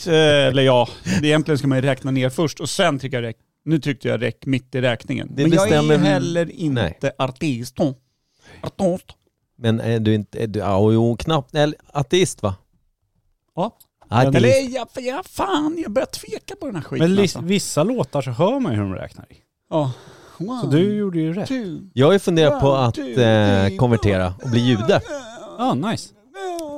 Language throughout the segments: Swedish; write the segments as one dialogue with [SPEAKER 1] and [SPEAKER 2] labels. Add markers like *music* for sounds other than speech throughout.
[SPEAKER 1] eh, eller ja, det egentligen ska man ju räkna ner först och sen tycker jag räck. Nu tyckte jag räck mitt i räkningen.
[SPEAKER 2] Det
[SPEAKER 1] Men jag
[SPEAKER 2] bestämmer-
[SPEAKER 1] är ju heller inte
[SPEAKER 2] Nej.
[SPEAKER 1] artist. Artist.
[SPEAKER 2] Men är du inte, är du, ja, jo, knappt, eller ateist va?
[SPEAKER 1] Ja.
[SPEAKER 2] Ateist.
[SPEAKER 1] Eller jag, jag, fan, jag börjar tveka på den här skiten
[SPEAKER 3] Men lis-
[SPEAKER 1] alltså.
[SPEAKER 3] vissa låtar så hör man ju hur de räknar i.
[SPEAKER 1] Ja.
[SPEAKER 3] Så
[SPEAKER 1] One,
[SPEAKER 2] Mm.
[SPEAKER 3] du gjorde ju
[SPEAKER 2] Typ.
[SPEAKER 3] rätt.
[SPEAKER 1] two,
[SPEAKER 2] Jag har ju funderat på
[SPEAKER 1] one,
[SPEAKER 2] att
[SPEAKER 1] two,
[SPEAKER 2] eh,
[SPEAKER 1] three,
[SPEAKER 2] konvertera
[SPEAKER 1] four.
[SPEAKER 2] och bli jude.
[SPEAKER 3] Ja, nice.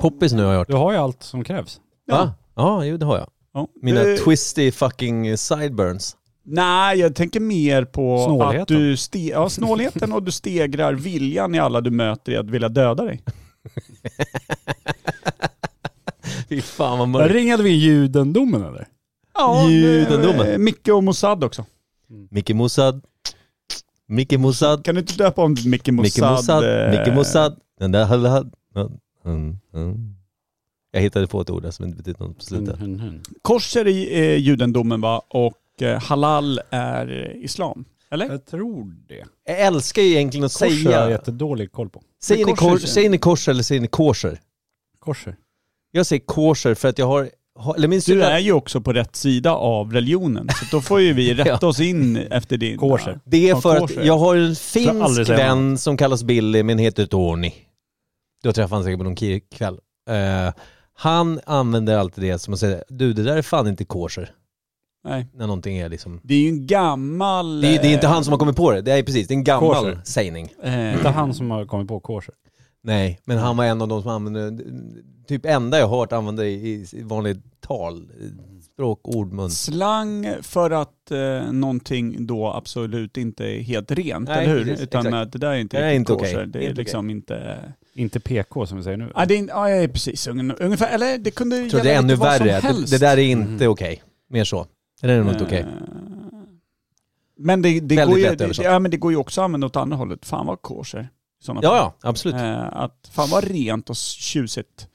[SPEAKER 2] Poppis nu har jag hört.
[SPEAKER 3] Du har ju allt som krävs.
[SPEAKER 2] Va? Ja, jo det har jag.
[SPEAKER 1] Ja.
[SPEAKER 2] Mina
[SPEAKER 1] Eh,
[SPEAKER 2] twisty fucking sideburns.
[SPEAKER 1] Nej, jag tänker mer på
[SPEAKER 3] Snålheten.
[SPEAKER 1] att du ste- ja, snålheten och du stegrar viljan i alla du möter i att vilja döda dig.
[SPEAKER 2] Fy fan vad
[SPEAKER 3] Där
[SPEAKER 2] mörkt.
[SPEAKER 3] ringade vi judendomen eller?
[SPEAKER 1] Ja,
[SPEAKER 2] Judendomen.
[SPEAKER 1] eh, Micke och Mossad också.
[SPEAKER 2] Micke Mossad. Micke Mossad.
[SPEAKER 1] Kan du inte döpa om till Micke Mossad?
[SPEAKER 2] Micke Mossad.
[SPEAKER 1] eh,
[SPEAKER 2] Micke Mossad. Den där hade hade- Mm, mm. Jag hittade på ett ord där som inte betyder något på slutet.
[SPEAKER 3] Hun, hun, hun.
[SPEAKER 1] Korser i eh, judendomen va? Och eh, halal är eh, islam. Eller?
[SPEAKER 3] Jag tror det.
[SPEAKER 2] Jag älskar ju egentligen att
[SPEAKER 3] Kors har jag
[SPEAKER 2] säga.
[SPEAKER 3] jättedålig koll på.
[SPEAKER 2] Säger ni,
[SPEAKER 1] Korser
[SPEAKER 2] kor,
[SPEAKER 1] säger
[SPEAKER 2] säger ni kors eller säger ni korser?
[SPEAKER 3] Korser.
[SPEAKER 2] Jag säger korser för att jag har, har eller min
[SPEAKER 1] Du
[SPEAKER 2] syrra,
[SPEAKER 1] är ju också på rätt sida av religionen. Så då får ju
[SPEAKER 2] *laughs*
[SPEAKER 1] vi rätta oss in efter din...
[SPEAKER 3] Korser.
[SPEAKER 2] det är
[SPEAKER 1] Ja,
[SPEAKER 2] för
[SPEAKER 1] korser.
[SPEAKER 2] att jag har en
[SPEAKER 3] Tror jag aldrig
[SPEAKER 2] finsk
[SPEAKER 3] säger
[SPEAKER 2] vän som kallas Billy men heter Tony. Då träffade han säkert på någon ki- kväll. Eh, han använder alltid det som att säga, du det där är fan inte korser.
[SPEAKER 1] Nej.
[SPEAKER 2] När någonting är liksom...
[SPEAKER 1] Det är ju en gammal...
[SPEAKER 2] Det är, det är inte han som har kommit på det, det är precis, det är en gammal
[SPEAKER 3] Korser.
[SPEAKER 2] sägning.
[SPEAKER 1] eh,
[SPEAKER 3] Inte han som har kommit på korser.
[SPEAKER 2] Nej, men han var en av de som använde, typ enda jag hört använda i, i vanligt tal, språk, ord, mun.
[SPEAKER 1] Slang för att eh, någonting då absolut inte är helt rent,
[SPEAKER 2] Nej,
[SPEAKER 1] eller hur?
[SPEAKER 2] precis,
[SPEAKER 1] Utan
[SPEAKER 2] exakt.
[SPEAKER 1] att det där är inte
[SPEAKER 2] Det är
[SPEAKER 1] riktigt
[SPEAKER 2] inte okej.
[SPEAKER 1] kosher.
[SPEAKER 2] Det
[SPEAKER 1] Det
[SPEAKER 2] är
[SPEAKER 1] är
[SPEAKER 2] inte
[SPEAKER 1] liksom inte...
[SPEAKER 3] Inte PK som vi säger nu.
[SPEAKER 1] Ja, det är, in- ja, jag är precis ungen- ungefär. Eller det kunde
[SPEAKER 2] Jag tror det är ännu värre, det, det där är inte
[SPEAKER 3] Mhm.
[SPEAKER 2] okej. Mer så. Det där är nog inte okej.
[SPEAKER 1] Eh, Men det, det,
[SPEAKER 2] Väldigt
[SPEAKER 1] går ju,
[SPEAKER 2] lätt
[SPEAKER 1] det,
[SPEAKER 2] översatt.
[SPEAKER 1] ja, men det går ju också att använda åt andra hållet. Fan vad kosher. i sådana
[SPEAKER 2] Ja,
[SPEAKER 1] fall.
[SPEAKER 2] ja, absolut.
[SPEAKER 1] Eh, att fan vad rent och tjusigt.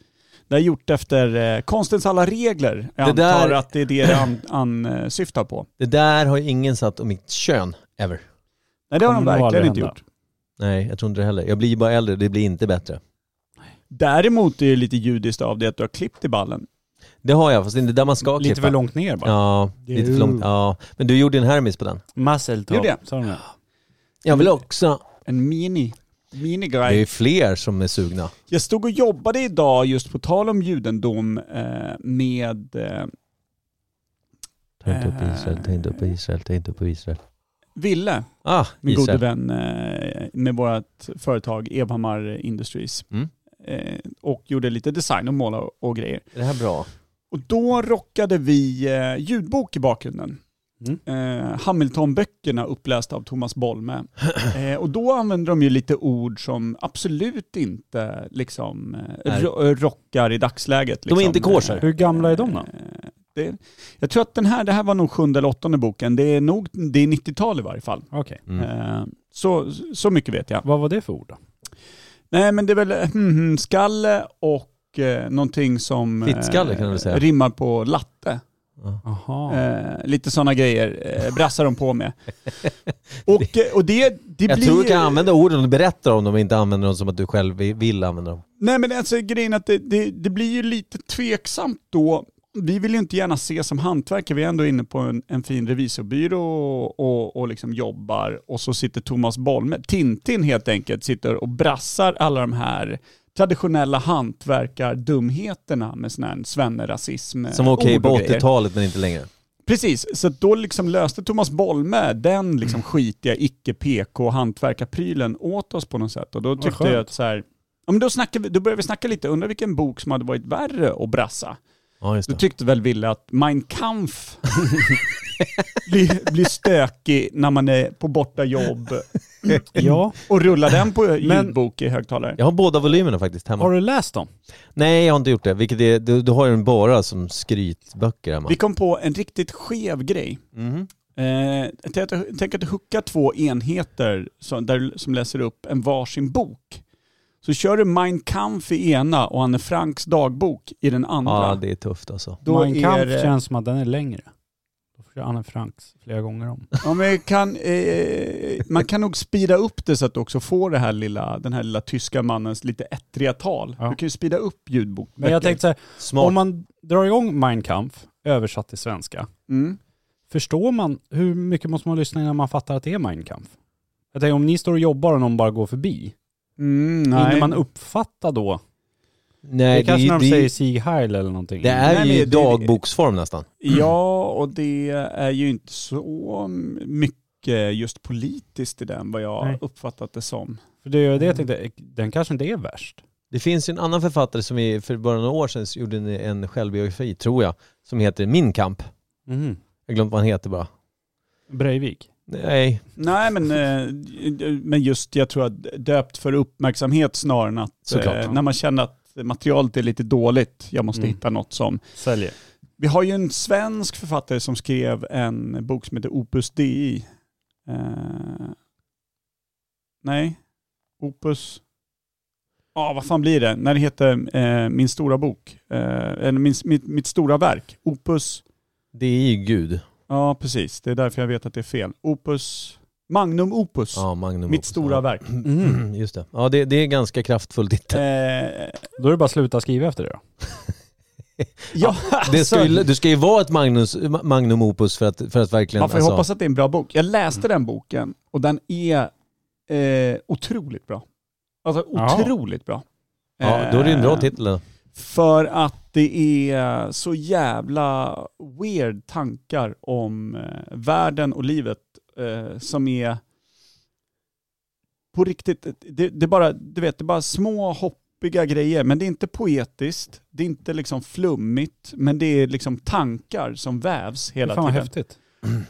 [SPEAKER 1] Det är gjort efter eh, konstens alla regler. Jag
[SPEAKER 2] Det
[SPEAKER 1] antar
[SPEAKER 2] där-
[SPEAKER 1] att det är det det an- ansyftar på.
[SPEAKER 2] Det där har ju ingen satt om mitt kön, ever.
[SPEAKER 1] Nej, det har de
[SPEAKER 3] Kommer nog
[SPEAKER 1] verkligen
[SPEAKER 3] aldrig
[SPEAKER 1] inte
[SPEAKER 3] hända.
[SPEAKER 1] gjort.
[SPEAKER 2] Nej, jag tror inte det heller. Jag blir ju bara äldre, det blir inte bättre.
[SPEAKER 1] Däremot är det lite judiskt av det att du har klippt i ballen.
[SPEAKER 2] Det har jag, fast det är inte där man ska klippa.
[SPEAKER 3] Lite för långt ner bara.
[SPEAKER 2] Ja, lite för långt. Ja. Men du gjorde en Hermes på den.
[SPEAKER 3] Muscle top.
[SPEAKER 1] Gjorde jag?
[SPEAKER 3] Sa de det?
[SPEAKER 2] Jag vill också.
[SPEAKER 1] En mini.
[SPEAKER 2] Det är
[SPEAKER 1] Minigrej.
[SPEAKER 2] ju fler som är sugna.
[SPEAKER 1] Jag stod och jobbade idag, just på tal om judendom, eh, med... Eh,
[SPEAKER 2] Ta inte upp Israel, ta inte upp Israel, ta inte upp Israel.
[SPEAKER 1] Ville,
[SPEAKER 2] Ah,
[SPEAKER 1] min gode
[SPEAKER 2] Israel.
[SPEAKER 1] vän, eh, med vårt företag Evhammar Industries.
[SPEAKER 2] Mm.
[SPEAKER 1] Eh, och gjorde lite design och måla och, och grejer.
[SPEAKER 2] Är det här bra?
[SPEAKER 1] Och då rockade vi eh, ljudbok i bakgrunden.
[SPEAKER 3] Mm.
[SPEAKER 1] Eh, Hamilton-böckerna upplästa av Thomas
[SPEAKER 2] *clears throat*
[SPEAKER 1] Bolme. Eh, och då använder de ju lite ord som absolut inte liksom, eh,
[SPEAKER 2] Nej.
[SPEAKER 1] ro- eh, rockar i dagsläget.
[SPEAKER 2] De är
[SPEAKER 1] Liksom.
[SPEAKER 2] inte kosher.
[SPEAKER 1] Eh,
[SPEAKER 3] Hur gamla är de då?
[SPEAKER 1] eh, det, jag tror att den här, det här var nog sjunde eller åttonde boken. Det är, nog, det är 90-tal i varje fall.
[SPEAKER 3] Okej.
[SPEAKER 2] Mm.
[SPEAKER 1] Eh, så, så mycket vet jag.
[SPEAKER 3] Vad var det för ord då?
[SPEAKER 1] Nej men det är väl eh, hmm, hmm, skalle och eh, någonting som
[SPEAKER 2] Fittskalle kan man väl säga.
[SPEAKER 1] rimmar på latte.
[SPEAKER 3] Aha.
[SPEAKER 1] Eh, lite sådana grejer eh, brassar de på
[SPEAKER 2] *laughs*
[SPEAKER 1] med. Och, eh, och det, det
[SPEAKER 2] Jag
[SPEAKER 1] blir...
[SPEAKER 2] tror du kan använda orden och berätta om dem, inte använda dem som att du själv vi- vill använda dem.
[SPEAKER 1] Nej men alltså grejen är att det, det, det blir ju lite tveksamt då. Vi vill ju inte gärna se som hantverkare, vi är ändå inne på en, en fin revisorbyrå och, och, och liksom jobbar och så sitter Thomas Bolme, Tintin helt enkelt, sitter och brassar alla de här traditionella hantverkardumheterna med sån här svennerasism.
[SPEAKER 2] Som var okej
[SPEAKER 1] ord och
[SPEAKER 2] på
[SPEAKER 1] grejer.
[SPEAKER 2] 80-talet men inte längre.
[SPEAKER 1] Precis, så att då liksom löste Thomas Bolme den
[SPEAKER 3] Mm.
[SPEAKER 1] liksom skitiga icke-PK-hantverkarprylen åt oss på något sätt. Och då tyckte
[SPEAKER 3] skönt.
[SPEAKER 1] jag att så här, ja, men då, snackade vi, då började vi snacka lite, undrar vilken bok som hade varit värre att brassa.
[SPEAKER 2] Ja, just
[SPEAKER 1] Då
[SPEAKER 2] det.
[SPEAKER 1] tyckte väl Ville att Mein
[SPEAKER 3] *laughs*
[SPEAKER 1] Kampf blir blir stökig när man är på borta jobb
[SPEAKER 3] *clears throat* Ja.
[SPEAKER 1] och rullar den på
[SPEAKER 3] Men-
[SPEAKER 1] ljudbok i högtalare.
[SPEAKER 2] Jag har båda volymerna faktiskt hemma.
[SPEAKER 3] Har du läst dem?
[SPEAKER 2] Nej, jag har inte gjort det. Vilket är, du, du har ju den bara som skrytböcker hemma.
[SPEAKER 1] Vi kom på en riktigt skev grej.
[SPEAKER 2] Mhm.
[SPEAKER 1] Eh, tänk, att, tänk att hucka två enheter som, där, som läser upp en varsin bok. Så kör du Mein Kampf i ena och Anne Franks dagbok i den andra.
[SPEAKER 2] Ja, det är tufft alltså.
[SPEAKER 1] Då
[SPEAKER 3] Mein
[SPEAKER 1] är
[SPEAKER 3] Kampf
[SPEAKER 1] det-
[SPEAKER 3] känns som att den är längre. Då får jag Anne Franks flera gånger om.
[SPEAKER 1] ja, men jag kan, eh, man kan nog speeda upp det så att du också får det här lilla, den här lilla tyska mannens lite ettriga tal.
[SPEAKER 3] Ja.
[SPEAKER 1] Du kan ju speeda upp ljudbok.
[SPEAKER 3] Men jag tänkte så här,
[SPEAKER 2] Smart.
[SPEAKER 3] om man drar igång Mein Kampf översatt till svenska.
[SPEAKER 1] Mm.
[SPEAKER 3] Förstår man, hur mycket måste man lyssna innan man fattar att det är Mein Kampf? Jag tänker om ni står och jobbar och någon bara går förbi,
[SPEAKER 1] Mm,
[SPEAKER 3] hinner
[SPEAKER 1] nej.
[SPEAKER 3] man uppfatta då? det
[SPEAKER 2] Nej,
[SPEAKER 3] är
[SPEAKER 2] det,
[SPEAKER 3] kanske
[SPEAKER 2] är ju-
[SPEAKER 3] när de
[SPEAKER 2] det,
[SPEAKER 3] säger
[SPEAKER 2] är-
[SPEAKER 3] Sieg Heil eller någonting.
[SPEAKER 2] det är
[SPEAKER 1] Nej,
[SPEAKER 2] ju
[SPEAKER 1] men
[SPEAKER 2] i
[SPEAKER 1] det-
[SPEAKER 2] dagboksform nästan.
[SPEAKER 1] Ja, och det är ju inte så mycket just politiskt i den, vad jag
[SPEAKER 3] Nej.
[SPEAKER 1] uppfattat det som.
[SPEAKER 3] För det är ju det jag tänkte, den kanske inte är värst.
[SPEAKER 2] Det finns ju en annan författare som vi för bara några år sedan gjorde en, en självbiografi, tror jag, som heter Min kamp.
[SPEAKER 3] Mm.
[SPEAKER 2] Jag glömde vad han heter bara.
[SPEAKER 3] Breivik.
[SPEAKER 2] Nej,
[SPEAKER 1] Nej, men, eh, men just jag tror att döpt för uppmärksamhet snarare än att eh,
[SPEAKER 2] Såklart.
[SPEAKER 1] när man känner att materialet är lite dåligt, jag måste
[SPEAKER 3] Mm.
[SPEAKER 1] hitta något som...
[SPEAKER 3] Säljer.
[SPEAKER 1] Vi har ju en svensk författare som skrev en bok som heter Opus Dei. Eh, nej, Opus... Ja, vad fan blir det? När det heter eh, Min stora bok, eh, eller min, mitt, mitt stora verk, Opus...
[SPEAKER 2] det är ju Gud.
[SPEAKER 1] Ja, precis. Det är därför jag vet att det är fel. Opus... Magnum Opus.
[SPEAKER 2] Ja, Magnum
[SPEAKER 1] Mitt
[SPEAKER 2] Opus.
[SPEAKER 1] stora
[SPEAKER 2] ja.
[SPEAKER 1] verk.
[SPEAKER 2] Mm, *clears throat* Just det. Ja, det, det är ganska kraftfull titel.
[SPEAKER 1] Eh,
[SPEAKER 3] Då är det bara att sluta skriva efter det då.
[SPEAKER 1] ja, *laughs*
[SPEAKER 2] Det ska ju,
[SPEAKER 1] alltså,
[SPEAKER 2] det ska ju vara ett Magnus, Magnum Opus för att, för att verkligen...
[SPEAKER 1] man får ju
[SPEAKER 2] alltså-
[SPEAKER 1] hoppas att det är en bra bok. Jag läste
[SPEAKER 2] Mm.
[SPEAKER 1] den boken och den är eh, otroligt bra. Alltså
[SPEAKER 3] Jaha.
[SPEAKER 1] otroligt bra.
[SPEAKER 2] Ja, då är det ju en bra
[SPEAKER 1] Eh,
[SPEAKER 2] titel. då.
[SPEAKER 1] För att det är så jävla weird tankar om eh, världen och livet eh, som är på riktigt, eh, det, det, är bara, du vet, det är bara små hoppiga grejer, men det är inte poetiskt, det är inte liksom flummigt, men det är liksom tankar som vävs
[SPEAKER 3] Det är
[SPEAKER 1] hela
[SPEAKER 3] fan vad
[SPEAKER 1] tiden.
[SPEAKER 3] häftigt.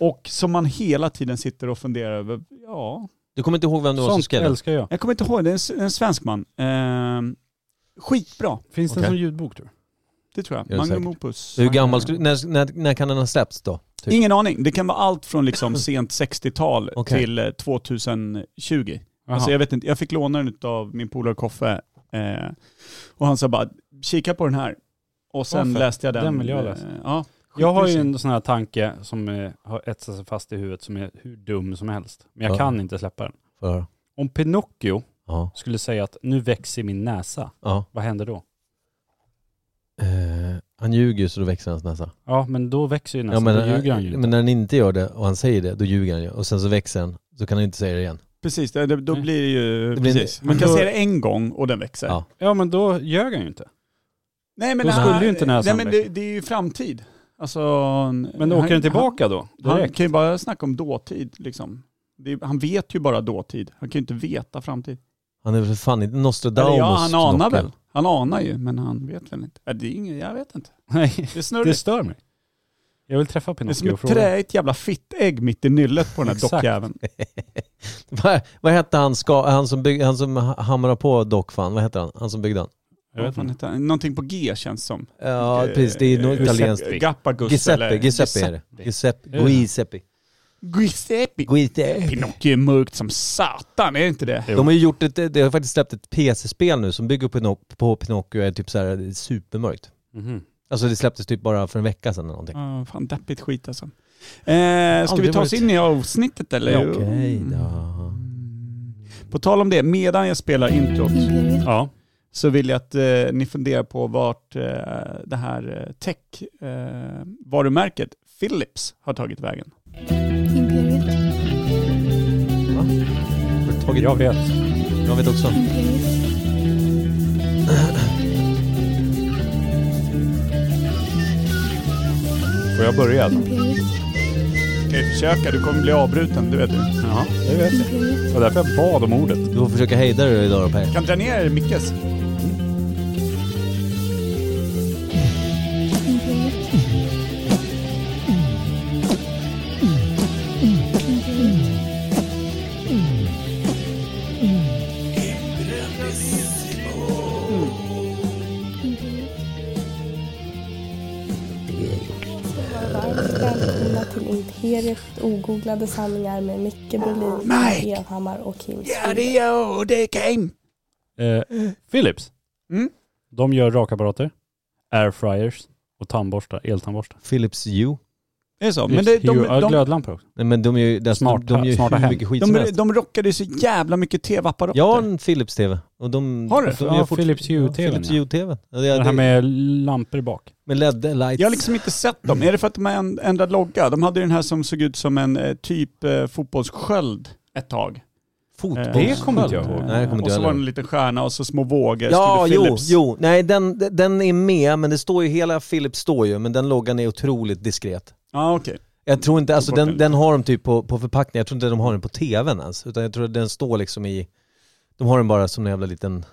[SPEAKER 1] Och som man hela tiden sitter och funderar över, ja,
[SPEAKER 2] Du kommer inte ihåg vem det var som
[SPEAKER 3] Sånt
[SPEAKER 2] skrev den?
[SPEAKER 3] älskar jag.
[SPEAKER 1] jag kommer inte ihåg, det är en, s- en svensk man. Eh, skitbra,
[SPEAKER 3] Finns det
[SPEAKER 2] Okej.
[SPEAKER 3] som ljudbok tror
[SPEAKER 1] det tror
[SPEAKER 2] Ja,
[SPEAKER 1] jag. Magnum
[SPEAKER 2] säkert.
[SPEAKER 1] Opus.
[SPEAKER 2] Hur gammal skulle, när, när, när kan den ha släppts då? Typ.
[SPEAKER 1] Ingen aning. Det kan vara allt från
[SPEAKER 3] *laughs*
[SPEAKER 1] liksom sent 60-tal
[SPEAKER 2] Okej.
[SPEAKER 1] till eh, 2020.
[SPEAKER 3] du?
[SPEAKER 1] Alltså
[SPEAKER 3] Jaha.
[SPEAKER 1] jag, vet inte, jag fick låna den av min polare Koffe eh, och han sa bara kika på den här. Och sen
[SPEAKER 3] Varför?
[SPEAKER 1] läste jag den.
[SPEAKER 3] Den vill jag läsa.
[SPEAKER 1] Eh, Ja,
[SPEAKER 3] Jag har ju
[SPEAKER 1] skitmysig.
[SPEAKER 3] en sån här tanke som eh, har etsat sig fast i huvudet som är hur dum som helst. Men jag
[SPEAKER 2] Ja.
[SPEAKER 3] kan inte släppa den.
[SPEAKER 2] Får jag höra?
[SPEAKER 3] Om Pinocchio
[SPEAKER 2] Ja.
[SPEAKER 3] skulle säga att nu växer min näsa,
[SPEAKER 2] ja.
[SPEAKER 3] vad händer då?
[SPEAKER 2] Eh, han ljuger ju så då växer hans näsa.
[SPEAKER 3] Ja men då växer ju
[SPEAKER 2] Ja,
[SPEAKER 3] näsan,
[SPEAKER 2] men,
[SPEAKER 3] då ljuger
[SPEAKER 1] eh,
[SPEAKER 3] han ju
[SPEAKER 2] men
[SPEAKER 3] lite.
[SPEAKER 2] när han inte gör det och han säger det, då ljuger han ju. Och sen så växer den, så kan han inte säga det igen.
[SPEAKER 1] Precis, det, det, då
[SPEAKER 3] Nej.
[SPEAKER 1] blir det ju...
[SPEAKER 2] Det blir en-
[SPEAKER 1] precis. Man
[SPEAKER 2] Men
[SPEAKER 1] kan
[SPEAKER 2] då-
[SPEAKER 1] se det en gång och den växer.
[SPEAKER 2] Ja.
[SPEAKER 3] Ja men då ljög han ju inte.
[SPEAKER 1] Nej men,
[SPEAKER 3] Då
[SPEAKER 1] han-
[SPEAKER 3] skulle ju inte näsan
[SPEAKER 1] nej, men det,
[SPEAKER 3] växa.
[SPEAKER 1] det är ju framtid. Alltså,
[SPEAKER 3] Men åker den tillbaka då?
[SPEAKER 1] Han, han
[SPEAKER 3] Direkt?
[SPEAKER 1] kan ju bara snacka om dåtid liksom. Det, är- han vet ju bara dåtid. Han kan ju inte veta framtid.
[SPEAKER 2] Han är väl för fan inte Nostradamus.
[SPEAKER 1] Eller ja, han anar
[SPEAKER 2] knockel.
[SPEAKER 1] väl. Han anar ju, men han vet väl inte. Ja, Det är inget, jag vet inte.
[SPEAKER 3] *laughs* Nej,
[SPEAKER 1] Det är
[SPEAKER 3] det
[SPEAKER 1] snurrigt.
[SPEAKER 3] stör mig. Jag vill träffa
[SPEAKER 1] Det är som
[SPEAKER 3] Pinocchio och
[SPEAKER 1] ett
[SPEAKER 3] fråga.
[SPEAKER 1] träigt jävla fittägg mitt i nyllet på den här
[SPEAKER 3] Exakt.
[SPEAKER 1] dockjäveln.
[SPEAKER 2] *laughs* Vad, vad hette han, ska, han, som bygg, han som ha- hamrade på dockfan? Vad hette han? Han som byggde den?
[SPEAKER 3] Jag vet
[SPEAKER 1] Vad fan
[SPEAKER 3] inte.
[SPEAKER 1] heter han? Någonting på G känns som.
[SPEAKER 2] Ja,
[SPEAKER 1] Eh,
[SPEAKER 2] precis. Det är nog
[SPEAKER 1] eh,
[SPEAKER 2] italienskt.
[SPEAKER 1] Giuseppe- Gappagus
[SPEAKER 2] Giuseppe,
[SPEAKER 1] eller-
[SPEAKER 2] Giuseppe är det. Giuseppe.
[SPEAKER 3] Ja.
[SPEAKER 2] Giuseppe.
[SPEAKER 1] Giuseppe.
[SPEAKER 2] Giuseppe.
[SPEAKER 1] Pinocchio är mörkt som satan, är det inte det?
[SPEAKER 2] De har ju gjort ett, det har faktiskt släppt ett PC-spel nu som bygger på, Pinoc- på Pinocchio och är typ så här det är supermörkt.
[SPEAKER 3] Mhm.
[SPEAKER 2] Alltså det släpptes typ bara för en vecka sedan eller någonting.
[SPEAKER 1] Ja, fan deppigt skit alltså. Eh, ska vi
[SPEAKER 2] Aldrig
[SPEAKER 1] ta oss
[SPEAKER 2] varit-
[SPEAKER 1] in i avsnittet eller? Mm.
[SPEAKER 2] Ja, okej då.
[SPEAKER 1] På tal om det, medan jag spelar introt
[SPEAKER 3] Ja.
[SPEAKER 1] så vill jag att eh, ni funderar på vart eh, det här eh, tech-varumärket Philips har tagit vägen.
[SPEAKER 4] Imperiet,
[SPEAKER 2] Har du Tagit,
[SPEAKER 3] Jag vet.
[SPEAKER 2] jag vet också.
[SPEAKER 4] Imperiet,
[SPEAKER 3] Får jag börja? eller?
[SPEAKER 4] Imperiet,
[SPEAKER 1] Kan ju försöka, du kommer bli avbruten, du vet du.
[SPEAKER 3] Jaha, det vet jag.
[SPEAKER 4] Imperiet,
[SPEAKER 3] Det var därför jag bad om ordet.
[SPEAKER 2] Du får försöka hejda dig idag då Per.
[SPEAKER 1] Kan dra ner Mickes.
[SPEAKER 4] Imperiet. Imperiet, Imperiet.
[SPEAKER 5] Varmt välkomna till Imperiet ogooglade sanningar med Micke Berlin,
[SPEAKER 1] Mike!
[SPEAKER 5] Evhammar och Kim
[SPEAKER 1] Ja, det är jag och det är Kim.
[SPEAKER 3] Eh, Philips.
[SPEAKER 1] Mm.
[SPEAKER 3] De gör rakapparater, airfryers och tandborstar, eltandborstar.
[SPEAKER 2] Philips U.
[SPEAKER 1] Det är så.
[SPEAKER 3] Men
[SPEAKER 1] Men det, de,
[SPEAKER 3] de,
[SPEAKER 1] de,
[SPEAKER 3] glödlampor också.
[SPEAKER 2] Nej men de är ju, desto,
[SPEAKER 3] Smarta-
[SPEAKER 2] de gör ju
[SPEAKER 3] smarta
[SPEAKER 2] hur
[SPEAKER 3] hem.
[SPEAKER 2] mycket skit som
[SPEAKER 1] de,
[SPEAKER 2] helst.
[SPEAKER 1] de rockade ju så jävla mycket tv-apparater.
[SPEAKER 2] Jag har en Philips TV. Och de,
[SPEAKER 1] Har du?
[SPEAKER 2] De
[SPEAKER 3] Ja,
[SPEAKER 2] gör fort-
[SPEAKER 3] Philips Hue-TV.
[SPEAKER 2] Ja, Philips Hue-TV. Ja, det-
[SPEAKER 3] Den här
[SPEAKER 2] det-
[SPEAKER 3] med lampor bak.
[SPEAKER 2] med LED lights.
[SPEAKER 1] Jag har liksom inte sett dem. Är det för att de har änd- ändrat logga? De hade ju den här som såg ut som en eh, typ eh, fotbollssköld ett tag.
[SPEAKER 2] Fotboll.
[SPEAKER 1] Eh,
[SPEAKER 3] Det kommer inte jag ihåg.
[SPEAKER 2] Nej, det kommer
[SPEAKER 1] och
[SPEAKER 2] inte
[SPEAKER 1] så
[SPEAKER 2] jag
[SPEAKER 1] var det en
[SPEAKER 2] ihåg.
[SPEAKER 1] liten stjärna och så små vågor.
[SPEAKER 2] Ja,
[SPEAKER 1] stod det
[SPEAKER 2] jo,
[SPEAKER 1] Philips.
[SPEAKER 2] jo. Nej, den, den är med, men det står ju, hela Philips står ju, men den loggan är otroligt diskret.
[SPEAKER 1] Ja, okej.
[SPEAKER 2] Jag tror inte, alltså
[SPEAKER 1] bort
[SPEAKER 2] den,
[SPEAKER 1] den.
[SPEAKER 2] den har de typ på, på förpackningen, jag tror inte de har den på tvn ens, utan jag tror att den står liksom i, de har den bara som en jävla liten,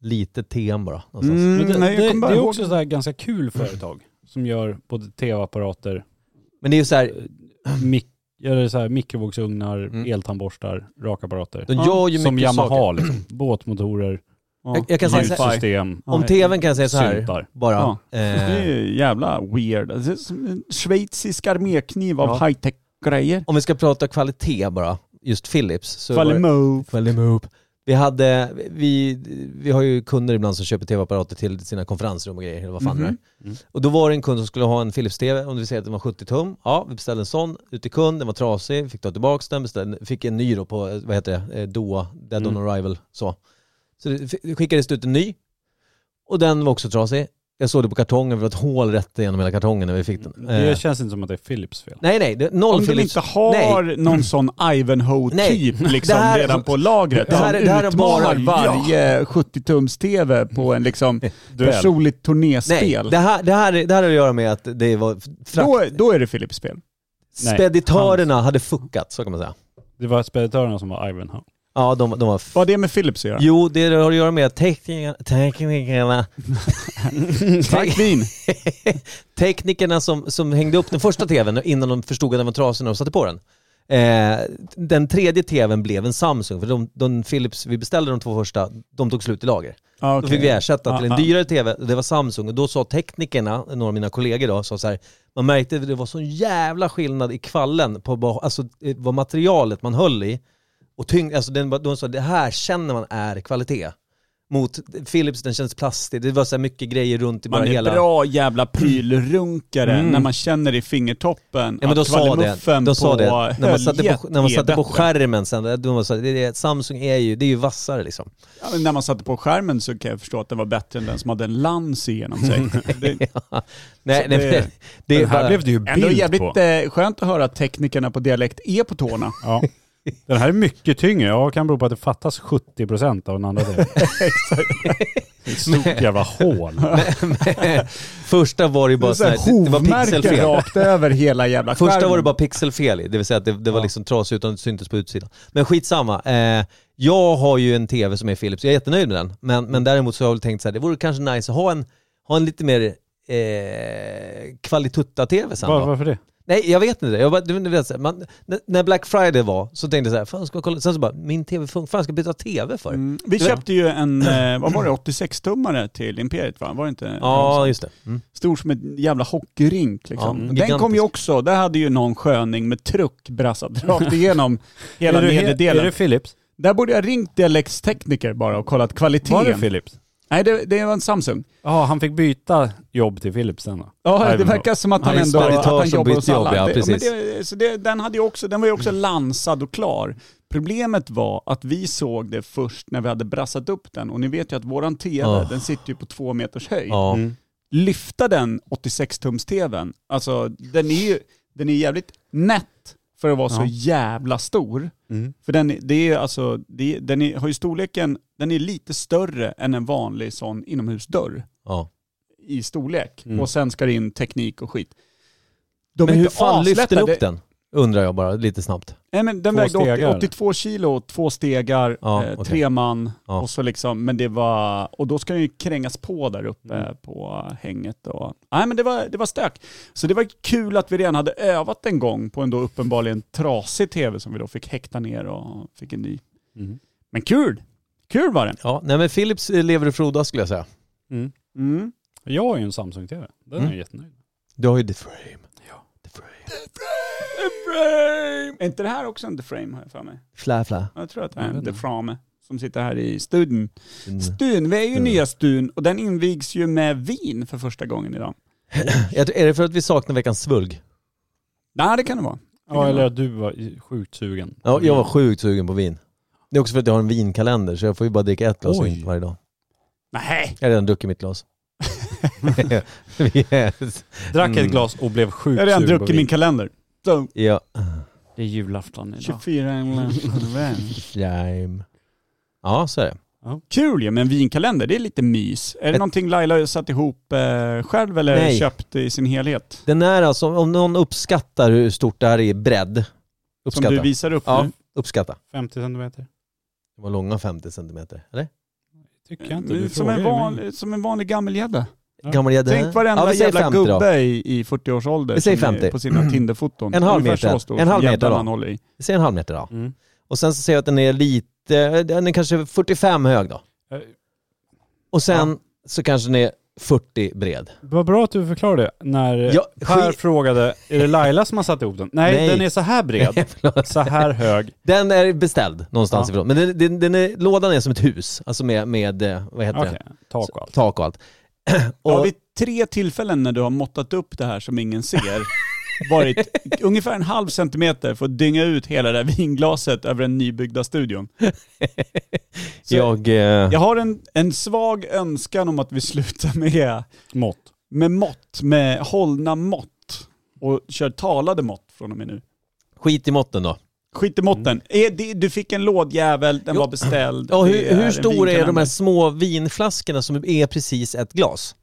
[SPEAKER 2] litet TM bara. någonstans.
[SPEAKER 1] Mm,
[SPEAKER 3] Men det,
[SPEAKER 1] nej, jag
[SPEAKER 3] det,
[SPEAKER 1] kommer bara
[SPEAKER 3] det är
[SPEAKER 1] ihåg-
[SPEAKER 3] också så här ganska kul företag som gör både tv-apparater,
[SPEAKER 2] Men det är ju så här,
[SPEAKER 3] *clears throat* mik eller så här, mikrovågsugnar,
[SPEAKER 2] Mm.
[SPEAKER 3] eltandborstar, rakapparater.
[SPEAKER 2] de
[SPEAKER 1] Ja,
[SPEAKER 2] gör ju
[SPEAKER 3] Som
[SPEAKER 2] mycket saker.
[SPEAKER 3] Yamaha liksom.
[SPEAKER 2] *clears throat*
[SPEAKER 3] Båtmotorer,
[SPEAKER 1] Ja.
[SPEAKER 2] Jag- jag kan säga så här-
[SPEAKER 3] ljussystem.
[SPEAKER 1] Ja.
[SPEAKER 2] Om tvn kan jag säga så här,
[SPEAKER 3] Syntar.
[SPEAKER 2] bara.
[SPEAKER 1] Det
[SPEAKER 2] Eh,
[SPEAKER 1] *laughs* är ju jävla weird. Det är som en schweizisk armékniv av
[SPEAKER 2] Ja.
[SPEAKER 1] high-tech-grejer.
[SPEAKER 2] om vi ska prata kvalitet bara, just Philips. Så var det-
[SPEAKER 1] Falimov.
[SPEAKER 2] Följ med upp. Vi, hade, vi, vi har ju kunder ibland som köper tv-apparater till sina konferensrum och grejer, eller vad fan det
[SPEAKER 1] Mhm.
[SPEAKER 2] är. Och då var det en kund som skulle ha en Philips-tv, om vi säger att den var 70 tum. Ja, vi beställde en sån, ut till kund, den var trasig, fick ta tillbaka den, beställde, fick en ny då på, eh, vad heter det, eh, DOA, Dead
[SPEAKER 1] Mm.
[SPEAKER 2] on Arrival, så. Så det f- det skickades ut en ny, och den var också trasig. Jag såg det på kartongen, det var ett hål rätt igenom hela kartongen när vi fick
[SPEAKER 1] Mm.
[SPEAKER 2] den. Eh,
[SPEAKER 3] Det känns inte som att det är Philips fel.
[SPEAKER 2] nej, nej, det, noll
[SPEAKER 1] Om de
[SPEAKER 2] Philips.
[SPEAKER 1] inte har någon sån Ivanhoe-typ
[SPEAKER 2] Nej.
[SPEAKER 1] liksom
[SPEAKER 2] Det här-
[SPEAKER 1] redan på lagret.
[SPEAKER 2] Det här-
[SPEAKER 1] som
[SPEAKER 2] det här är
[SPEAKER 1] utmanar
[SPEAKER 2] bara-
[SPEAKER 1] varje 70-tums-tv på en liksom
[SPEAKER 3] Duell.
[SPEAKER 1] personligt
[SPEAKER 2] Nej,
[SPEAKER 1] turnéspel.
[SPEAKER 2] det här, det, här, det här har att göra med att det var frakt
[SPEAKER 1] Då, då är det Philips spel.
[SPEAKER 3] Nej,
[SPEAKER 2] Speditörerna hade fuckat, så kan man säga.
[SPEAKER 3] Det var speditörerna som var Ivanhoe.
[SPEAKER 2] Ja, de, de var... F-
[SPEAKER 1] Vad har det med Philips att göra?
[SPEAKER 2] Jo, det har att göra med att teknikerna, teknikerna, *laughs*
[SPEAKER 1] Starkt vin.
[SPEAKER 2] teknikerna som, som hängde upp den första tvn innan de förstod att den var trasig när de satte på den. Eh, den tredje tvn blev en Samsung, för de, de Philips, vi beställde de två första, de tog slut i lager.
[SPEAKER 1] Ah,
[SPEAKER 2] Då fick vi ersätta till
[SPEAKER 1] Ah,
[SPEAKER 2] en
[SPEAKER 1] ah.
[SPEAKER 2] dyrare tv, och det var Samsung. Och då sa teknikerna, några av mina kollegor då, sa så här, man märkte att det var sån jävla skillnad i kvallen på vad- alltså, eh, vad materialet man höll i. Och tyngd, alltså den, var- de sa det här känner man är kvalitet. Mot Philips, den känns plastig, det var så här mycket grejer runt i bara
[SPEAKER 1] Man är
[SPEAKER 2] hela...
[SPEAKER 1] bra jävla prylrunkare
[SPEAKER 2] Mm.
[SPEAKER 1] när man känner i fingertoppen
[SPEAKER 2] Ja, men då
[SPEAKER 1] att
[SPEAKER 2] sa det,
[SPEAKER 1] kvalimuffen
[SPEAKER 2] då sa
[SPEAKER 1] på
[SPEAKER 2] det. När man satte
[SPEAKER 1] höljet
[SPEAKER 2] på, när man
[SPEAKER 1] är
[SPEAKER 2] satte på
[SPEAKER 1] bättre.
[SPEAKER 2] skärmen sen, då var det så här, det, det, Samsung är ju, det är ju vassare liksom.
[SPEAKER 1] Ja, men när man satte på skärmen så kan jag förstå att den var bättre än den som hade en lans igenom
[SPEAKER 2] Mm.
[SPEAKER 1] sig.
[SPEAKER 2] *laughs*
[SPEAKER 1] Det,
[SPEAKER 2] Nej,
[SPEAKER 1] Så
[SPEAKER 2] nej,
[SPEAKER 1] det-
[SPEAKER 2] men det, *laughs* det är
[SPEAKER 3] Den här
[SPEAKER 2] bara,
[SPEAKER 3] blev det ju
[SPEAKER 1] ändå
[SPEAKER 3] bild
[SPEAKER 1] jävligt
[SPEAKER 3] på.
[SPEAKER 1] eh, skönt att höra att teknikerna på dialekt är på tårna.
[SPEAKER 3] Ja.
[SPEAKER 2] *laughs*
[SPEAKER 3] Den här är mycket tyngre. Ja, kan bero på att det fattas 70% av den
[SPEAKER 2] *laughs*
[SPEAKER 3] andra delen. Ett stort jävla hål.
[SPEAKER 2] *laughs* första var det ju bara
[SPEAKER 1] Så
[SPEAKER 2] så här,
[SPEAKER 1] här,
[SPEAKER 2] det, det var
[SPEAKER 1] hovmärken
[SPEAKER 2] pixelfel.
[SPEAKER 1] rakt över hela jävla skärmen.
[SPEAKER 2] Första var det bara pixelfel i, det vill säga att det, det var liksom trasigt utan det syntes på utsidan. Men skitsamma. Eh, jag har ju en tv som är Philips, jag är jättenöjd med den. Men, men däremot så har jag väl tänkt så här, det vore kanske nice att ha en, ha en lite mer eh, kvalitutta-tv sen.
[SPEAKER 3] Var,
[SPEAKER 2] då.
[SPEAKER 3] varför det?
[SPEAKER 2] Nej, jag vet inte. Jag bara, du, vet, så här, man, när- när Black Friday var så tänkte jag så här, fan ska jag kolla? Sen så bara, min tv funkar, fan ska jag byta tv för?
[SPEAKER 1] Mm. Vi
[SPEAKER 2] Det-
[SPEAKER 1] köpte ju en, eh, vad var det, 86-tummare till Imperiet va? Var det inte?
[SPEAKER 2] Ja, just det. Mm.
[SPEAKER 1] Stor som en jävla hockeyrink
[SPEAKER 2] Ja,
[SPEAKER 1] liksom. Den
[SPEAKER 2] gigantisk.
[SPEAKER 1] kom ju också, där hade ju någon sköning med truck brassat rakt
[SPEAKER 2] *laughs*
[SPEAKER 1] igenom hela
[SPEAKER 3] är, det,
[SPEAKER 1] nedre
[SPEAKER 3] he- är
[SPEAKER 1] delen.
[SPEAKER 3] det Philips?
[SPEAKER 1] Där borde jag ringt dialektstekniker bara och kollat kvaliteten.
[SPEAKER 3] Var det Philips?
[SPEAKER 1] Nej, det, det var en Samsung.
[SPEAKER 3] Ja, han fick byta jobb till Philips sen då.
[SPEAKER 1] Ja,
[SPEAKER 3] Nej,
[SPEAKER 1] det
[SPEAKER 3] men-
[SPEAKER 1] verkar som att han
[SPEAKER 2] Han är
[SPEAKER 1] ändå
[SPEAKER 2] sparitör
[SPEAKER 1] att han
[SPEAKER 2] som
[SPEAKER 1] jobbar
[SPEAKER 2] bytt
[SPEAKER 1] hos alla.
[SPEAKER 2] jobb, ja,
[SPEAKER 1] Det- men
[SPEAKER 2] precis.
[SPEAKER 1] det, så det, den, hade ju också, den var ju också lansad och klar. Problemet var att vi såg det först när vi hade brassat upp den och ni vet ju att våran TV,
[SPEAKER 2] Oh.
[SPEAKER 1] den sitter ju på två meters höjd.
[SPEAKER 2] Ja.
[SPEAKER 1] Lyfta den 86-tums-TVn, alltså den är ju den är jävligt nätt för att vara så
[SPEAKER 3] Ja.
[SPEAKER 1] jävla stor.
[SPEAKER 3] Mm.
[SPEAKER 1] För den, är- det är alltså, det, är- den är, har ju storleken, den är lite större än en vanlig sån inomhusdörr
[SPEAKER 2] ja.
[SPEAKER 1] i storlek.
[SPEAKER 3] Mm.
[SPEAKER 1] Och sen ska det in teknik och skit. De
[SPEAKER 2] Men
[SPEAKER 1] är
[SPEAKER 2] hur
[SPEAKER 1] inte
[SPEAKER 2] fan lyfte
[SPEAKER 1] aslätta.
[SPEAKER 2] den upp
[SPEAKER 1] Det-
[SPEAKER 2] den? Undrar jag bara lite snabbt.
[SPEAKER 1] Nej, men den
[SPEAKER 3] Två
[SPEAKER 1] vägde 80,
[SPEAKER 3] stegar, eller?
[SPEAKER 1] 82 kilo, två stegar,
[SPEAKER 2] Ja,
[SPEAKER 1] eh,
[SPEAKER 2] okej.
[SPEAKER 1] tre man.
[SPEAKER 2] Ja.
[SPEAKER 1] Och, så liksom, men det var, och då ska den ju krängas på där uppe
[SPEAKER 3] Mm.
[SPEAKER 1] på hänget. Och, nej men det var, det var stök. Så det var kul att vi redan hade övat en gång på en då uppenbarligen trasig tv som vi då fick häkta ner och fick en ny.
[SPEAKER 3] Mm.
[SPEAKER 1] Men kul! Kul var det.
[SPEAKER 2] Ja, nej men Philips eh, lever och frodas skulle jag säga.
[SPEAKER 1] Mm.
[SPEAKER 3] Jag har ju en Samsung-TV. Den
[SPEAKER 2] Mm.
[SPEAKER 3] är jag jättenöjd med.
[SPEAKER 2] Du har ju The Frame.
[SPEAKER 3] Ja.
[SPEAKER 2] The Frame.
[SPEAKER 1] Är inte det här också en The Frame har jag för mig?
[SPEAKER 2] Fla, fla.
[SPEAKER 1] Jag tror att det
[SPEAKER 3] Jag
[SPEAKER 1] är
[SPEAKER 3] vet
[SPEAKER 1] en The
[SPEAKER 3] inte.
[SPEAKER 1] Frame som sitter här i studion.
[SPEAKER 2] *laughs* Mm.
[SPEAKER 1] Stun, vi är ju
[SPEAKER 2] Mm.
[SPEAKER 1] nya Stun och den invigs ju med vin för första gången idag.
[SPEAKER 2] Jag tror- Är det för att vi saknar veckans svulg?
[SPEAKER 1] Nej, det kan det vara. Det
[SPEAKER 3] Ja,
[SPEAKER 1] kan
[SPEAKER 3] eller
[SPEAKER 1] vara.
[SPEAKER 3] att du var sjukt sugen.
[SPEAKER 2] Ja, jag var sjukt sugen på vin. Det är också för att jag har en vinkalender så jag får ju bara dricka ett glas
[SPEAKER 3] Oj.
[SPEAKER 2] vin varje dag.
[SPEAKER 1] Nej.
[SPEAKER 2] Jag har redan druckit mitt *laughs* glas. yes.
[SPEAKER 3] Drack ett
[SPEAKER 2] Mm.
[SPEAKER 3] glas och blev
[SPEAKER 1] Jag
[SPEAKER 3] sjukt
[SPEAKER 1] har redan
[SPEAKER 3] sugen på
[SPEAKER 1] druckit min
[SPEAKER 3] vin.
[SPEAKER 1] kalender. Så,
[SPEAKER 2] Ja,
[SPEAKER 6] Det är julafton idag.
[SPEAKER 1] 24 eller-
[SPEAKER 2] Slime. Ja, så är det.
[SPEAKER 1] *laughs* Kul ju med en vinkalender, det är lite mys. Är det
[SPEAKER 2] Ett-
[SPEAKER 1] någonting Laila har satt ihop eh, själv eller
[SPEAKER 2] Nej.
[SPEAKER 1] köpt i sin helhet?
[SPEAKER 2] Den är alltså, om någon uppskattar hur stort det här är i bredd. Uppskatta.
[SPEAKER 1] Som du visar upp
[SPEAKER 2] Ja,
[SPEAKER 1] nu.
[SPEAKER 2] uppskatta.
[SPEAKER 3] 50 centimeter.
[SPEAKER 2] Det var långa 50 centimeter, eller?
[SPEAKER 3] Tycker jag
[SPEAKER 2] Mm,
[SPEAKER 3] inte. Du
[SPEAKER 1] som, en
[SPEAKER 3] frågar ju mig.
[SPEAKER 1] vanlig, som en vanlig gammelgädda.
[SPEAKER 3] Ja.
[SPEAKER 2] Gammalgädda.
[SPEAKER 1] Mm. Tänk varenda
[SPEAKER 2] ja, vi säger
[SPEAKER 1] jävla
[SPEAKER 2] 50 då.
[SPEAKER 1] gubbe i, i 40-årsålder
[SPEAKER 2] Vi säger
[SPEAKER 1] som är
[SPEAKER 2] 50.
[SPEAKER 1] på
[SPEAKER 2] *clears throat*
[SPEAKER 1] sina Tinderfoton.
[SPEAKER 2] En halv
[SPEAKER 1] Ungefär så
[SPEAKER 2] meter.
[SPEAKER 1] stor
[SPEAKER 2] En halv
[SPEAKER 1] som
[SPEAKER 2] meter
[SPEAKER 1] gäddan
[SPEAKER 2] då.
[SPEAKER 1] man håller i.
[SPEAKER 2] Vi säger en halv meter då.
[SPEAKER 3] Mm.
[SPEAKER 2] Och sen så säger jag att den är lite, den är kanske 45 hög då.
[SPEAKER 3] Eh.
[SPEAKER 2] Och sen så kanske den är 40 bred.
[SPEAKER 3] Vad bra att du förklarade det. När eh,
[SPEAKER 2] Ja,
[SPEAKER 3] Per
[SPEAKER 2] skit-
[SPEAKER 3] frågade, är det Laila som har satt ihop den? Nej,
[SPEAKER 2] Nej.
[SPEAKER 3] den är så
[SPEAKER 2] *laughs*
[SPEAKER 3] här bred, så här hög.
[SPEAKER 2] Den är beställd någonstans
[SPEAKER 3] Ja.
[SPEAKER 2] ifrån. Men den, den, den är, lådan är som ett hus, alltså med, med eh, vad heter
[SPEAKER 3] Okej,
[SPEAKER 2] det?
[SPEAKER 3] tak och allt.
[SPEAKER 2] Tak och allt. Och,
[SPEAKER 1] Ja, vid tre tillfällen när du har måttat upp det här som ingen
[SPEAKER 2] *laughs*
[SPEAKER 1] ser, varit ungefär en halv centimeter för att dynga ut hela det här vinglaset över den nybyggda
[SPEAKER 2] *laughs*
[SPEAKER 1] studion. Så jag,
[SPEAKER 2] jag, eh, ja.
[SPEAKER 1] har en, en svag önskan om att vi slutar med,
[SPEAKER 3] Mått.
[SPEAKER 1] med mått, med hållna mått och kör talade mått från och med nu.
[SPEAKER 2] skit i måtten då.
[SPEAKER 1] Skit i måtten. Är det, du fick en lådjävel, den
[SPEAKER 2] Jo.
[SPEAKER 1] var beställd.
[SPEAKER 2] Mm. Ja,
[SPEAKER 1] Det
[SPEAKER 2] hur,
[SPEAKER 1] är
[SPEAKER 2] hur
[SPEAKER 1] en
[SPEAKER 2] stora är de
[SPEAKER 1] vinkalender.
[SPEAKER 2] här små vinflaskorna som är precis ett glas?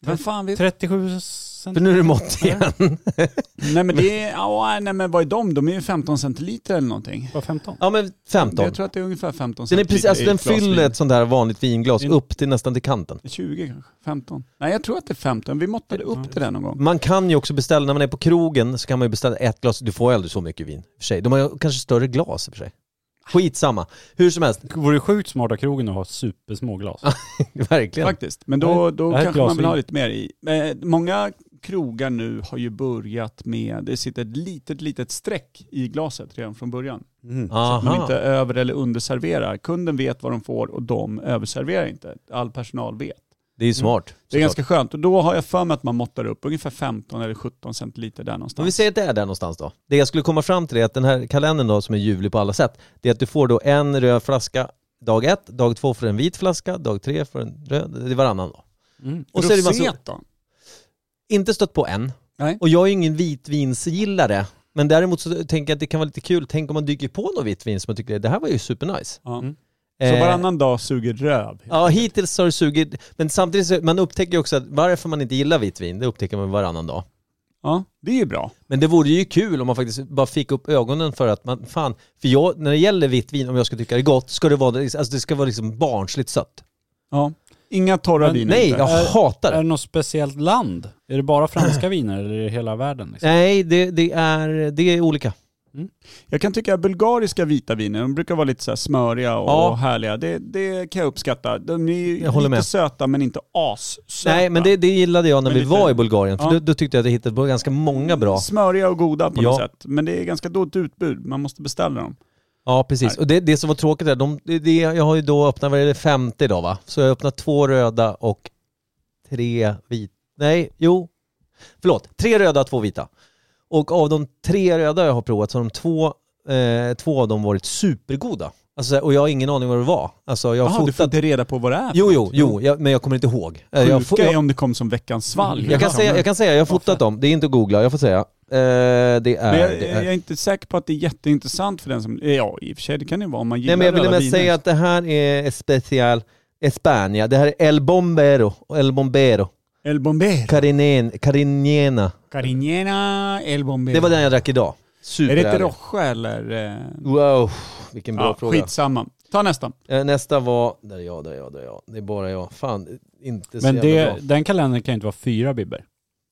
[SPEAKER 1] Vem fan vet?
[SPEAKER 3] 37
[SPEAKER 2] För
[SPEAKER 3] centimeter.
[SPEAKER 2] nu är det mått igen.
[SPEAKER 1] Nej men det är, ja, nej men vad är de? De är ju 15 centiliter eller någonting.
[SPEAKER 3] Var 15?
[SPEAKER 2] Ja men 15.
[SPEAKER 1] Jag tror att det är ungefär 15
[SPEAKER 2] Den, är
[SPEAKER 1] centiliter.
[SPEAKER 2] precis, alltså
[SPEAKER 1] i
[SPEAKER 2] den
[SPEAKER 1] ett glas
[SPEAKER 2] fyller
[SPEAKER 1] vin.
[SPEAKER 2] ett sånt här vanligt vinglas
[SPEAKER 3] In-
[SPEAKER 2] upp till nästan till kanten.
[SPEAKER 1] 20 kanske, 15. Nej jag tror att det är 15, vi måttade
[SPEAKER 2] Mm.
[SPEAKER 1] upp det där någon gång.
[SPEAKER 2] Man kan ju också beställa, när man är på krogen så kan man ju beställa ett glas, du får ju aldrig så mycket vin i och för sig. De har ju kanske större glas i och för sig. Skitsamma. Hur
[SPEAKER 1] *laughs*
[SPEAKER 2] som helst,
[SPEAKER 3] Det vore sjukt smart av krogen att ha supersmå glas.
[SPEAKER 2] verkligen.
[SPEAKER 1] Faktiskt. Men då, då
[SPEAKER 3] det här är
[SPEAKER 1] kanske man vill
[SPEAKER 3] glasvin.
[SPEAKER 1] ha lite mer i. Eh, många krogar nu har ju börjat med, det sitter ett litet, litet streck i glaset redan från början.
[SPEAKER 2] Mm.
[SPEAKER 1] Man
[SPEAKER 2] Aha.
[SPEAKER 1] inte över eller underserverar. Kunden vet vad de får och de överserverar inte. All personal vet.
[SPEAKER 2] Det är ju smart.
[SPEAKER 1] Mm. Det är
[SPEAKER 2] såklart.
[SPEAKER 1] ganska skönt. Och då har jag för mig att man måttar upp ungefär 15 eller 17 centiliter där
[SPEAKER 2] Om vi
[SPEAKER 1] någonstans.
[SPEAKER 2] säger att det är där någonstans då. Det jag skulle komma fram till är att den här kalendern då som är ljuvlig på alla sätt, det är att du får då en röd flaska dag ett, dag två får du en vit flaska, dag tre får du en röd, det är varannan då.
[SPEAKER 1] Mm.
[SPEAKER 2] Och så är det massor-
[SPEAKER 1] Roséet då?
[SPEAKER 2] Inte stött på än.
[SPEAKER 1] Nej.
[SPEAKER 2] Och jag är ju ingen vitvinsgillare. Men däremot så tänker jag att det kan vara lite kul. Tänk om man dyker på något vitvin som man tycker det här var ju supernice.
[SPEAKER 1] Ja.
[SPEAKER 3] Mm.
[SPEAKER 1] Så
[SPEAKER 2] Eh,
[SPEAKER 1] varannan dag suger röv.
[SPEAKER 2] Ja, hittills har det sugit. Men samtidigt så, man upptäcker ju också att varför man inte gillar vitvin, det upptäcker man varannan dag.
[SPEAKER 1] Ja, det är ju bra.
[SPEAKER 2] Men det vore ju kul om man faktiskt bara fick upp ögonen för att man, fan, för jag, när det gäller vitt vin, om jag ska tycka det är gott, ska det vara, alltså det ska vara liksom barnsligt sött.
[SPEAKER 1] Ja. Inga torra
[SPEAKER 3] Men- äh,
[SPEAKER 1] viner.
[SPEAKER 2] Nej,
[SPEAKER 1] inte.
[SPEAKER 2] jag hatar
[SPEAKER 3] Är det
[SPEAKER 2] det.
[SPEAKER 3] något speciellt land? Är det
[SPEAKER 1] *clears throat*
[SPEAKER 3] bara franska viner eller är det hela världen? Liksom?
[SPEAKER 2] Nej, det, det, är, det är olika.
[SPEAKER 1] Jag kan tycka att bulgariska vita viner, de brukar vara lite så här smöriga och
[SPEAKER 2] Ja.
[SPEAKER 1] härliga. Det, det kan jag uppskatta. De är ju
[SPEAKER 2] Jag håller
[SPEAKER 1] lite
[SPEAKER 2] med.
[SPEAKER 1] söta men inte assöta.
[SPEAKER 2] Nej, men det, det gillade jag när
[SPEAKER 1] Men
[SPEAKER 2] vi
[SPEAKER 1] lite-
[SPEAKER 2] var i Bulgarien, för
[SPEAKER 1] Ja. Mm.
[SPEAKER 2] då, då tyckte jag att jag hittade på ganska många bra.
[SPEAKER 1] Smöriga och goda på
[SPEAKER 2] Ja.
[SPEAKER 1] något sätt. Men det är ganska dåligt utbud, man måste beställa dem.
[SPEAKER 2] Ja, precis.
[SPEAKER 1] Nej.
[SPEAKER 2] Och det, det som var tråkigt är, de, det, det, jag har ju då öppnat, vad är det, 50 idag va? Så jag har öppnat två röda och tre vita. Nej, jo. Förlåt, tre röda och två vita. Och av de tre röda jag har provat så har de två, eh, två av dem varit supergoda. Alltså, och jag har ingen aning vad det var. Alltså, jag har
[SPEAKER 1] Jaha, du får
[SPEAKER 2] fotat...
[SPEAKER 1] inte reda på vad det är.
[SPEAKER 2] Jo, jo, jo, jag, men jag kommer inte ihåg. Eh,
[SPEAKER 1] Sjuka
[SPEAKER 2] Jag, fo- jag,
[SPEAKER 1] är om det kom som veckans svalg.
[SPEAKER 2] jag, kan säga, jag kan säga, jag har fotat dem. Det är inte att googla, jag får säga. Eh, det är...
[SPEAKER 1] Men jag,
[SPEAKER 2] det är...
[SPEAKER 1] jag är inte säker på att det är jätteintressant för den som... Eh, Ja, i och för sig det kan det vara om man gillar
[SPEAKER 2] Nej men jag ville
[SPEAKER 1] röda
[SPEAKER 2] mest
[SPEAKER 1] viner.
[SPEAKER 2] säga att det här är special Espania. Det här är El Bombero, El Bombero,
[SPEAKER 1] El Bombero.
[SPEAKER 2] Carinen, Cariniena.
[SPEAKER 1] Cariniena El Bombero.
[SPEAKER 2] Det var den jag drack idag.
[SPEAKER 1] Är
[SPEAKER 2] Super
[SPEAKER 1] det inte Roche eller? eh,
[SPEAKER 2] Wow, vilken bra
[SPEAKER 1] ja,
[SPEAKER 2] fråga.
[SPEAKER 1] Skitsamma. Ta nästa.
[SPEAKER 2] Eh, Nästa var, där är jag, där är jag, där är jag. Det är bara jag. Fan, inte så
[SPEAKER 3] Men
[SPEAKER 2] jävla
[SPEAKER 3] det,
[SPEAKER 2] bra.
[SPEAKER 3] den kalendern kan ju inte vara fyra bibber.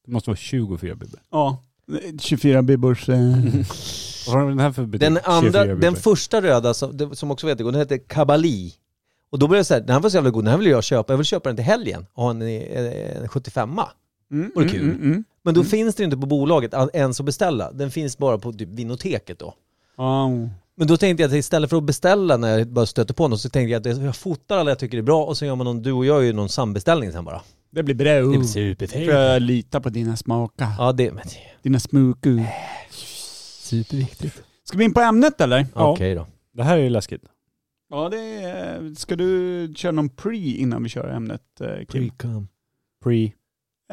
[SPEAKER 3] Det måste vara 24 bibber.
[SPEAKER 1] Ja. 24 bibbors... Eh.
[SPEAKER 3] Vad har den här för betyg?
[SPEAKER 2] Den,
[SPEAKER 3] 24
[SPEAKER 2] andra,
[SPEAKER 3] bibber.
[SPEAKER 2] den första röda som, det- som också var jättegod, den hette Kabali. Och då blev jag såhär, den här var så jävla god, den här vill jag köpa. Jag vill köpa den till helgen och ha en, eh, en 75a.
[SPEAKER 1] Mm,
[SPEAKER 2] Vad kul.
[SPEAKER 1] mm.
[SPEAKER 2] Men då finns det ju inte på bolaget all- ens att beställa. Den finns bara på typ Vinoteket då.
[SPEAKER 1] Ja.
[SPEAKER 2] Men då tänkte jag att istället för att beställa när jag bara stöter på något så tänkte jag att jag fotar alla jag tycker är bra och så gör man någon, du och jag gör ju någon sambeställning sen bara.
[SPEAKER 1] Det blir bra.
[SPEAKER 2] Det blir superfint.
[SPEAKER 1] För jag litar på dina smakar.
[SPEAKER 2] Ja, det, men det är
[SPEAKER 1] Dina smukor.
[SPEAKER 2] superviktigt.
[SPEAKER 1] Ska vi in på ämnet eller?
[SPEAKER 3] Ja.
[SPEAKER 2] Okej då.
[SPEAKER 3] Det här är ju läskigt.
[SPEAKER 1] Ja, det är... Ska du köra någon pre innan vi kör ämnet, eh, Kim?
[SPEAKER 2] Pre-com.
[SPEAKER 3] Pre.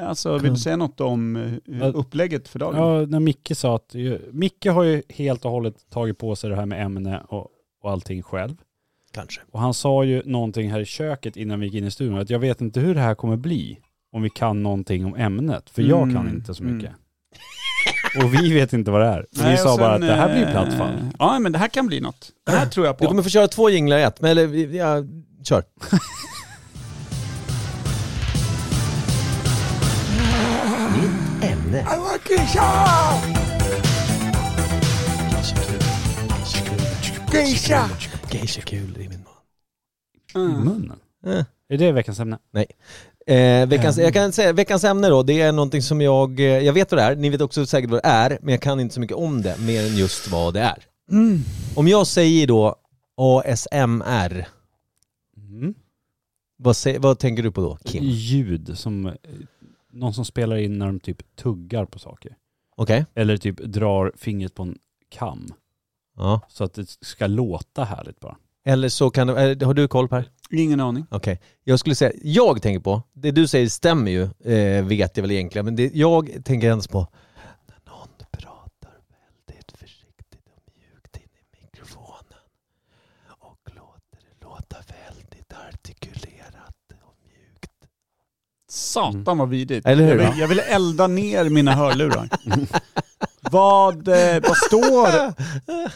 [SPEAKER 1] Alltså, vill
[SPEAKER 2] Kan-
[SPEAKER 1] du säga något om eh,
[SPEAKER 3] Ja.
[SPEAKER 1] upplägget för dagen?
[SPEAKER 3] Ja, när Micke sa att, ju- Micke har ju helt och hållet tagit på sig det här med ämne och, och allting själv.
[SPEAKER 2] Kanske.
[SPEAKER 3] Och han sa ju någonting här i köket innan vi gick in i studion, att jag vet inte hur det här kommer bli om vi kan någonting om ämnet, för jag
[SPEAKER 1] Mm,
[SPEAKER 3] kan inte så
[SPEAKER 1] mm.
[SPEAKER 3] mycket. Och vi vet inte vad det är. Så
[SPEAKER 1] Nej,
[SPEAKER 3] vi
[SPEAKER 1] och
[SPEAKER 3] sa bara att
[SPEAKER 1] sen,
[SPEAKER 3] det här blir
[SPEAKER 1] eh,
[SPEAKER 3] plattfall.
[SPEAKER 1] Ja, men det här kan bli något. Det här tror jag på.
[SPEAKER 2] Du kommer få köra två jinglar i ett, men eller vi- ja, *laughs* kör.
[SPEAKER 1] Geisha!
[SPEAKER 2] Geisha-kul i min mun.
[SPEAKER 3] I
[SPEAKER 1] Mm.
[SPEAKER 3] munnen.
[SPEAKER 2] Eh.
[SPEAKER 3] Är det veckans ämne?
[SPEAKER 2] Eh, veckans, jag kan säga, veckans ämne då, det är någonting som jag, eh, jag vet vad det är, ni vet också säkert vad det är, men jag kan inte så mycket om det, mer än just vad det är. Om jag säger då ASMR,
[SPEAKER 3] Mm.
[SPEAKER 2] vad, sä- vad tänker du på då Kim? Okej?
[SPEAKER 3] Ljud som, eh, någon som spelar in när de typ tuggar på saker. Eller typ drar fingret på en kam.
[SPEAKER 2] Ja.
[SPEAKER 3] Så att det ska låta härligt bara.
[SPEAKER 2] Eller så kan du, eh, har du koll Per?
[SPEAKER 1] Ingen aning.
[SPEAKER 2] Okej. Jag skulle säga, jag tänker på, det du säger stämmer ju, eh, vet jag väl egentligen, men det, jag tänker endast på när någon pratar väldigt försiktigt och mjukt in i mikrofonen och låter det låta väldigt artikulerat och mjukt.
[SPEAKER 1] Satan
[SPEAKER 3] Mm.
[SPEAKER 1] vad vidigt.
[SPEAKER 2] Eller hur,
[SPEAKER 1] jag,
[SPEAKER 2] va?
[SPEAKER 1] vill, jag vill elda ner mina hörlurar. vad, eh, vad står...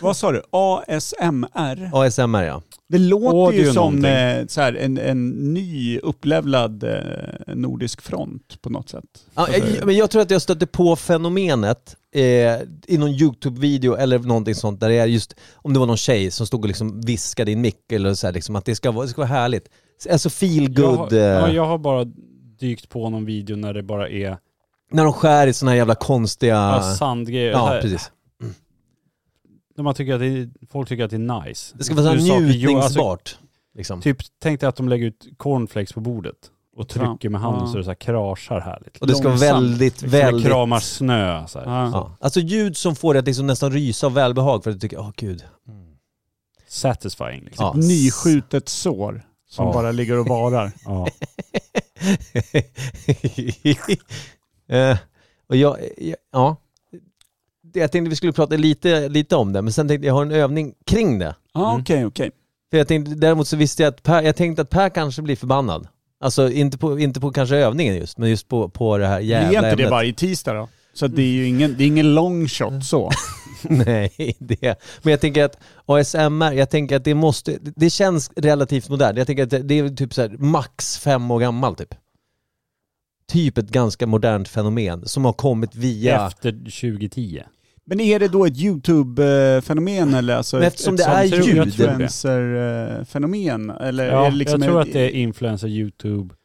[SPEAKER 1] Vad sa du? ASMR?
[SPEAKER 2] ASMR ja.
[SPEAKER 1] Det låter
[SPEAKER 3] Audio
[SPEAKER 1] ju som
[SPEAKER 3] någonting.
[SPEAKER 1] eh, så här, en, en ny upplevlad eh, nordisk front på något sätt.
[SPEAKER 2] Ja, jag, men jag tror att jag stötte på fenomenet eh, i någon YouTube-video eller någonting sånt där det är just, om det var någon tjej som stod och liksom viskade i en mick eller så här, liksom, att det ska vara, det ska vara härligt. Alltså feel
[SPEAKER 3] Jag
[SPEAKER 2] good
[SPEAKER 3] har,
[SPEAKER 2] eh,
[SPEAKER 3] ja, jag har bara dykt på någon video när det bara är
[SPEAKER 2] när de skär i såna här jävla konstiga...
[SPEAKER 3] ja,
[SPEAKER 2] Ja,
[SPEAKER 3] sandgrejer. Här-
[SPEAKER 2] precis.
[SPEAKER 3] När man tycker att det är, folk tycker att det är nice.
[SPEAKER 2] Det ska vara
[SPEAKER 3] Hur
[SPEAKER 2] så här
[SPEAKER 3] saker- jo, alltså,
[SPEAKER 2] njutningsbart. Liksom.
[SPEAKER 3] Typ tänk dig att de lägger ut cornflakes på bordet och
[SPEAKER 1] Tramp.
[SPEAKER 3] trycker med handen
[SPEAKER 1] Ja.
[SPEAKER 3] så det så här kraschar härligt.
[SPEAKER 2] Och det ska vara
[SPEAKER 1] långsamt,
[SPEAKER 2] väldigt,
[SPEAKER 3] Liksom det
[SPEAKER 2] väldigt...
[SPEAKER 3] kramar snö så här.
[SPEAKER 2] Ja. Alltså ljud som får dig att liksom nästan rysa av välbehag för att du tycker, åh
[SPEAKER 3] Typ
[SPEAKER 2] gud.
[SPEAKER 3] Satisfying liksom.
[SPEAKER 2] Ja.
[SPEAKER 1] Nyskjutet sår som
[SPEAKER 3] Ja.
[SPEAKER 1] bara ligger och varar.
[SPEAKER 3] Ja.
[SPEAKER 2] *laughs* Eh, och jag, jag, ja. Det- Jag tänkte vi skulle prata lite, lite om det, men sen tänkte jag jag har en övning kring det.
[SPEAKER 1] Ja,
[SPEAKER 2] Mm.
[SPEAKER 1] Ah, okej, okej.
[SPEAKER 2] För jag tänkte, däremot så visste jag att Per, jag tänkte att Per kanske blir förbannad. Alltså inte på, inte på kanske övningen just, men just på, på det här
[SPEAKER 1] Det är
[SPEAKER 2] jävla
[SPEAKER 1] inte det
[SPEAKER 2] ämnet.
[SPEAKER 1] varje tisdag då? Så att det är ju ingen, det är ingen long shot så.
[SPEAKER 2] *laughs* Nej, det. Men jag tänker att ASMR, jag tänker att det måste, det känns relativt modernt. Jag tänker att det- det är typ så här max fem år gammal typ. Typ ett ganska modernt fenomen som har kommit via...
[SPEAKER 3] Efter 2010.
[SPEAKER 1] Men är det då ett
[SPEAKER 3] Mm.
[SPEAKER 1] YouTube-fenomen eller alltså
[SPEAKER 2] Men eftersom
[SPEAKER 1] ett
[SPEAKER 2] det är
[SPEAKER 1] sånt
[SPEAKER 2] ljud.
[SPEAKER 1] influencer-fenomen? Eller
[SPEAKER 3] Ja,
[SPEAKER 1] är det liksom
[SPEAKER 3] jag tror
[SPEAKER 1] ett-
[SPEAKER 3] att det är influencer YouTube.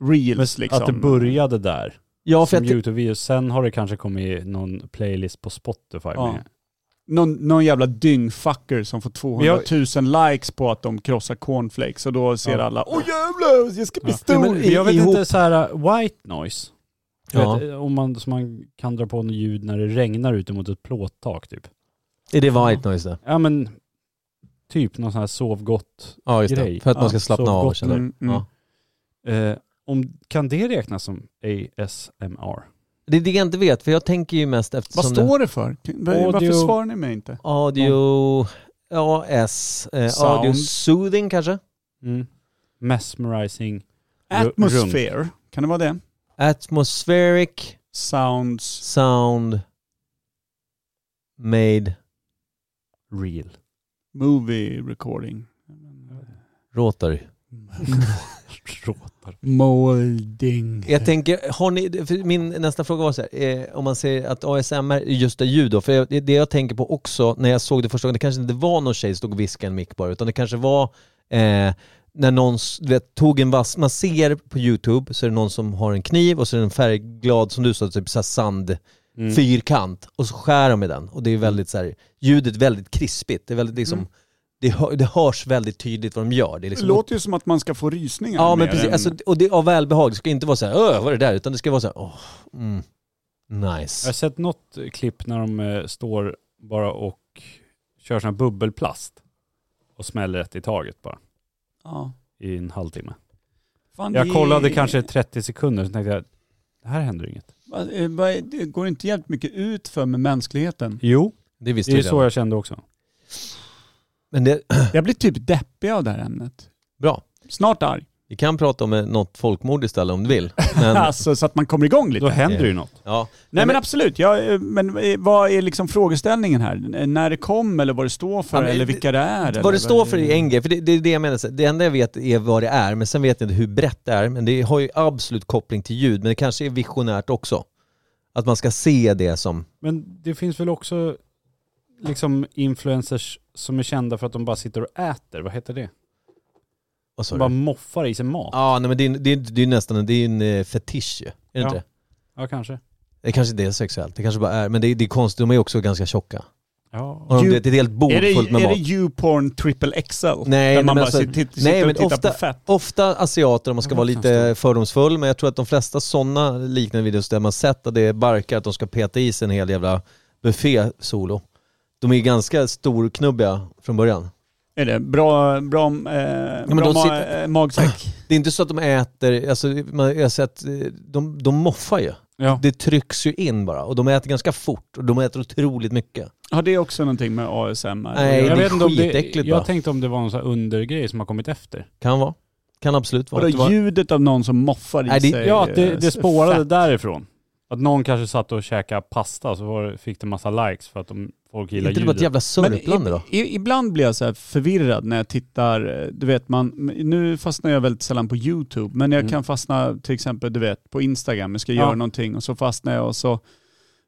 [SPEAKER 3] Men
[SPEAKER 1] reels liksom?
[SPEAKER 3] Att det började där.
[SPEAKER 2] Ja, för
[SPEAKER 3] som
[SPEAKER 2] att,
[SPEAKER 3] YouTube-video. Sen har det kanske kommit någon playlist på Spotify
[SPEAKER 1] Ja.
[SPEAKER 3] med.
[SPEAKER 1] Någon, någon jävla dyngfucker som får 200 000 likes på att de krossar cornflakes och då ser
[SPEAKER 3] Ja.
[SPEAKER 1] alla Åh jävlar, jag ska bli
[SPEAKER 3] Ja.
[SPEAKER 1] stor!
[SPEAKER 2] Nej, men
[SPEAKER 3] Men Jag vet
[SPEAKER 2] ihop-
[SPEAKER 3] inte så här uh, white noise. Du
[SPEAKER 2] Ja.
[SPEAKER 3] Vet, eh, om man, som man kan dra på något ljud när det regnar ute mot ett plåttak typ.
[SPEAKER 2] är det white noise det?
[SPEAKER 3] Ja men typ någon sån här sovgott.
[SPEAKER 2] Ja, just
[SPEAKER 3] Grej.
[SPEAKER 2] det. För att man ska
[SPEAKER 1] Ja,
[SPEAKER 2] slappna
[SPEAKER 3] så
[SPEAKER 2] av och
[SPEAKER 3] gott
[SPEAKER 2] känna.
[SPEAKER 1] Mm, mm.
[SPEAKER 2] Ja.
[SPEAKER 3] Eh, om, kan det räknas som ASMR?
[SPEAKER 2] Det är det jag inte vet, för jag tänker ju mest eftersom...
[SPEAKER 1] Vad står det för? Var- Varför
[SPEAKER 3] Audio-
[SPEAKER 1] svarar ni mig inte?
[SPEAKER 2] det? Audio... AS... Eh,
[SPEAKER 1] Sound.
[SPEAKER 2] audio soothing kanske?
[SPEAKER 3] Mm. Mesmerizing. Ru-
[SPEAKER 1] Atmosphere, kan det vara det?
[SPEAKER 2] Atmospheric
[SPEAKER 1] Sounds...
[SPEAKER 2] sound made
[SPEAKER 3] Real.
[SPEAKER 1] Movie recording.
[SPEAKER 2] råtar.
[SPEAKER 3] *laughs* Råtar.
[SPEAKER 1] Molding.
[SPEAKER 2] Jag tänker, har ni, för min nästa fråga var så här, eh, om man säger att ASMR är just det ljud då, för jag- det- det jag tänker på också när jag såg det första gången, det kanske inte var någon tjej som stod och viskade i en mick bara, utan det kanske var eh, när någon s- du vet, tog en vass, man ser på YouTube så är det någon som har en kniv och så är det en färgglad, som du sa, typ så här sand,
[SPEAKER 3] Mm. Mm.
[SPEAKER 2] fyrkant och så skär de i den och det är väldigt så här, ljudet är väldigt krispigt, det är väldigt liksom, det, hör, det hörs väldigt tydligt vad de gör. Det är liksom,
[SPEAKER 1] låter ju som att man ska få rysningar.
[SPEAKER 2] ja men
[SPEAKER 1] mer
[SPEAKER 2] precis,
[SPEAKER 1] än-
[SPEAKER 2] alltså, och det är av välbehag. Det ska inte vara så här, öh vad är det där? Utan det ska vara så här, åh, mm,
[SPEAKER 3] Jag har
[SPEAKER 2] nice.
[SPEAKER 3] sett något klipp när de eh, står bara och kör sån här bubbelplast och smäller ett i taget bara
[SPEAKER 1] ja.
[SPEAKER 3] i en halvtimme.
[SPEAKER 1] Fan, det
[SPEAKER 3] Jag
[SPEAKER 1] är-
[SPEAKER 3] kollade kanske 30 sekunder, så tänkte jag, det här händer inget.
[SPEAKER 1] Va- eh, va- Det går inte jävligt mycket ut för med mänskligheten.
[SPEAKER 3] Jo,
[SPEAKER 2] Det visste
[SPEAKER 3] det är
[SPEAKER 2] vi
[SPEAKER 3] ju så
[SPEAKER 2] redan.
[SPEAKER 3] jag kände också.
[SPEAKER 2] Men det, *clears throat*
[SPEAKER 1] Jag blir typ deppig av det här ämnet.
[SPEAKER 2] bra.
[SPEAKER 1] Snart arg.
[SPEAKER 2] Vi kan prata om eh, något folkmord istället om du vill.
[SPEAKER 3] *laughs*
[SPEAKER 2] Men,
[SPEAKER 1] Alltså så att man kommer igång lite.
[SPEAKER 3] Då händer ju något.
[SPEAKER 2] ja.
[SPEAKER 1] Nej men absolut, jag, eh, men eh, vad är liksom frågeställningen här? Eh, När det kom eller vad det står för
[SPEAKER 2] Ja, men
[SPEAKER 1] eller
[SPEAKER 2] det-
[SPEAKER 1] vilka det är? eller
[SPEAKER 2] Vad det står för är en grej, för det, det är det jag menar. så här, Det enda jag vet är vad det är, men sen vet jag inte hur brett det är. Men det har ju absolut koppling till ljud, men det kanske är visionärt också. Att man ska se det som...
[SPEAKER 3] Men det finns väl också liksom influencers som är kända för att de bara sitter och äter. Vad heter det?
[SPEAKER 2] Vad sa
[SPEAKER 3] De
[SPEAKER 2] du?
[SPEAKER 3] bara moffar i sig mat.
[SPEAKER 2] Ja, nej men det är, det är, det är nästan det är en eh, fetisch ju. Är det
[SPEAKER 3] Ja.
[SPEAKER 2] inte det?
[SPEAKER 3] Ja, kanske.
[SPEAKER 2] Det kanske inte är sexuellt, det kanske bara är. Men det är, det är konstigt, de är också ganska tjocka.
[SPEAKER 3] Ja.
[SPEAKER 2] Och de,
[SPEAKER 1] Ju-
[SPEAKER 2] det är ett helt bord
[SPEAKER 1] Är det,
[SPEAKER 2] fullt med
[SPEAKER 1] är
[SPEAKER 2] mat.
[SPEAKER 1] det YouPorn triple XL?
[SPEAKER 2] Nej,
[SPEAKER 1] Där
[SPEAKER 2] men
[SPEAKER 1] man bara
[SPEAKER 2] alltså-
[SPEAKER 1] sitter, sitter
[SPEAKER 2] nej,
[SPEAKER 1] och
[SPEAKER 2] men
[SPEAKER 1] tittar
[SPEAKER 2] ofta-
[SPEAKER 1] på fett.
[SPEAKER 2] Ofta asiater om man ska
[SPEAKER 3] Jag
[SPEAKER 2] vara
[SPEAKER 3] vet
[SPEAKER 2] lite
[SPEAKER 3] inte.
[SPEAKER 2] fördomsfull, men jag tror att de flesta sådana liknande videos där man sett att det är barkar, att de ska peta i sig en hel jävla buffé solo. De är ganska storknubbiga från början.
[SPEAKER 1] Är det bra, bra, eh,
[SPEAKER 2] men
[SPEAKER 1] bra
[SPEAKER 2] de
[SPEAKER 1] ma-
[SPEAKER 2] sitter-
[SPEAKER 1] eh,
[SPEAKER 2] *clears throat*
[SPEAKER 1] magsäck?
[SPEAKER 2] Det är inte så att de äter, alltså man, jag har sett, eh, de, de moffar ju.
[SPEAKER 3] Ja.
[SPEAKER 2] Det trycks ju in bara och de äter ganska fort och de äter otroligt mycket.
[SPEAKER 1] Har det också någonting med ASMR?
[SPEAKER 2] Nej,
[SPEAKER 1] Jag
[SPEAKER 2] det är
[SPEAKER 1] vet-
[SPEAKER 3] inte om det,
[SPEAKER 2] skitäckligt bara.
[SPEAKER 3] jag tänkte om det var någon sån här undergrej som har kommit efter.
[SPEAKER 2] Kan vara. Kan absolut vara.
[SPEAKER 1] Vadå ljudet av någon som moffar i
[SPEAKER 2] Nej, det-
[SPEAKER 1] sig?
[SPEAKER 3] Ja, att det,
[SPEAKER 1] eh,
[SPEAKER 3] det spårade
[SPEAKER 1] fett.
[SPEAKER 3] därifrån. Att någon kanske satt och käkade pasta så var, det- fick det massa likes för att de, folk gillar
[SPEAKER 2] inte det bara
[SPEAKER 3] ljudet.
[SPEAKER 2] ett jävla
[SPEAKER 1] Men
[SPEAKER 2] sörplande då?
[SPEAKER 1] i, i, ibland blir jag så här förvirrad när jag tittar, eh, du vet man, nu fastnar jag väldigt sällan på YouTube, men jag
[SPEAKER 3] Mm.
[SPEAKER 1] kan fastna till exempel du vet på Instagram, jag ska
[SPEAKER 3] Ja.
[SPEAKER 1] göra någonting och så fastnar jag och så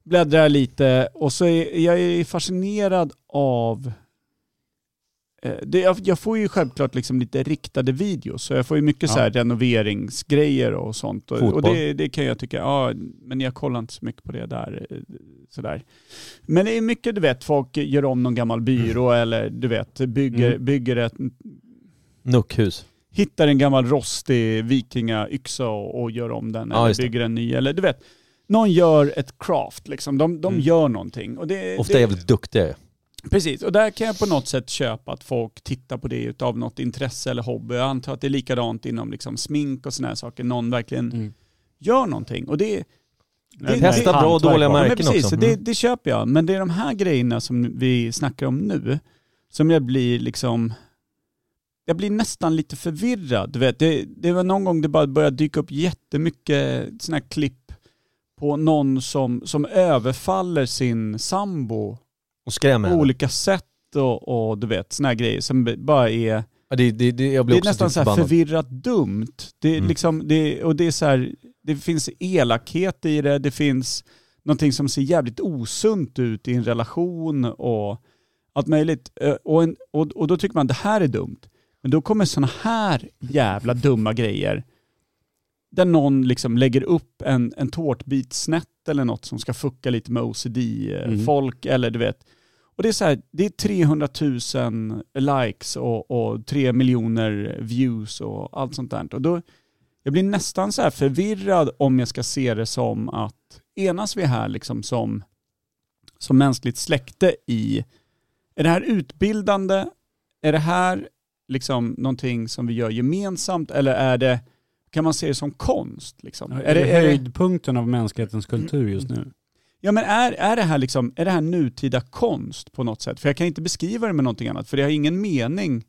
[SPEAKER 1] bläddrar jag lite och så är jag är fascinerad av eh, det, jag, jag får ju självklart liksom lite riktade videos, så jag får ju mycket
[SPEAKER 3] Ja.
[SPEAKER 1] så här renoveringsgrejer och sånt. Och, och
[SPEAKER 2] Fotboll.
[SPEAKER 1] det, det kan jag tycka, ja, men jag kollar inte så mycket på det där. eh, Sådär. Men det är mycket, du vet, folk gör om någon gammal byrå
[SPEAKER 2] Mm.
[SPEAKER 1] eller du vet, bygger,
[SPEAKER 3] Mm.
[SPEAKER 1] bygger ett,
[SPEAKER 2] Nuckhus.
[SPEAKER 1] hittar en gammal rostig vikingayxa och, och gör om den
[SPEAKER 2] Ja, just
[SPEAKER 1] eller
[SPEAKER 2] det.
[SPEAKER 1] bygger en ny. Eller du vet, någon gör ett craft, liksom. de, de
[SPEAKER 3] Mm.
[SPEAKER 1] gör någonting. Och det,
[SPEAKER 2] Ofta
[SPEAKER 1] det,
[SPEAKER 2] jävligt duktiga ju.
[SPEAKER 1] Precis, och där kan jag på något sätt köpa att folk tittar på det utav något intresse eller hobby. Jag antar att det är likadant inom liksom smink och sådana här saker. Någon verkligen
[SPEAKER 3] Mm.
[SPEAKER 1] gör någonting. Och det,
[SPEAKER 3] Nej,
[SPEAKER 1] det-
[SPEAKER 3] nej,
[SPEAKER 1] Testa bra och
[SPEAKER 3] hantverk
[SPEAKER 2] dåliga
[SPEAKER 3] bara.
[SPEAKER 1] ja,
[SPEAKER 2] märken.
[SPEAKER 1] men precis,
[SPEAKER 2] också.
[SPEAKER 1] det,
[SPEAKER 2] Mm.
[SPEAKER 1] det köper jag. Men det är de här grejerna som vi snackar om nu som jag blir liksom... Jag blir nästan lite förvirrad. Du vet. Det, det var någon gång det bara började dyka upp jättemycket sådana här klipp på någon som, som överfaller sin sambo
[SPEAKER 2] Och skrämmer
[SPEAKER 1] på
[SPEAKER 2] henne.
[SPEAKER 1] olika sätt och, och du vet såna här grejer som b- bara är,
[SPEAKER 2] Ja, det, det, det, jag
[SPEAKER 1] det
[SPEAKER 2] blir
[SPEAKER 1] är
[SPEAKER 2] också
[SPEAKER 1] nästan
[SPEAKER 2] typ
[SPEAKER 1] så här
[SPEAKER 2] förbannad.
[SPEAKER 1] förvirrat dumt. Det, är
[SPEAKER 2] Mm.
[SPEAKER 1] liksom, det, och det, är så här, det finns elakhet i det, det finns någonting som ser jävligt osunt ut i en relation och allt möjligt. Eh, Och, en, och, och då tycker man det här är dumt. Men då kommer sådana här jävla dumma grejer där någon liksom lägger upp en, en tårtbit snett eller något som ska fucka lite med OCD-folk eh, eller du vet. Och det är så här, det är 300 000 likes och, och 3 miljoner views och allt sånt där. Och då, jag blir nästan så här förvirrad om jag ska se det som att enas vi här liksom som, som mänskligt släkte i, är det här utbildande? Är det här liksom någonting som vi gör gemensamt eller är det, kan man se det som konst? Liksom?
[SPEAKER 3] Ja,
[SPEAKER 1] Är det, är det,
[SPEAKER 3] höjdpunkten av mänsklighetens kultur just nu?
[SPEAKER 1] ja, men är, är, det här liksom, är det här nutida konst på något sätt? För jag kan inte beskriva det med någonting annat, för det har ingen mening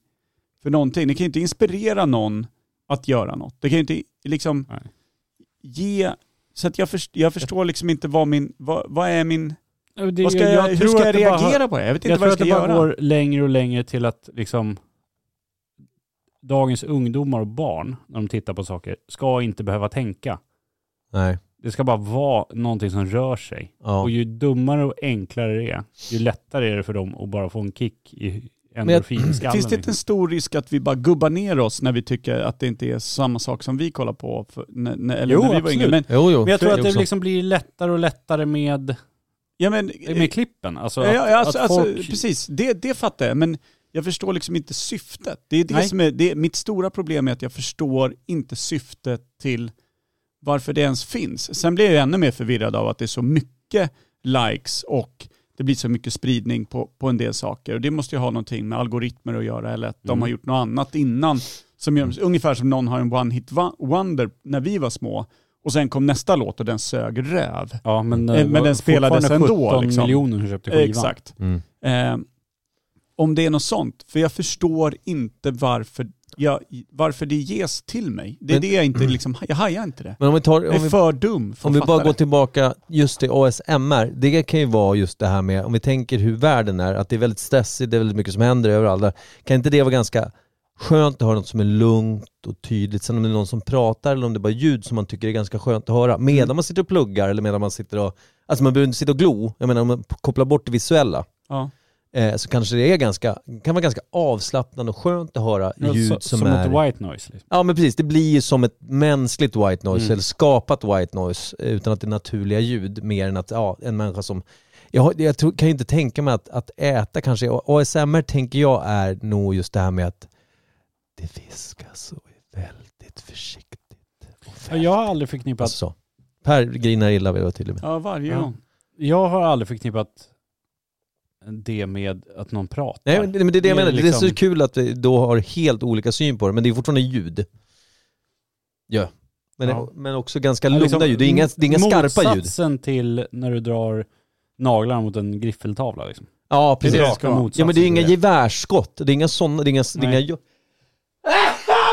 [SPEAKER 1] för någonting. Det kan ju inte inspirera någon att göra något. Det kan ju inte liksom
[SPEAKER 3] Nej.
[SPEAKER 1] ge... Så att jag, först, jag förstår liksom inte vad min... Vad, vad är min...
[SPEAKER 3] Det,
[SPEAKER 1] vad ska jag, hur ska jag reagera på det? Jag vet inte
[SPEAKER 3] jag
[SPEAKER 1] vad
[SPEAKER 3] tror
[SPEAKER 1] jag
[SPEAKER 3] att
[SPEAKER 1] ska
[SPEAKER 3] det bara
[SPEAKER 1] göra.
[SPEAKER 3] går längre och längre till att liksom dagens ungdomar och barn, när de tittar på saker, ska inte behöva tänka.
[SPEAKER 2] Nej.
[SPEAKER 3] Det ska bara vara någonting som rör sig.
[SPEAKER 2] Ja.
[SPEAKER 3] Och ju dummare och enklare det är, ju lättare är det för dem att bara få en kick i liksom. endorfinskallen.
[SPEAKER 1] Finns det inte en stor risk att vi bara gubbar ner oss när vi tycker att det inte är samma sak som vi kollar på? För, när, när, eller
[SPEAKER 3] Jo,
[SPEAKER 1] när vi var
[SPEAKER 3] absolut.
[SPEAKER 1] yngre. Men,
[SPEAKER 2] Jo, jo.
[SPEAKER 3] Men jag tror att det
[SPEAKER 2] också.
[SPEAKER 3] liksom blir lättare och lättare med,
[SPEAKER 1] ja, men,
[SPEAKER 3] med klippen. Alltså
[SPEAKER 1] ja,
[SPEAKER 3] att,
[SPEAKER 1] Eh, ja, alltså,
[SPEAKER 3] att folk...
[SPEAKER 1] alltså, precis, det, det fattar jag. Men Jag förstår liksom inte syftet. Det är det
[SPEAKER 6] Nej.
[SPEAKER 1] som är, det, mitt stora problem är att jag förstår inte syftet till varför det ens finns. Sen blir jag ännu mer förvirrad av att det är så mycket likes och det blir så mycket spridning på, på en del saker. Och det måste ju ha någonting med algoritmer att göra eller att
[SPEAKER 3] Mm.
[SPEAKER 1] de har gjort något annat innan. Som gör, Ungefär som någon har en one-hit wa- wonder när vi var små och sen kom nästa låt och den sög röv.
[SPEAKER 3] Ja, men,
[SPEAKER 1] Eh, men den spelades
[SPEAKER 3] fortfarande
[SPEAKER 1] ändå,
[SPEAKER 3] 17
[SPEAKER 1] liksom.
[SPEAKER 3] miljoner som köpte skivan.
[SPEAKER 1] Exakt.
[SPEAKER 2] Mm.
[SPEAKER 1] Eh, om det är något sånt, för jag förstår inte varför, jag, varför det ges till mig. Det är
[SPEAKER 2] Men-
[SPEAKER 1] det jag inte liksom, jag hajar inte det.
[SPEAKER 2] Men om vi tar,
[SPEAKER 1] Jag
[SPEAKER 2] om vi
[SPEAKER 1] är för dum för att
[SPEAKER 2] Om vi
[SPEAKER 1] fatta
[SPEAKER 2] bara går
[SPEAKER 1] det.
[SPEAKER 2] tillbaka just till ASMR, det kan ju vara just det här med, om vi tänker hur världen är, att det är väldigt stressigt, det är väldigt mycket som händer överallt. där. Kan inte det vara ganska skönt att ha något som är lugnt och tydligt? Sen om det är någon som pratar eller om det är bara ljud som man tycker är ganska skönt att höra, medan
[SPEAKER 3] Mm.
[SPEAKER 2] man sitter och pluggar eller medan man sitter och, alltså man behöver inte sitta och glo, jag menar om man kopplar bort det visuella.
[SPEAKER 1] Ja.
[SPEAKER 2] Eh, så kanske det är ganska, kan vara ganska avslappnande och skönt att höra
[SPEAKER 3] Ja,
[SPEAKER 2] ljud
[SPEAKER 3] så,
[SPEAKER 2] som,
[SPEAKER 3] som
[SPEAKER 2] är...
[SPEAKER 3] ett white noise. Liksom.
[SPEAKER 2] Ja men precis, det blir ju som ett mänskligt white noise
[SPEAKER 3] Mm.
[SPEAKER 2] eller skapat white noise eh, utan att det är naturliga ljud mer än att ja, en människa som jag, har- jag tror, kan ju inte tänka mig att, att äta kanske, Och ASMR tänker jag är nog just det här med att det fiskas och är väldigt försiktigt. Och
[SPEAKER 3] Ja, Jag har aldrig förknippat,
[SPEAKER 2] alltså, så. Per grinar illa vill jag vara tydlig med.
[SPEAKER 1] Ja, varje
[SPEAKER 3] Ja.
[SPEAKER 1] gång.
[SPEAKER 3] jag har aldrig förknippat det med att någon pratar.
[SPEAKER 2] Nej men det, men det är det jag
[SPEAKER 3] Mer
[SPEAKER 2] menar, det är
[SPEAKER 3] liksom-
[SPEAKER 2] så kul att vi då har helt olika syn på det men det är fortfarande ljud. Ja. Men,
[SPEAKER 3] Ja.
[SPEAKER 2] men också ganska
[SPEAKER 3] Ja,
[SPEAKER 2] lugna
[SPEAKER 3] liksom
[SPEAKER 2] ljud, det är inga, det är inga skarpa ljud.
[SPEAKER 3] Motsatsen till när du drar naglar mot en griffeltavla liksom.
[SPEAKER 2] Ja precis.
[SPEAKER 1] det det ska
[SPEAKER 3] Raka
[SPEAKER 1] vara.
[SPEAKER 3] motsatsen
[SPEAKER 2] Ja men det är ju inga
[SPEAKER 3] till
[SPEAKER 2] gevärsskott, det är inga sådana, det är inga... Det är
[SPEAKER 3] Nej.
[SPEAKER 2] inga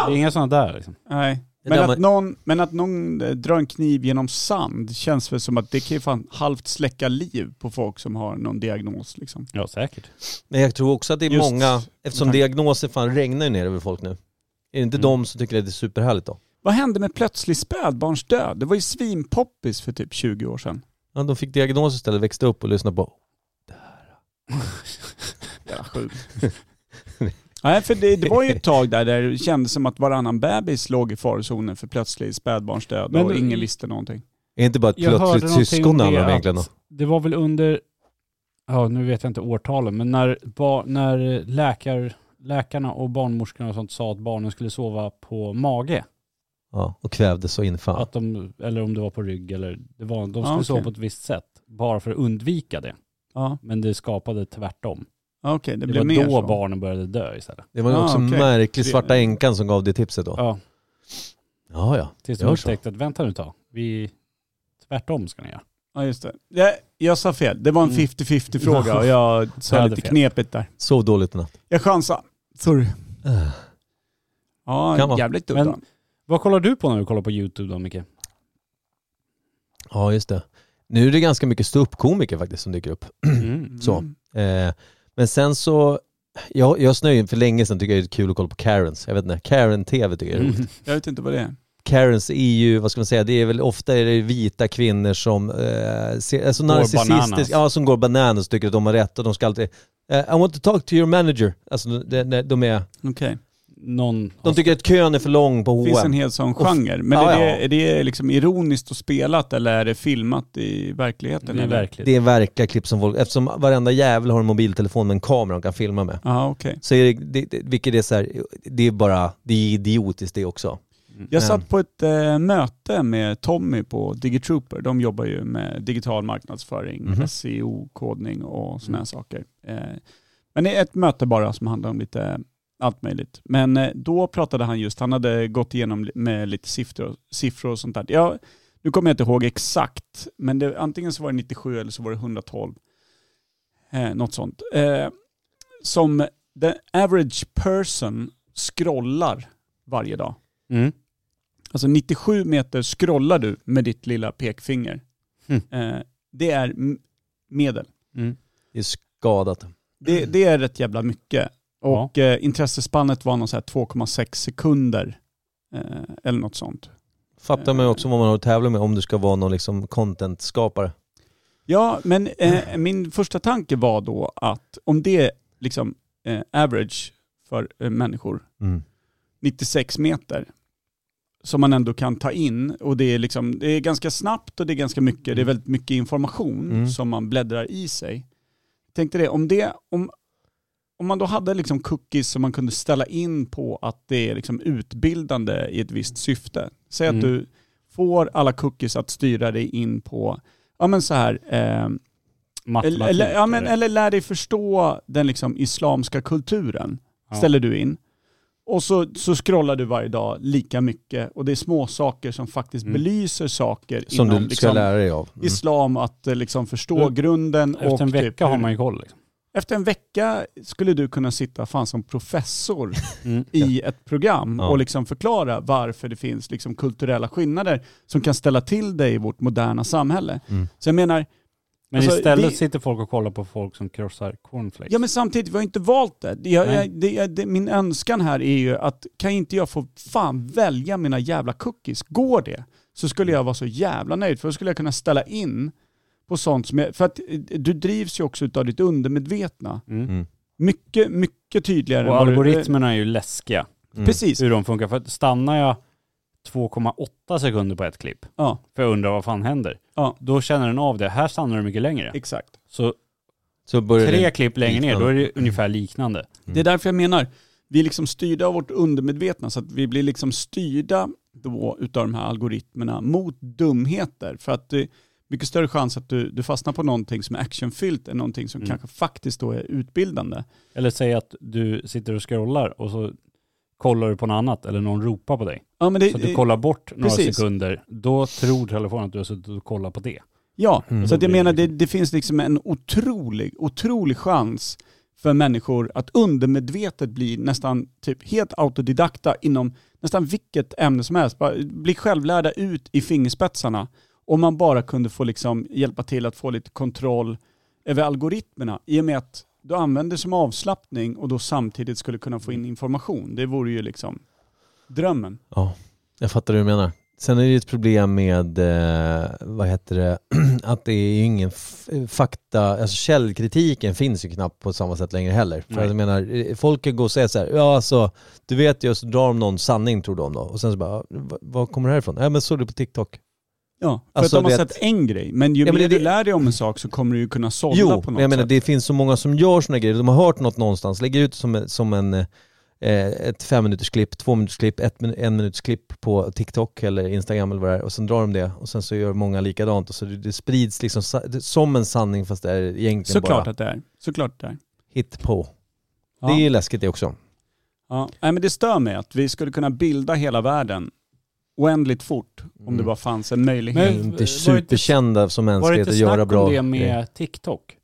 [SPEAKER 3] det. är inga sådana där liksom.
[SPEAKER 1] Nej.
[SPEAKER 2] Det
[SPEAKER 1] Men
[SPEAKER 2] där
[SPEAKER 1] att,
[SPEAKER 2] man-
[SPEAKER 1] någon, men att någon eh, drar en kniv genom sand känns väl som att det kan ju fan halvt släcka liv på folk som har någon diagnos. Liksom.
[SPEAKER 3] Ja
[SPEAKER 2] *laughs*
[SPEAKER 3] säkert.
[SPEAKER 2] men jag tror också att det är
[SPEAKER 1] Just-
[SPEAKER 2] många, eftersom
[SPEAKER 1] Tack.
[SPEAKER 2] diagnoser fan regnar ju ner över folk nu. Är det inte
[SPEAKER 3] Mm.
[SPEAKER 2] de som tycker att det är superhärligt då?
[SPEAKER 1] Vad hände med plötslig spädbarnsdöd? Det var ju svinpoppis för typ 20 år sedan.
[SPEAKER 2] Ja, de fick diagnoser istället, växte upp och lyssnade på
[SPEAKER 1] Jävla sjukt. *laughs* Nej, för det, det var ju ett tag där, där det kändes som att varannan bebis låg i farozonen för plötslig spädbarnsdöd
[SPEAKER 3] Men-
[SPEAKER 1] och ingen visste någonting.
[SPEAKER 2] Är inte bara ett
[SPEAKER 3] Jag hörde
[SPEAKER 2] plötsligt
[SPEAKER 3] någonting om
[SPEAKER 2] syskon
[SPEAKER 3] det
[SPEAKER 2] handlar om
[SPEAKER 3] att-
[SPEAKER 2] egentligen då?
[SPEAKER 3] Det var väl under, ja nu vet jag inte årtalen, men när, ba, när läkar, läkarna och barnmorskorna och sånt sa att barnen skulle sova på mage.
[SPEAKER 2] Ja, och kvävdes så in fan.
[SPEAKER 3] Att de, eller om det var på rygg eller, det var, de skulle
[SPEAKER 1] Ja, okej.
[SPEAKER 3] sova på ett visst sätt. Bara för att undvika det.
[SPEAKER 1] Ja,
[SPEAKER 3] Men det skapade tvärtom.
[SPEAKER 1] okej, det,
[SPEAKER 3] Det,
[SPEAKER 1] blev
[SPEAKER 3] var
[SPEAKER 1] mer
[SPEAKER 3] då
[SPEAKER 1] så.
[SPEAKER 3] barnen började dö istället.
[SPEAKER 2] Det var ju
[SPEAKER 1] Ah,
[SPEAKER 2] också
[SPEAKER 1] okej.
[SPEAKER 2] märklig
[SPEAKER 1] Det-
[SPEAKER 2] svarta änkan som gav det tipset då.
[SPEAKER 3] Ja,
[SPEAKER 2] Ja, ja.
[SPEAKER 3] tills de
[SPEAKER 2] Gör så.
[SPEAKER 3] upptäckte att vänta nu ett tag, vi, tvärtom ska ni göra.
[SPEAKER 1] Ja, just det. Jag, jag sa fel. Det var en
[SPEAKER 3] Mm.
[SPEAKER 1] 50-50 fråga och *laughs* jag
[SPEAKER 3] Jag
[SPEAKER 1] sa
[SPEAKER 3] hade
[SPEAKER 1] lite
[SPEAKER 3] fel.
[SPEAKER 1] knepigt där.
[SPEAKER 2] Sov dåligt i natt.
[SPEAKER 1] Jag chansar. Sorry.
[SPEAKER 2] Äh. Kan
[SPEAKER 1] Ja,
[SPEAKER 2] vara.
[SPEAKER 1] jävligt dumt.
[SPEAKER 3] Men-
[SPEAKER 1] då.
[SPEAKER 3] Vad kollar du på när du kollar på YouTube då
[SPEAKER 1] Mm.
[SPEAKER 3] Micke?
[SPEAKER 2] Ja, just det. Nu är det ganska mycket ståuppkomiker faktiskt som dyker upp. *clears throat*
[SPEAKER 3] Mm.
[SPEAKER 2] Så.
[SPEAKER 1] Mm.
[SPEAKER 2] Eh, men sen så, jag, jag snöade in för länge sedan tycker jag det är kul att kolla på Karens. Jag vet inte, Karen-TV tycker jag är roligt.
[SPEAKER 1] Jag vet inte vad det är.
[SPEAKER 2] Karens är ju, vad ska man säga, det är väl ofta är det vita kvinnor som eh, ser, alltså narcissistisk,
[SPEAKER 3] bananas.
[SPEAKER 2] ja som går bananas och tycker att de har rätt och de ska alltid eh, I want to talk to your manager. Alltså de, de, de, är,
[SPEAKER 1] Okej.
[SPEAKER 3] *laughs* Någon
[SPEAKER 2] de tycker att kön är för lång på
[SPEAKER 1] Det finns en
[SPEAKER 2] H&M
[SPEAKER 1] hel sån genre. Men
[SPEAKER 2] Ja,
[SPEAKER 1] är,
[SPEAKER 2] ja.
[SPEAKER 1] det, är det liksom ironiskt och spelat eller är det filmat i verkligheten?
[SPEAKER 3] det är
[SPEAKER 1] eller?
[SPEAKER 3] verkligt.
[SPEAKER 2] Det är verkliga klipp som folk, eftersom varenda jävel har en mobiltelefon med en kamera de kan filma med.
[SPEAKER 1] Ja, okej.
[SPEAKER 2] Så är det, det, det, vilket är så här, det är bara, det är idiotiskt det också.
[SPEAKER 3] Mm.
[SPEAKER 1] Jag
[SPEAKER 2] Men-
[SPEAKER 1] satt på ett eh, möte med Tommy på DigiTrooper. De jobbar ju med digital marknadsföring,
[SPEAKER 2] Mhm. Mm.
[SPEAKER 1] SEO-kodning och sådana här saker. Eh, men det är ett möte bara som handlar om lite allt möjligt. Men eh, då pratade han just, han hade gått igenom li- med lite siffror, siffror och sånt där. Jag, nu kommer jag inte ihåg exakt, men det, antingen så var det 97 eller så var det 112. Eh, något sånt. Eh, som the average person scrollar varje dag.
[SPEAKER 3] Mm.
[SPEAKER 1] Alltså 97 meter scrollar du med ditt lilla pekfinger.
[SPEAKER 3] Mm.
[SPEAKER 1] Eh, det är m- medel.
[SPEAKER 3] Mm.
[SPEAKER 2] Det är skadat.
[SPEAKER 1] Det, det är rätt jävla mycket.
[SPEAKER 3] Ja.
[SPEAKER 1] Och eh, intressespannet var någon så här 2,6 sekunder. Eh, eller något sånt.
[SPEAKER 2] Fattar man ju också vad man har att tävla med om du ska vara någon liksom content-skapare.
[SPEAKER 1] Ja, men eh, min första tanke var då att om det är liksom eh, average för eh, människor, 96 meter som man ändå kan ta in och det är, liksom, det är ganska snabbt och det är ganska mycket, det
[SPEAKER 3] Mm.
[SPEAKER 1] är väldigt mycket information
[SPEAKER 2] Mm.
[SPEAKER 1] som man bläddrar i sig. Tänkte det, om det, om, om man då hade liksom cookies som man kunde ställa in på att det är liksom utbildande i ett visst syfte. Säg
[SPEAKER 3] Mm.
[SPEAKER 1] att du får alla cookies att styra dig in på, ja men så här, eh, eller,
[SPEAKER 3] Matematik.
[SPEAKER 1] eller, ja, men,
[SPEAKER 3] eller-
[SPEAKER 1] eller lär dig förstå den liksom islamska kulturen,
[SPEAKER 3] Ja.
[SPEAKER 1] ställer du in. Och så, så scrollar du varje dag lika mycket och det är små saker som faktiskt
[SPEAKER 3] Mm.
[SPEAKER 1] belyser saker
[SPEAKER 2] Som du
[SPEAKER 1] inom
[SPEAKER 2] ska
[SPEAKER 1] liksom,
[SPEAKER 2] lära dig av. Mm.
[SPEAKER 1] islam, att eh, liksom förstå
[SPEAKER 3] Du-
[SPEAKER 1] grunden. och
[SPEAKER 3] Efter en vecka
[SPEAKER 1] typ,
[SPEAKER 3] har
[SPEAKER 1] hur-
[SPEAKER 3] man ju koll. Liksom.
[SPEAKER 1] Efter en vecka skulle du kunna sitta fan som
[SPEAKER 3] *laughs*
[SPEAKER 1] professor
[SPEAKER 3] Mm.
[SPEAKER 1] i ett program
[SPEAKER 2] Ja.
[SPEAKER 1] och liksom förklara varför det finns liksom kulturella skillnader som kan ställa till dig i vårt moderna samhälle.
[SPEAKER 2] Mm.
[SPEAKER 1] Så jag menar,
[SPEAKER 3] Men
[SPEAKER 1] Alltså,
[SPEAKER 3] istället
[SPEAKER 1] vi-
[SPEAKER 3] sitter folk och kollar på folk som krossar cornflakes.
[SPEAKER 1] Ja men samtidigt, vi har inte valt det. Jag,
[SPEAKER 3] Nej.
[SPEAKER 1] jag, det, jag det. Min önskan här är ju att kan inte jag få fan välja mina jävla cookies? Går det så skulle jag vara så jävla nöjd för då skulle jag kunna ställa in på sånt som jag, för att eh, du drivs ju också utav ditt undermedvetna.
[SPEAKER 3] Mm.
[SPEAKER 2] Mm.
[SPEAKER 1] Mycket, mycket tydligare.
[SPEAKER 3] Och
[SPEAKER 1] än vad du- Eh,
[SPEAKER 3] algoritmerna är ju läskiga
[SPEAKER 2] Mm.
[SPEAKER 1] Precis.
[SPEAKER 3] hur de funkar. För att stannar jag 2,8 sekunder på ett klipp,
[SPEAKER 1] Ja,
[SPEAKER 3] för jag undrar vad fan händer,
[SPEAKER 1] Ja.
[SPEAKER 3] då känner den av det. Här stannar du mycket längre.
[SPEAKER 1] exakt.
[SPEAKER 3] Så
[SPEAKER 2] Mm. Så börjar
[SPEAKER 3] tre
[SPEAKER 2] det...
[SPEAKER 3] klipp längre ner, då är det ungefär liknande.
[SPEAKER 1] Det är därför jag menar, vi är liksom styrda av vårt undermedvetna så att vi blir liksom styrda då utav de här algoritmerna mot dumheter. För att det är mycket större chans att du, du fastnar på någonting som är actionfyllt än någonting som
[SPEAKER 3] Mm.
[SPEAKER 1] kanske faktiskt då är utbildande.
[SPEAKER 3] Eller säg att du sitter och scrollar och så kollar du på något annat eller någon ropar på dig.
[SPEAKER 1] Ja, men det,
[SPEAKER 3] Så att du kollar bort några
[SPEAKER 1] Eh, precis.
[SPEAKER 3] sekunder, då tror telefonen att du har suttit och kollat på det.
[SPEAKER 1] ja
[SPEAKER 2] Mm.
[SPEAKER 1] så att jag menar det, det finns liksom en otrolig, otrolig chans för människor att undermedvetet bli nästan typ helt autodidakta inom nästan vilket ämne som helst. Bara bli självlärda ut i fingerspetsarna om man bara kunde få liksom hjälpa till att få lite kontroll över algoritmerna i och med att du använder som avslappning och då samtidigt skulle kunna få in information. Det vore ju liksom drömmen.
[SPEAKER 2] Ja, jag fattar hur du menar. Sen är det ju ett problem med, eh, vad heter det, *clears throat* att det är ju ingen f- fakta, alltså källkritiken finns ju knappt på samma sätt längre heller. För
[SPEAKER 3] Nej.
[SPEAKER 2] jag menar, eh, folk kan gå och säga så här, ja alltså, du vet ju, så drar de någon sanning tror de då. Och sen så bara, "Ja, va- vad kommer det här ifrån? Ja men såg du på TikTok?
[SPEAKER 1] Ja, för
[SPEAKER 2] Alltså,
[SPEAKER 1] att de har
[SPEAKER 2] vet-
[SPEAKER 1] sett en grej, men ju
[SPEAKER 2] Ja, men
[SPEAKER 1] mer
[SPEAKER 2] det-
[SPEAKER 1] du lär dig om en sak så kommer du ju kunna sålla
[SPEAKER 2] jo,
[SPEAKER 1] på
[SPEAKER 2] men
[SPEAKER 1] något
[SPEAKER 2] jag menar
[SPEAKER 1] sätt.
[SPEAKER 2] det finns så många som gör sådana grejer. De har hört något någonstans, lägger ut som, en- som en, eh, ett femminutersklipp, tvåminutersklipp, ett min- enminutersklipp på TikTok eller Instagram eller vad det är och sen drar de det och sen så gör många likadant och så det, det sprids liksom sa- det- som en sanning fast det är egentligen
[SPEAKER 1] Såklart
[SPEAKER 2] bara
[SPEAKER 1] att det är. Såklart det är.
[SPEAKER 2] hit på.
[SPEAKER 1] Ja.
[SPEAKER 2] Det är läskigt det också.
[SPEAKER 1] Ja. Nej, men det stör mig att vi skulle kunna bilda hela världen oändligt fort om
[SPEAKER 2] Mm.
[SPEAKER 1] det bara fanns en
[SPEAKER 2] Vi
[SPEAKER 1] möjlighet.
[SPEAKER 2] är
[SPEAKER 3] Men var det
[SPEAKER 2] inte
[SPEAKER 3] inte-
[SPEAKER 2] superkända som
[SPEAKER 3] Var det
[SPEAKER 2] mänsklighet
[SPEAKER 3] inte
[SPEAKER 2] att göra
[SPEAKER 3] snack
[SPEAKER 2] bra
[SPEAKER 3] om det med
[SPEAKER 2] grejer.
[SPEAKER 3] TikTok?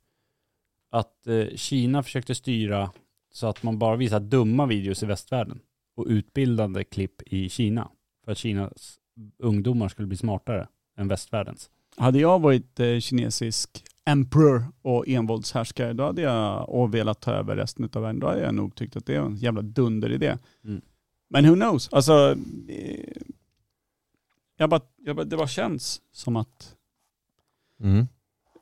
[SPEAKER 3] Att eh, Kina försökte styra så att man bara visar dumma videos i västvärlden och utbildande klipp i Kina. För att Kinas ungdomar skulle bli smartare än västvärldens.
[SPEAKER 1] Hade jag varit eh, kinesisk emperor och envåldshärskare då hade jag och velat ta över resten av världen. Då hade jag nog tyckt att det är en jävla dunderidé.
[SPEAKER 3] Mm.
[SPEAKER 1] Men who knows? Alltså, eh, jag bara, jag bara, det bara känns som att
[SPEAKER 2] Mm.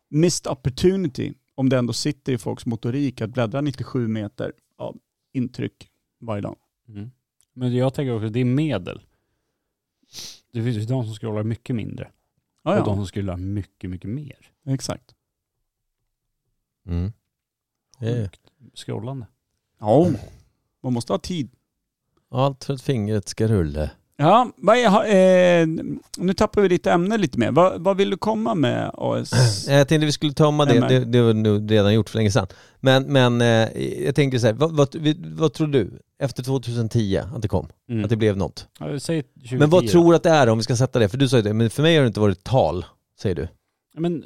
[SPEAKER 1] missed opportunity, om det ändå sitter i folks motorik att bläddra 97 meter av intryck varje dag.
[SPEAKER 2] Mm.
[SPEAKER 3] Men jag tänker också, det är medel. Det finns ju de som scrollar mycket mindre
[SPEAKER 2] Ah,
[SPEAKER 1] Ja,
[SPEAKER 3] och de
[SPEAKER 1] ja.
[SPEAKER 3] som scrollar mycket, mycket mer.
[SPEAKER 1] Exakt.
[SPEAKER 2] Mm. Eh,
[SPEAKER 3] Sjukt Scrollande.
[SPEAKER 1] Ja, man måste ha tid.
[SPEAKER 2] Allt för att fingret ska rulla.
[SPEAKER 1] Ja, vad är, ha- eh, nu tappar vi ditt ämne lite mer. Vad, vad vill du komma med
[SPEAKER 2] *clears throat*
[SPEAKER 1] AS?
[SPEAKER 2] Eh, Jag tänkte vi skulle tömma det,
[SPEAKER 1] Amen.
[SPEAKER 2] det, det var nog redan gjort för länge sedan. Men, men eh, jag tänker så här, vad, vad, vi- vad tror du efter 2010 att det kom?
[SPEAKER 3] Mm.
[SPEAKER 2] Att det blev något?
[SPEAKER 3] Ja, Säg 2010.
[SPEAKER 2] Men vad tror du att det är om vi ska sätta det? För du sa ju det, men för mig har det inte varit tal, säger du.
[SPEAKER 3] Ja, Men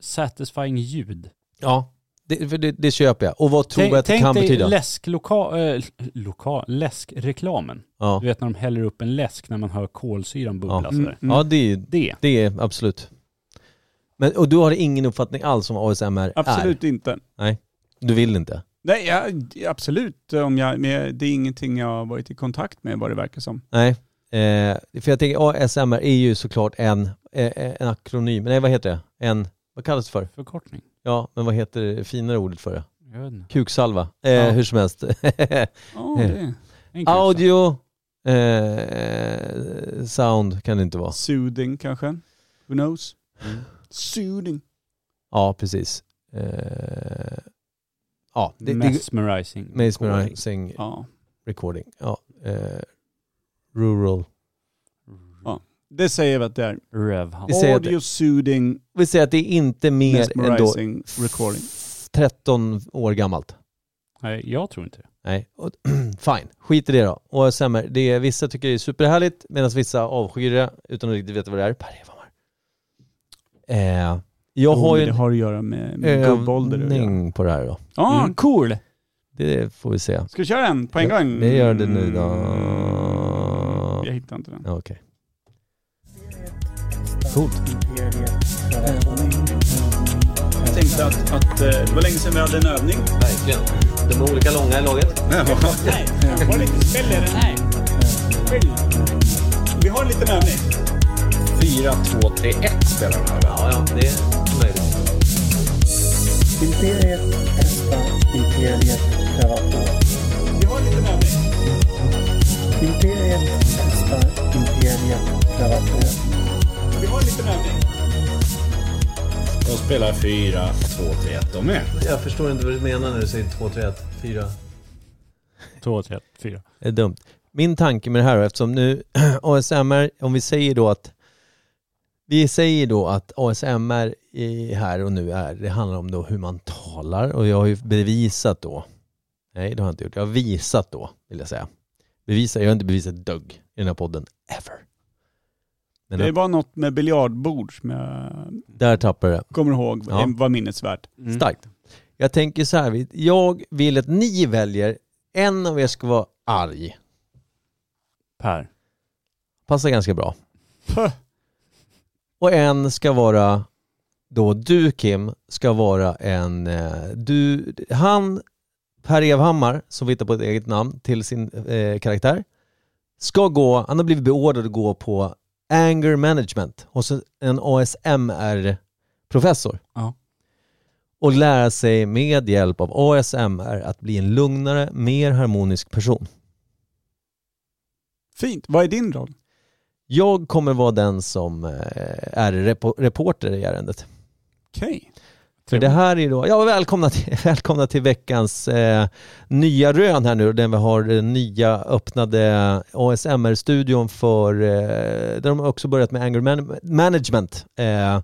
[SPEAKER 3] satisfying ljud.
[SPEAKER 2] Ja. Det, för det, det köper jag. Och vad tror
[SPEAKER 3] Tänk,
[SPEAKER 2] jag att det
[SPEAKER 3] tänk
[SPEAKER 2] kan
[SPEAKER 3] dig
[SPEAKER 2] betyda?
[SPEAKER 3] läskloka, äh, loka, läskreklamen.
[SPEAKER 2] ja.
[SPEAKER 3] Du vet när de häller upp en läsk när man hör kolsyran bubbla
[SPEAKER 2] Ja.
[SPEAKER 3] sådär.
[SPEAKER 1] Mm.
[SPEAKER 2] ja, det är ju-
[SPEAKER 3] Det.
[SPEAKER 2] det är absolut. Men, och du har ingen uppfattning alls om vad ASMR
[SPEAKER 1] Absolut inte.
[SPEAKER 2] är? Du vill inte?
[SPEAKER 1] Nej, jag, absolut. Om jag, men jag- det är ingenting jag har varit i kontakt med vad det verkar som.
[SPEAKER 2] Nej, eh, för jag tänker ASMR är ju såklart en, eh, en akronym, nej vad heter det? En, vad kallas det för?
[SPEAKER 3] Förkortning.
[SPEAKER 2] Ja, men vad heter det finare ordet för det?
[SPEAKER 3] Jag vet inte.
[SPEAKER 2] Kuksalva, eh,
[SPEAKER 3] Ja.
[SPEAKER 2] hur som *laughs* helst.
[SPEAKER 1] Ja,
[SPEAKER 2] Eh,
[SPEAKER 1] det
[SPEAKER 3] En kul sak.
[SPEAKER 2] Audio, eh, sound kan det inte vara.
[SPEAKER 1] är soothing kanske. Who knows?
[SPEAKER 2] Mm.
[SPEAKER 1] Soothing.
[SPEAKER 2] Ja, precis. Eh, ja, det, det,
[SPEAKER 3] Mesmerizing.
[SPEAKER 2] mesmerizing
[SPEAKER 1] Ja.
[SPEAKER 2] recording. Ja, eh, rural.
[SPEAKER 1] Det säger vi att det är.
[SPEAKER 3] Rövhamn.
[SPEAKER 2] Vi säger att-
[SPEAKER 1] Audio soothing,
[SPEAKER 2] Vi säger att det är inte mer än då
[SPEAKER 1] mesmerizing recording.
[SPEAKER 2] 13 år gammalt.
[SPEAKER 3] Nej, jag tror inte det.
[SPEAKER 2] Nej, och- *clears throat* fine. Skit i det då. ASMR, det är, vissa tycker det är superhärligt medan vissa avskyr det utan att riktigt veta vad det är. Berghammar. Eh, jag
[SPEAKER 1] Jo,
[SPEAKER 2] har
[SPEAKER 1] Oh, men
[SPEAKER 2] ju en
[SPEAKER 1] Det har att göra med, med gubbålder. att göra.
[SPEAKER 2] övning på det här då.
[SPEAKER 1] Ja,
[SPEAKER 3] Mm.
[SPEAKER 1] cool.
[SPEAKER 2] Det får vi se.
[SPEAKER 1] Ska vi köra en på en
[SPEAKER 2] Ja,
[SPEAKER 1] gång? Mm.
[SPEAKER 2] vi gör det nu då.
[SPEAKER 1] Jag hittar inte den.
[SPEAKER 2] Ja, Okej. Coolt.
[SPEAKER 1] Jag tänkte att, att eh, det var länge sedan vi hade en övning.
[SPEAKER 2] Verkligen. De är olika långa i laget.
[SPEAKER 1] Var det inte smäll i
[SPEAKER 7] *laughs*
[SPEAKER 1] den här? Vi har en liten övning.
[SPEAKER 7] 4, 2, 3, 1 spelar de här. va?
[SPEAKER 2] Ja, ja, det är möjligt.
[SPEAKER 8] Imperiet hästar, Imperiet kravattar.
[SPEAKER 1] Vi har en liten övning.
[SPEAKER 8] Imperiet hästar, Imperiet kravattar.
[SPEAKER 1] Vi har en liten övning.
[SPEAKER 7] De spelar 4, 2, 3, 1 de med.
[SPEAKER 2] Jag förstår inte vad du menar när du säger 2, 3, 1, 4.
[SPEAKER 3] Två, tre, fyra.
[SPEAKER 2] är dumt. Min tanke med det här då, eftersom nu *clears throat* ASMR, om vi säger då att vi säger då att ASMR i här och nu är, det handlar om då hur man talar och jag har ju bevisat då, nej det har jag inte gjort, jag har visat då vill jag säga. Bevisa, jag har inte bevisat ett dugg i den här podden, ever. Men
[SPEAKER 1] Det
[SPEAKER 2] att-
[SPEAKER 1] var något med biljardbord som jag
[SPEAKER 2] där tappar det.
[SPEAKER 1] kommer ihåg
[SPEAKER 2] Ja.
[SPEAKER 1] var minnesvärt.
[SPEAKER 3] Mm.
[SPEAKER 2] Starkt. Jag tänker så här, vi- jag vill att ni väljer, en av er ska vara arg.
[SPEAKER 3] Per.
[SPEAKER 2] Passar ganska bra.
[SPEAKER 1] Puh.
[SPEAKER 2] Och en ska vara då du Kim ska vara en eh, du, han Per Evhammar som hittar på ett eget namn till sin eh, karaktär ska gå, han har blivit beordrad att gå på anger management hos en ASMR-professor.
[SPEAKER 3] Ja.
[SPEAKER 2] Och lära sig med hjälp av ASMR att bli en lugnare, mer harmonisk person.
[SPEAKER 1] Fint. Vad är din roll?
[SPEAKER 2] Jag kommer vara den som eh, är repo- reporter i ärendet.
[SPEAKER 1] Okej.
[SPEAKER 2] För det här är då, ja välkomna till, *laughs* välkomna till veckans eh, nya rön här nu där vi har den nya öppnade ASMR-studion för, eh, där de har också börjat med anger man- management. Eh,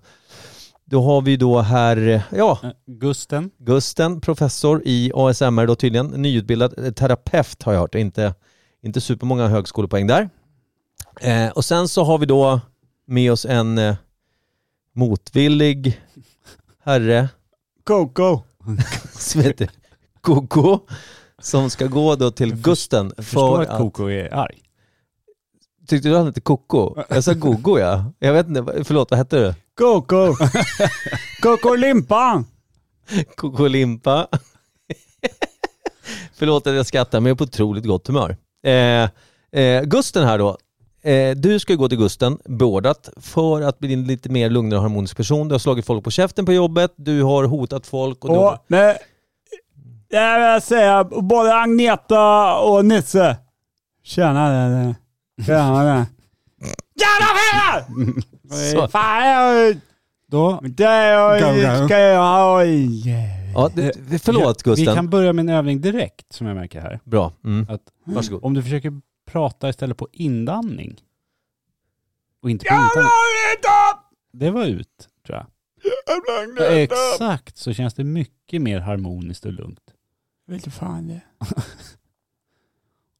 [SPEAKER 2] då har vi då här, ja,
[SPEAKER 3] Eh, Gusten.
[SPEAKER 2] Gusten, professor i ASMR då tydligen, nyutbildad eh, terapeut har jag hört, inte, inte supermånga högskolepoäng där. Eh, och sen så har vi då med oss en eh, motvillig herre *laughs*
[SPEAKER 1] Coco.
[SPEAKER 2] som heter Koko som ska gå då till Gusten
[SPEAKER 3] Förstår
[SPEAKER 2] för
[SPEAKER 3] att
[SPEAKER 2] att...
[SPEAKER 3] Koko är arg.
[SPEAKER 2] Tyckte du han hette Koko? Jag sa Gogo ja. Jag vet inte, vad- förlåt vad hette du?
[SPEAKER 1] *laughs* Coco. Coco Limpa.
[SPEAKER 2] Koko Limpa. *laughs* förlåt att jag skrattar men jag är på otroligt gott humör. Eh, eh, Gusten här då. Eh, du ska ju gå till Gusten, beordrat, för att bli en lite mer lugnare och harmonisk person. Du har slagit folk på käften på jobbet, du har hotat folk och, du
[SPEAKER 1] Och,
[SPEAKER 2] har...
[SPEAKER 1] nej, jag vill säga, både Agneta och Nisse. Tjena den. Tjena den. Tjena här!
[SPEAKER 2] Så.
[SPEAKER 1] Fan, jag...
[SPEAKER 3] Då,
[SPEAKER 1] Det är-
[SPEAKER 3] Gaura.
[SPEAKER 1] ska jag ha...
[SPEAKER 2] Ja, du, förlåt
[SPEAKER 3] vi
[SPEAKER 2] Gusten.
[SPEAKER 3] kan börja med en övning direkt som jag märker här.
[SPEAKER 2] Bra. Mm.
[SPEAKER 3] Att-
[SPEAKER 2] Varsågod.
[SPEAKER 3] Om du försöker prata istället på indandning. Och inte på
[SPEAKER 1] Jävla
[SPEAKER 3] utandning.
[SPEAKER 1] Agneta!
[SPEAKER 3] Det var ut, tror jag.
[SPEAKER 1] Jävla
[SPEAKER 3] För
[SPEAKER 1] Agneta!
[SPEAKER 3] exakt så känns det mycket mer harmoniskt och lugnt.
[SPEAKER 1] Jag vet inte fan det.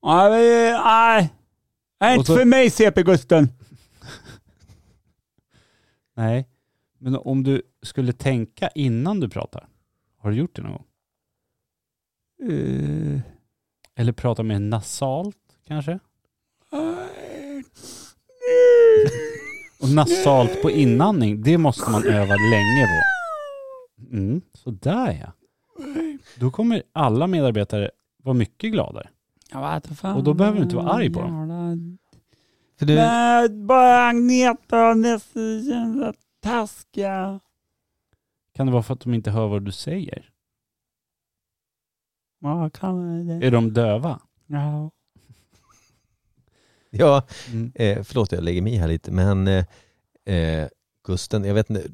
[SPEAKER 1] Nej, men, nej. Nej,
[SPEAKER 3] Och
[SPEAKER 1] inte
[SPEAKER 3] så-
[SPEAKER 1] för mig CP Gusten.
[SPEAKER 3] Nej, men om du skulle tänka innan du pratar. Har du gjort det någon gång?
[SPEAKER 1] Eh,
[SPEAKER 3] Eller prata mer nasalt kanske?
[SPEAKER 1] nej.
[SPEAKER 3] Och nasalt på inandning, det måste man öva länge på. Mm, sådär ja. Då kommer alla medarbetare vara mycket gladare. Och då behöver du inte vara arg på dem.
[SPEAKER 2] För du...
[SPEAKER 1] Nej, bara Agneta och Nessie känns så taskiga.
[SPEAKER 3] Kan det vara för att de inte hör vad du säger?
[SPEAKER 1] Ja, kan man det?
[SPEAKER 3] Är de döva?
[SPEAKER 1] Ja.
[SPEAKER 2] Ja,
[SPEAKER 3] Mm.
[SPEAKER 2] Eh, förlåt, jag lägger mig i här lite, men eh, eh, Gusten, jag vet inte,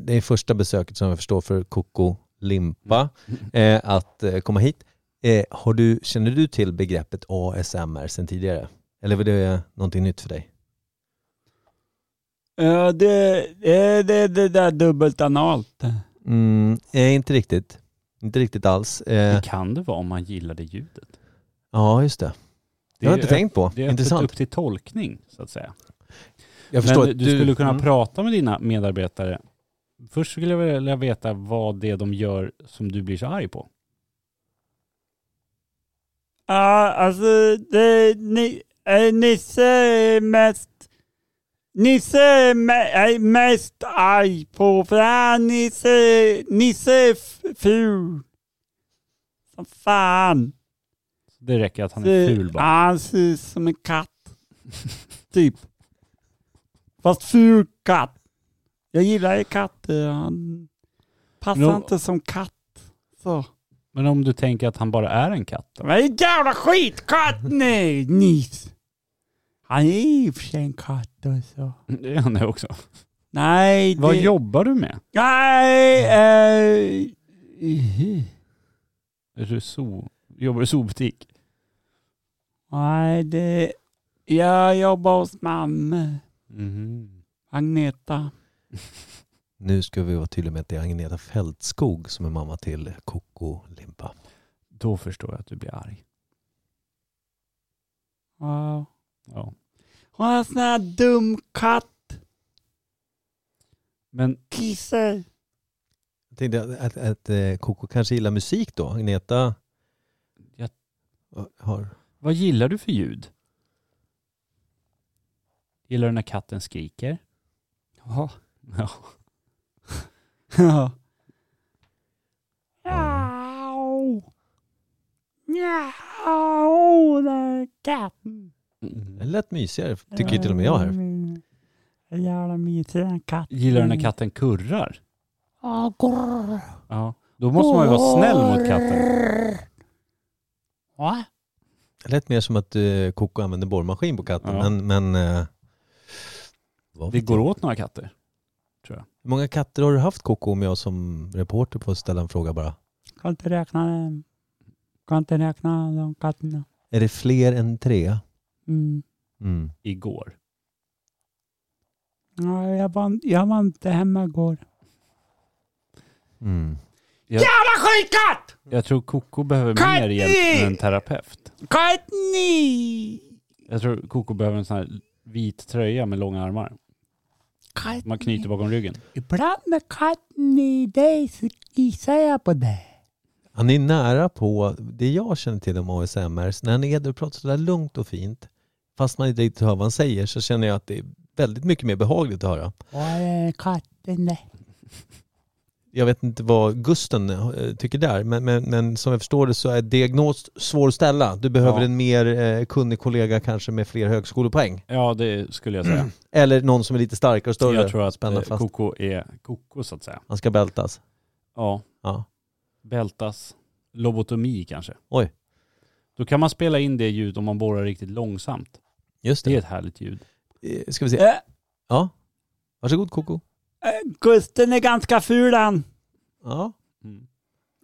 [SPEAKER 2] det är första besöket som jag förstår för Koko limpa eh, att eh, komma hit. Eh, har du, känner du till begreppet ASMR sedan tidigare? Eller var det någonting nytt för dig?
[SPEAKER 1] Eh, det, eh, det, det där dubbelt analt.
[SPEAKER 2] Mm, eh, inte riktigt. Inte riktigt alls. Eh,
[SPEAKER 3] Det kan det vara om man gillar det ljudet.
[SPEAKER 2] ja, just det. Det har jag
[SPEAKER 3] är
[SPEAKER 2] inte
[SPEAKER 3] öpp-
[SPEAKER 2] tänkt på.
[SPEAKER 3] Det är
[SPEAKER 2] Intressant.
[SPEAKER 3] öppet upp till tolkning så att säga.
[SPEAKER 2] Jag
[SPEAKER 3] Men
[SPEAKER 2] förstår
[SPEAKER 3] du,
[SPEAKER 2] att
[SPEAKER 3] du skulle kunna
[SPEAKER 2] mm.
[SPEAKER 3] prata med dina medarbetare. Först skulle jag vilja veta vad det är de gör som du blir så arg på.
[SPEAKER 1] Ja, alltså det, ni, eh, Nisse är mest Nisse är me- är mest arg på för han Nisse, Nisse är f- ful. Som fan.
[SPEAKER 3] Det räcker att han är ful
[SPEAKER 1] Ja,
[SPEAKER 2] Ah.
[SPEAKER 3] bara.
[SPEAKER 1] han ser ut som en katt. *laughs* typ. Fast ful katt. Jag gillar ju katter. Han passar
[SPEAKER 3] Men om-
[SPEAKER 1] inte som katt. Så.
[SPEAKER 3] Men om du tänker att han bara är en katt då? *laughs*
[SPEAKER 1] De är en jävla skitkatt nej, Nils. Han är i och för sig en katt också.
[SPEAKER 3] Det är han det också.
[SPEAKER 1] Nej,
[SPEAKER 3] Vad
[SPEAKER 1] det...
[SPEAKER 3] jobbar du med?
[SPEAKER 1] Nej, eh... mhm.
[SPEAKER 3] Är du zoo? Jobbar du i zoobutik?
[SPEAKER 1] Nej, det... Jag jobbar hos mamma.
[SPEAKER 2] Mhm.
[SPEAKER 1] Agneta.
[SPEAKER 2] Nu ska vi vara tydliga med att det är Agneta Fältskog som är mamma till Coco Limpa.
[SPEAKER 3] Då förstår jag att du blir arg.
[SPEAKER 1] Ja.
[SPEAKER 3] Ja.
[SPEAKER 1] Hon har en sån här dum katt.
[SPEAKER 3] Men
[SPEAKER 1] Kisse.
[SPEAKER 2] Jag tänkte att, att, att eh, Coco kanske gillar musik då. Agneta
[SPEAKER 3] Jag-
[SPEAKER 2] har...
[SPEAKER 3] vad gillar du för ljud? Gillar du när katten skriker?
[SPEAKER 1] Ja.
[SPEAKER 3] Ja.
[SPEAKER 1] Ja. Mjau, där är katten.
[SPEAKER 2] Det lät mysigare, tycker ju till och med jag här.
[SPEAKER 1] Jävla mysiga katt.
[SPEAKER 3] Gillar du när
[SPEAKER 1] Mm.
[SPEAKER 3] katten kurrar?
[SPEAKER 1] Ja, grrr.
[SPEAKER 3] Ja. Då måste man ju vara snäll mot katten.
[SPEAKER 1] Va?
[SPEAKER 2] Det lät mer som att eh, Coco använde borrmaskin på katten.
[SPEAKER 3] Ja.
[SPEAKER 2] Men, men eh, vad
[SPEAKER 3] Det
[SPEAKER 2] vet
[SPEAKER 3] går
[SPEAKER 2] jag?
[SPEAKER 3] åt några katter.
[SPEAKER 2] Hur många katter har du haft Coco om jag som reporter får ställa en fråga bara?
[SPEAKER 1] Kan inte räkna dem. Kan inte räkna de katterna.
[SPEAKER 2] Är det fler än tre?
[SPEAKER 1] Mm.
[SPEAKER 2] Mm.
[SPEAKER 3] Igår.
[SPEAKER 1] Ja, jag, var, jag var inte hemma igår.
[SPEAKER 2] Mm.
[SPEAKER 1] Jävla skitkatt!
[SPEAKER 3] Jag tror Koko behöver
[SPEAKER 1] Katten!
[SPEAKER 3] mer hjälp än en terapeut.
[SPEAKER 1] Kattni!
[SPEAKER 3] Jag tror Koko behöver en sån här vit tröja med långa armar.
[SPEAKER 1] Katt.
[SPEAKER 3] Man knyter bakom ryggen.
[SPEAKER 1] Ibland när katten är i dig så gissar jag på det.
[SPEAKER 2] Han är nära på det jag känner till om ASMR. När han är där och pratar sådär lugnt och fint, fast man inte riktigt hör vad han säger, så känner jag att det är väldigt mycket mer behagligt att höra.
[SPEAKER 1] Var är katten där?
[SPEAKER 2] Jag vet inte vad Gusten eh, tycker där, men, men, men som jag förstår det så är diagnos svår att ställa. Du behöver
[SPEAKER 3] Ja.
[SPEAKER 2] en mer eh, kunnig kollega kanske med fler högskolepoäng.
[SPEAKER 3] Ja, det skulle jag *clears throat* säga.
[SPEAKER 2] Eller någon som är lite starkare och större.
[SPEAKER 3] Jag tror att
[SPEAKER 2] Spänna
[SPEAKER 3] eh,
[SPEAKER 2] fast.
[SPEAKER 3] Koko är Koko så att säga.
[SPEAKER 2] Han ska bältas.
[SPEAKER 3] Ja,
[SPEAKER 2] Ja.
[SPEAKER 3] bältas. Lobotomi kanske.
[SPEAKER 2] Oj.
[SPEAKER 3] Då kan man spela in det ljud om man borrar riktigt långsamt.
[SPEAKER 2] Just
[SPEAKER 3] Det är
[SPEAKER 2] det.
[SPEAKER 3] ett härligt ljud.
[SPEAKER 2] det. Eh, Ska vi se.
[SPEAKER 1] Äh,
[SPEAKER 2] Ja. Varsågod Koko.
[SPEAKER 1] Gusten är ganska ful han.
[SPEAKER 2] Ja.
[SPEAKER 3] Mm.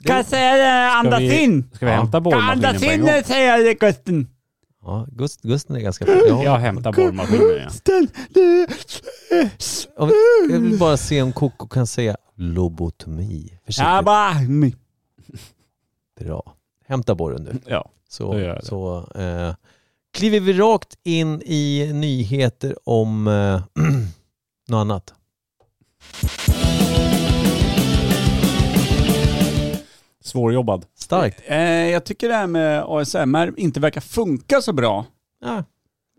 [SPEAKER 1] Kan jag säga det? Andas
[SPEAKER 3] vi-
[SPEAKER 1] in.
[SPEAKER 3] Ska vi
[SPEAKER 2] Ja.
[SPEAKER 3] hämta borrmaskinen
[SPEAKER 1] Andas
[SPEAKER 3] på en
[SPEAKER 1] in
[SPEAKER 3] gång?
[SPEAKER 1] nu säger jag det Gusten.
[SPEAKER 2] ja. Gust, Gusten är ganska bra. Ja.
[SPEAKER 3] Jag hämtar borrmaskinen ja.
[SPEAKER 1] Ställ dig.
[SPEAKER 2] Om vi- Jag vill bara se om Koko kan säga lobotomi.
[SPEAKER 1] Jag
[SPEAKER 2] Försiktigt.
[SPEAKER 1] bara...
[SPEAKER 2] Bra. Hämta borren nu.
[SPEAKER 3] ja.
[SPEAKER 2] Så,
[SPEAKER 3] Då gör jag det.
[SPEAKER 2] så eh, kliver vi rakt in i nyheter om eh, *clears throat* något annat.
[SPEAKER 3] Svårjobbad.
[SPEAKER 2] Starkt.
[SPEAKER 1] Eh, jag tycker det här med ASMR inte verkar funka så bra.
[SPEAKER 2] Ja.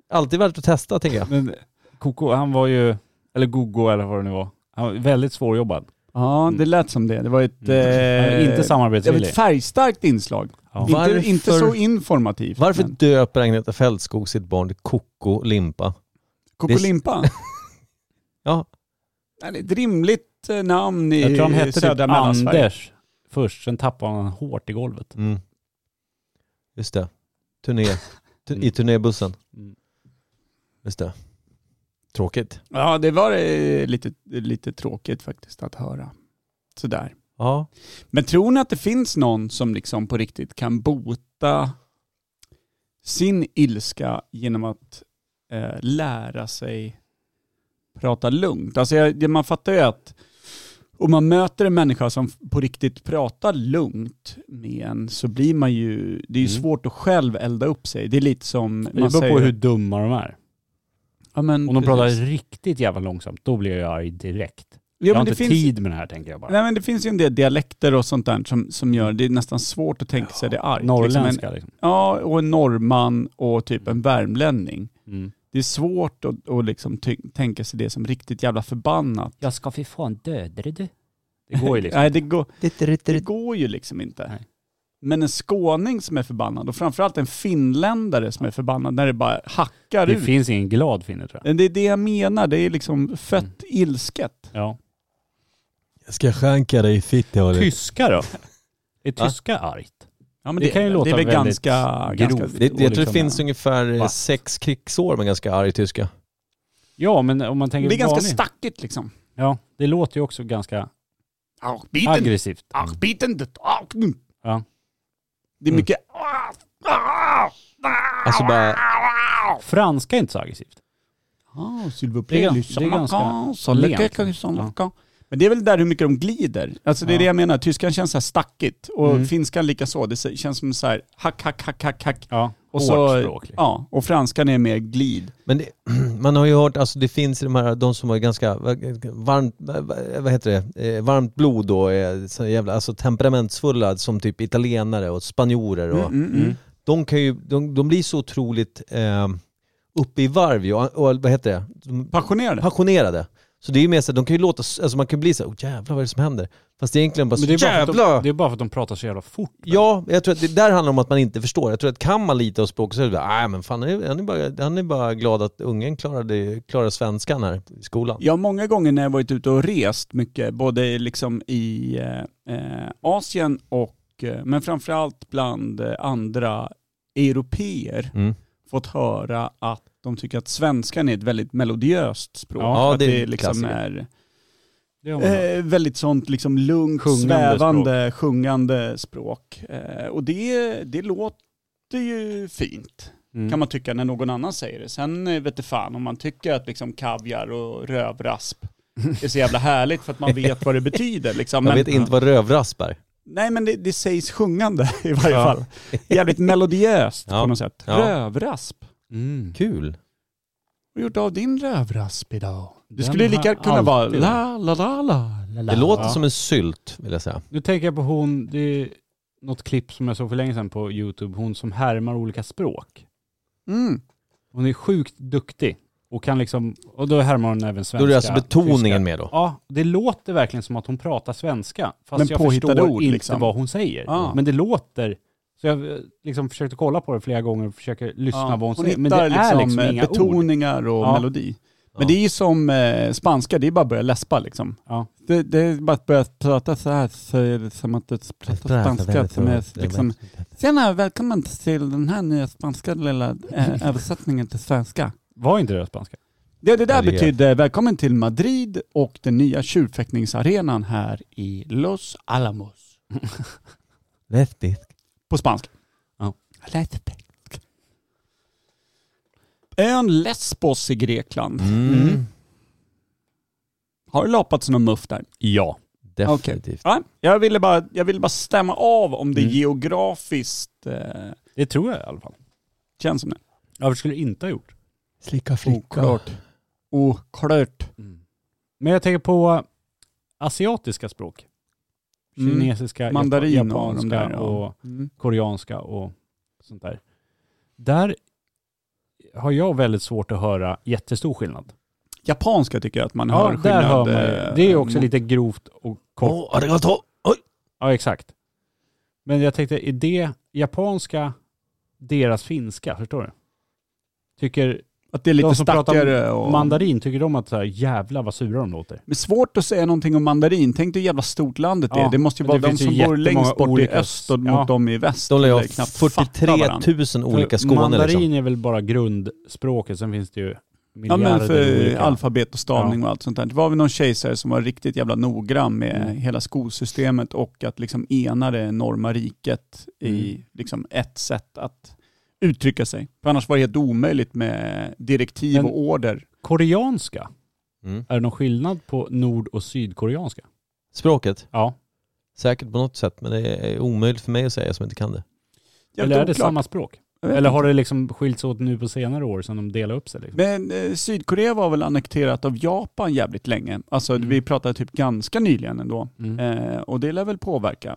[SPEAKER 2] Alltid värt att testa tänker jag.
[SPEAKER 3] Men Koko, han var ju, eller Gogo eller vad det nu var. Han var väldigt svårjobbad.
[SPEAKER 1] Ja, det
[SPEAKER 3] Mm.
[SPEAKER 1] lät som det. Det var ett...
[SPEAKER 3] Han är
[SPEAKER 1] Eh,
[SPEAKER 3] inte
[SPEAKER 1] det var
[SPEAKER 3] samarbetsvillig.
[SPEAKER 1] ett färgstarkt inslag.
[SPEAKER 3] Ja.
[SPEAKER 2] Varför-
[SPEAKER 1] Inte, inte så informativt.
[SPEAKER 2] Varför
[SPEAKER 1] men-
[SPEAKER 2] döper Agneta Fältskog sitt barn till Koko Limpa?
[SPEAKER 1] *laughs* Kokolimpa?
[SPEAKER 2] Ja.
[SPEAKER 1] Nej, det är ett rimligt eh, namn i
[SPEAKER 3] Jag tror han hette typ
[SPEAKER 1] södra Mellansverige.
[SPEAKER 3] Anders först, sen tappade han hårt i golvet.
[SPEAKER 2] Mm. Just det. Turné. Tu- I turnébussen.
[SPEAKER 3] Mm.
[SPEAKER 2] Just det. Tråkigt.
[SPEAKER 1] Ja, det var eh, lite, lite tråkigt faktiskt att höra. Sådär.
[SPEAKER 2] Ja.
[SPEAKER 1] Men tror ni att det finns någon som liksom på riktigt kan bota sin ilska genom att eh, lära sig prata lugnt? Alltså jag, det man fattar ju att om man möter en människa som på riktigt pratar lugnt med en så blir man ju, det är ju
[SPEAKER 3] Mm.
[SPEAKER 1] svårt att själv elda upp sig. Det är lite som...
[SPEAKER 3] Det beror på hur dumma de är.
[SPEAKER 1] ja, men,
[SPEAKER 3] Om de pratar
[SPEAKER 1] precis.
[SPEAKER 3] riktigt jävla långsamt, då blir jag arg direkt.
[SPEAKER 1] ja,
[SPEAKER 3] jag har
[SPEAKER 1] men det
[SPEAKER 3] inte
[SPEAKER 1] finns,
[SPEAKER 3] tid med det här tänker jag bara.
[SPEAKER 1] Nej men det finns ju en del dialekter och sånt där som, som gör det är nästan svårt att tänka sig det argt. Liksom en,
[SPEAKER 3] Norrländska liksom.
[SPEAKER 1] Ja, och en norrman och typ en värmlänning.
[SPEAKER 3] Mm.
[SPEAKER 1] Det är svårt att, att liksom ty- tänka sig det som riktigt jävla förbannat.
[SPEAKER 3] Jag ska för fan döda dig du. Det
[SPEAKER 1] *laughs*
[SPEAKER 3] går ju liksom.
[SPEAKER 1] Nej, det går, det går ju liksom inte.
[SPEAKER 3] Nej.
[SPEAKER 1] Men en skåning som är förbannad och framförallt en finländare som är förbannad när det bara hackar
[SPEAKER 3] det
[SPEAKER 1] ut.
[SPEAKER 3] finns ingen glad finne tror jag.
[SPEAKER 1] Men Det är det jag menar, det är liksom fött
[SPEAKER 3] Mm.
[SPEAKER 1] ilsket.
[SPEAKER 3] Ja.
[SPEAKER 2] Jag ska skänka dig i fitta
[SPEAKER 3] Tyska då? Är
[SPEAKER 2] Va?
[SPEAKER 3] tyska argt?
[SPEAKER 1] Ja, men
[SPEAKER 3] Det kan ju låta
[SPEAKER 1] det är väl
[SPEAKER 3] väldigt
[SPEAKER 1] ganska,
[SPEAKER 3] grovt.
[SPEAKER 1] ganska
[SPEAKER 2] det, jag tror det
[SPEAKER 1] liksom,
[SPEAKER 2] finns
[SPEAKER 1] ja.
[SPEAKER 2] ungefär eh,
[SPEAKER 3] Va?
[SPEAKER 2] sex krigsår med ganska arg tyska.
[SPEAKER 3] Ja, men om man tänker
[SPEAKER 1] Det är ganska
[SPEAKER 3] vanlig-
[SPEAKER 1] stackigt liksom.
[SPEAKER 3] Ja, det låter ju också ganska
[SPEAKER 1] Ach, biten,
[SPEAKER 3] aggressivt.
[SPEAKER 1] ach, biten, det- ach, mm.
[SPEAKER 3] Ja.
[SPEAKER 1] Det är
[SPEAKER 2] Mm.
[SPEAKER 1] mycket... ah, ah, ah,
[SPEAKER 2] Alltså bara-
[SPEAKER 3] Franska är inte så aggressivt.
[SPEAKER 1] Ah, s'il vous
[SPEAKER 3] Det
[SPEAKER 1] plaît,
[SPEAKER 3] är gan-
[SPEAKER 1] lyssna
[SPEAKER 3] det är ganska
[SPEAKER 1] kan, så
[SPEAKER 3] lent.
[SPEAKER 1] läcker kan som kan. Men det är väl där hur mycket de glider. Alltså det är
[SPEAKER 3] Ja.
[SPEAKER 1] det jag menar, tyskan känns så här stackigt och
[SPEAKER 2] Mm.
[SPEAKER 1] finskan lika så. Det se- känns som så här hack, hack, hack, hack, hack.
[SPEAKER 3] Ja,
[SPEAKER 1] Och så,
[SPEAKER 3] hårt språk. liksom.
[SPEAKER 1] ja, och franskan är mer glid.
[SPEAKER 2] Men det, *clears throat* man har ju hört, alltså det finns i de här, de som har ganska varmt, vad heter det, eh, varmt blod då, är så jävla, alltså temperamentsfulla som typ italienare och spanjorer och
[SPEAKER 1] Mm, mm, mm.
[SPEAKER 3] Mm.
[SPEAKER 2] de kan ju, de, de blir så otroligt eh, uppe i varv ju, och, och vad heter det, de,
[SPEAKER 1] Passionerade.
[SPEAKER 2] passionerade. Så det är ju mer så att de kan ju låta, s- alltså man kan bli så här, oh, jävlar vad är det som händer? Fast det är egentligen bara,
[SPEAKER 3] Men det, är bara för att
[SPEAKER 2] jävlar!
[SPEAKER 3] de, det är bara för att de pratar så jävla fort.
[SPEAKER 2] Ja, jag tror att det där handlar om att man inte förstår. Jag tror att kan man lite av språket så är det bara, nej men fan han är, han är, bara, han är bara glad att ungen klarade, klarade svenskan här i skolan.
[SPEAKER 1] Ja, många gånger när jag varit ute och rest mycket, både liksom i eh, eh, Asien och, eh, men framförallt bland eh, andra europeer,
[SPEAKER 2] Mm.
[SPEAKER 1] fått höra att de tycker att svenskan är ett väldigt melodiöst språk.
[SPEAKER 2] Ja,
[SPEAKER 1] att
[SPEAKER 2] det är
[SPEAKER 1] det
[SPEAKER 2] en
[SPEAKER 1] liksom
[SPEAKER 2] klassiker.
[SPEAKER 1] är
[SPEAKER 3] Det har man hört.
[SPEAKER 1] eh, väldigt sånt liksom lugnt,
[SPEAKER 3] Sjungande
[SPEAKER 1] svävande, sjungande språk. Eh, och det, det låter ju fint,
[SPEAKER 3] Mm.
[SPEAKER 1] kan man tycka, när någon annan säger det. Sen eh, vet du fan om man tycker att liksom kaviar och
[SPEAKER 2] *laughs*
[SPEAKER 1] rövrasp är så jävla härligt för att man vet vad det betyder. Liksom.
[SPEAKER 2] Jag
[SPEAKER 1] Men,
[SPEAKER 2] vet inte vad rövrasp är.
[SPEAKER 1] Nej men det, det sägs sjungande *laughs* i varje
[SPEAKER 3] Ja.
[SPEAKER 1] fall. Jävligt melodiöst
[SPEAKER 2] Ja.
[SPEAKER 1] på något sätt.
[SPEAKER 2] Ja.
[SPEAKER 1] Rövrasp.
[SPEAKER 3] Mm.
[SPEAKER 2] Kul.
[SPEAKER 1] och gjort av din rövrasp idag. Det
[SPEAKER 3] Den
[SPEAKER 1] skulle
[SPEAKER 3] har
[SPEAKER 1] lika gärna kunna vara
[SPEAKER 3] alltid-
[SPEAKER 1] la, la, la, la, la, la.
[SPEAKER 2] Det låter som en sylt vill jag säga.
[SPEAKER 3] Nu tänker jag på hon, det är något klipp som jag såg för länge sedan på YouTube, hon som härmar olika språk.
[SPEAKER 1] Mm.
[SPEAKER 3] Hon är sjukt duktig och kan liksom, och då härmar hon även svenska.
[SPEAKER 2] Då är det alltså
[SPEAKER 3] tyska.
[SPEAKER 2] betoningen med då.
[SPEAKER 3] Ja, det låter verkligen som att hon pratar svenska. Fast
[SPEAKER 1] Men
[SPEAKER 3] jag
[SPEAKER 1] påhittade
[SPEAKER 3] förstår
[SPEAKER 1] ord,
[SPEAKER 3] inte
[SPEAKER 1] liksom.
[SPEAKER 3] vad hon säger.
[SPEAKER 1] Ja.
[SPEAKER 3] Men det låter... Så jag eh, liksom försökte kolla på det flera gånger och försöker lyssna
[SPEAKER 1] Ja.
[SPEAKER 3] på vad
[SPEAKER 1] Hon
[SPEAKER 3] hon, säger.
[SPEAKER 1] hittar
[SPEAKER 3] Men det är
[SPEAKER 1] liksom,
[SPEAKER 3] liksom,
[SPEAKER 1] eh,
[SPEAKER 3] inga ord.
[SPEAKER 1] betoningar och
[SPEAKER 3] Ja.
[SPEAKER 1] melodi. Men
[SPEAKER 2] Ja.
[SPEAKER 1] det är ju som eh, spanska, det är bara att börja läspa liksom.
[SPEAKER 3] Ja.
[SPEAKER 1] Det, det är bara att börja prata så här, så är det som att du pratar spanska som är liksom... Tjena, välkommen till den här nya spanska lilla eh, *laughs* översättningen till svenska.
[SPEAKER 3] Var inte det spanska?
[SPEAKER 1] Det, det där
[SPEAKER 2] Herregud.
[SPEAKER 1] betyder välkommen till Madrid och den nya tjurfäktningsarenan här i Los Alamos.
[SPEAKER 2] Häftigt.
[SPEAKER 1] På spanska.
[SPEAKER 3] Ja.
[SPEAKER 1] Ön Lesbos i Grekland.
[SPEAKER 2] Mm.
[SPEAKER 1] Har det lapats någon muff där?
[SPEAKER 3] Ja.
[SPEAKER 2] Definitivt.
[SPEAKER 1] Ja, jag, ville bara, jag ville bara stämma av om det
[SPEAKER 3] Mm.
[SPEAKER 1] geografiskt eh,
[SPEAKER 3] Det tror jag i alla fall.
[SPEAKER 1] känns som det.
[SPEAKER 3] Ja, Varför skulle jag inte ha gjort?
[SPEAKER 2] Slicka
[SPEAKER 1] Oklart. Oklart.
[SPEAKER 3] Men jag tänker på asiatiska språk.
[SPEAKER 1] Mm.
[SPEAKER 3] Kinesiska, japa-
[SPEAKER 1] Mandarin och de
[SPEAKER 3] japanska
[SPEAKER 1] där, ja.
[SPEAKER 3] och
[SPEAKER 1] Mm.
[SPEAKER 3] koreanska och sånt där. Där har jag väldigt svårt att höra jättestor skillnad.
[SPEAKER 1] Japanska tycker jag att man
[SPEAKER 3] Ja,
[SPEAKER 1] hör skillnad.
[SPEAKER 3] där hör man ju.
[SPEAKER 1] eh,
[SPEAKER 3] Det är ju också
[SPEAKER 1] mot-
[SPEAKER 3] lite grovt och kort.
[SPEAKER 2] Åh, arigato! Oj!
[SPEAKER 3] Ja, exakt. Men jag tänkte, är det japanska deras finska? Förstår du? Tycker
[SPEAKER 1] Att det är lite
[SPEAKER 3] de som pratar
[SPEAKER 1] stackigare och...
[SPEAKER 3] mandarin, tycker de att så här, jävla vad sura de låter?
[SPEAKER 1] Men svårt att säga någonting om mandarin. Tänk dig hur jävla stort landet är.
[SPEAKER 3] Ja,
[SPEAKER 1] Det måste ju
[SPEAKER 3] men
[SPEAKER 1] vara
[SPEAKER 3] det
[SPEAKER 1] de
[SPEAKER 3] finns ju
[SPEAKER 1] som bor
[SPEAKER 3] jättemånga
[SPEAKER 1] längst bort i
[SPEAKER 3] olika-
[SPEAKER 1] öst och
[SPEAKER 3] Ja.
[SPEAKER 1] mot dem i väst.
[SPEAKER 2] De lär ju ha
[SPEAKER 1] Det är knappt fattar varandra.
[SPEAKER 2] 43 000 olika
[SPEAKER 3] För
[SPEAKER 2] Skåne
[SPEAKER 3] mandarin
[SPEAKER 2] liksom.
[SPEAKER 3] är väl bara grundspråket, sen finns det ju
[SPEAKER 1] Ja men för
[SPEAKER 3] olika.
[SPEAKER 1] alfabet och stavning och allt sånt där. Det var väl någon kejsare som var riktigt jävla noggrann med
[SPEAKER 3] Mm.
[SPEAKER 1] hela skolsystemet och att liksom ena det enorma riket
[SPEAKER 3] Mm.
[SPEAKER 1] i liksom ett sätt att uttrycka sig. För annars var det helt omöjligt med direktiv
[SPEAKER 3] Men-
[SPEAKER 1] och order.
[SPEAKER 3] Koreanska,
[SPEAKER 2] Mm.
[SPEAKER 3] är det någon skillnad på nord och sydkoreanska?
[SPEAKER 2] Språket,
[SPEAKER 3] Ja,
[SPEAKER 2] säkert på något sätt, men det är omöjligt för mig att säga som inte kan det.
[SPEAKER 1] Jävligt
[SPEAKER 3] eller är det
[SPEAKER 1] oklart.
[SPEAKER 3] samma språk?
[SPEAKER 1] Jag vet
[SPEAKER 3] Eller har
[SPEAKER 1] inte.
[SPEAKER 3] det liksom skilts åt nu på senare år sedan de delade upp sig? Liksom?
[SPEAKER 1] Men eh, Sydkorea var väl annekterat av Japan jävligt länge. Alltså
[SPEAKER 3] Mm.
[SPEAKER 1] vi pratade typ ganska nyligen ändå.
[SPEAKER 3] Mm.
[SPEAKER 1] Eh, och det lär väl påverka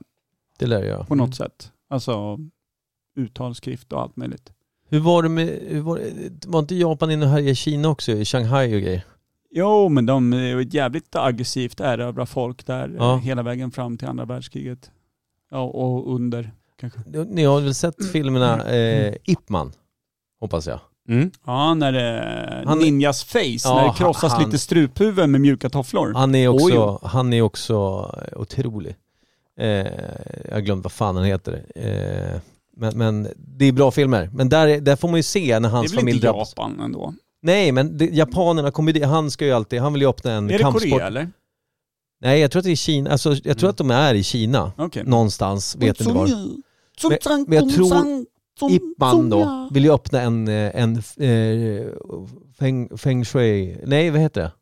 [SPEAKER 2] Det lär jag göra.
[SPEAKER 1] på något
[SPEAKER 3] Mm.
[SPEAKER 1] sätt. Alltså uttal, skrift och allt möjligt.
[SPEAKER 2] Hur var det med, hur var, det- var inte Japan inne och härjade i Kina också, i Shanghai och grejer?
[SPEAKER 1] Jo, men de är ju ett jävligt aggressivt erövra folk där eh,
[SPEAKER 2] Ja.
[SPEAKER 1] hela vägen fram till andra världskriget. Ja, och under kanske.
[SPEAKER 2] Ni har väl
[SPEAKER 1] Mm.
[SPEAKER 2] sett filmerna eh, Ip Man, hoppas jag.
[SPEAKER 3] Mm.
[SPEAKER 1] Ja, när det
[SPEAKER 2] Han-
[SPEAKER 1] ninjas face,
[SPEAKER 2] Ja,
[SPEAKER 1] när det krossas
[SPEAKER 2] han-
[SPEAKER 1] lite struphuvuden med mjuka tofflor.
[SPEAKER 2] Han är också, han är också otrolig. Eh, jag har glömt vad fan han heter. Eh, men, men det är bra filmer. Men där, är- där får man ju se när
[SPEAKER 1] det
[SPEAKER 2] hans
[SPEAKER 1] är väl
[SPEAKER 2] familj
[SPEAKER 1] inte
[SPEAKER 2] drabbas.
[SPEAKER 1] Japan ändå?
[SPEAKER 2] Nej men det, japanerna kommer ju dit- han ska ju alltid, han vill ju öppna en
[SPEAKER 1] Är det
[SPEAKER 2] kampsport.
[SPEAKER 1] Korea eller?
[SPEAKER 2] Nej jag tror att det är Kina, alltså jag tror
[SPEAKER 3] Mm.
[SPEAKER 2] att de är i Kina.
[SPEAKER 1] Okej.
[SPEAKER 2] Någonstans, vet inte var. Men-
[SPEAKER 1] Men,
[SPEAKER 2] men jag tror Ip Man då vill ju öppna en, eh, en eh, feng, feng shui, nej vad heter det?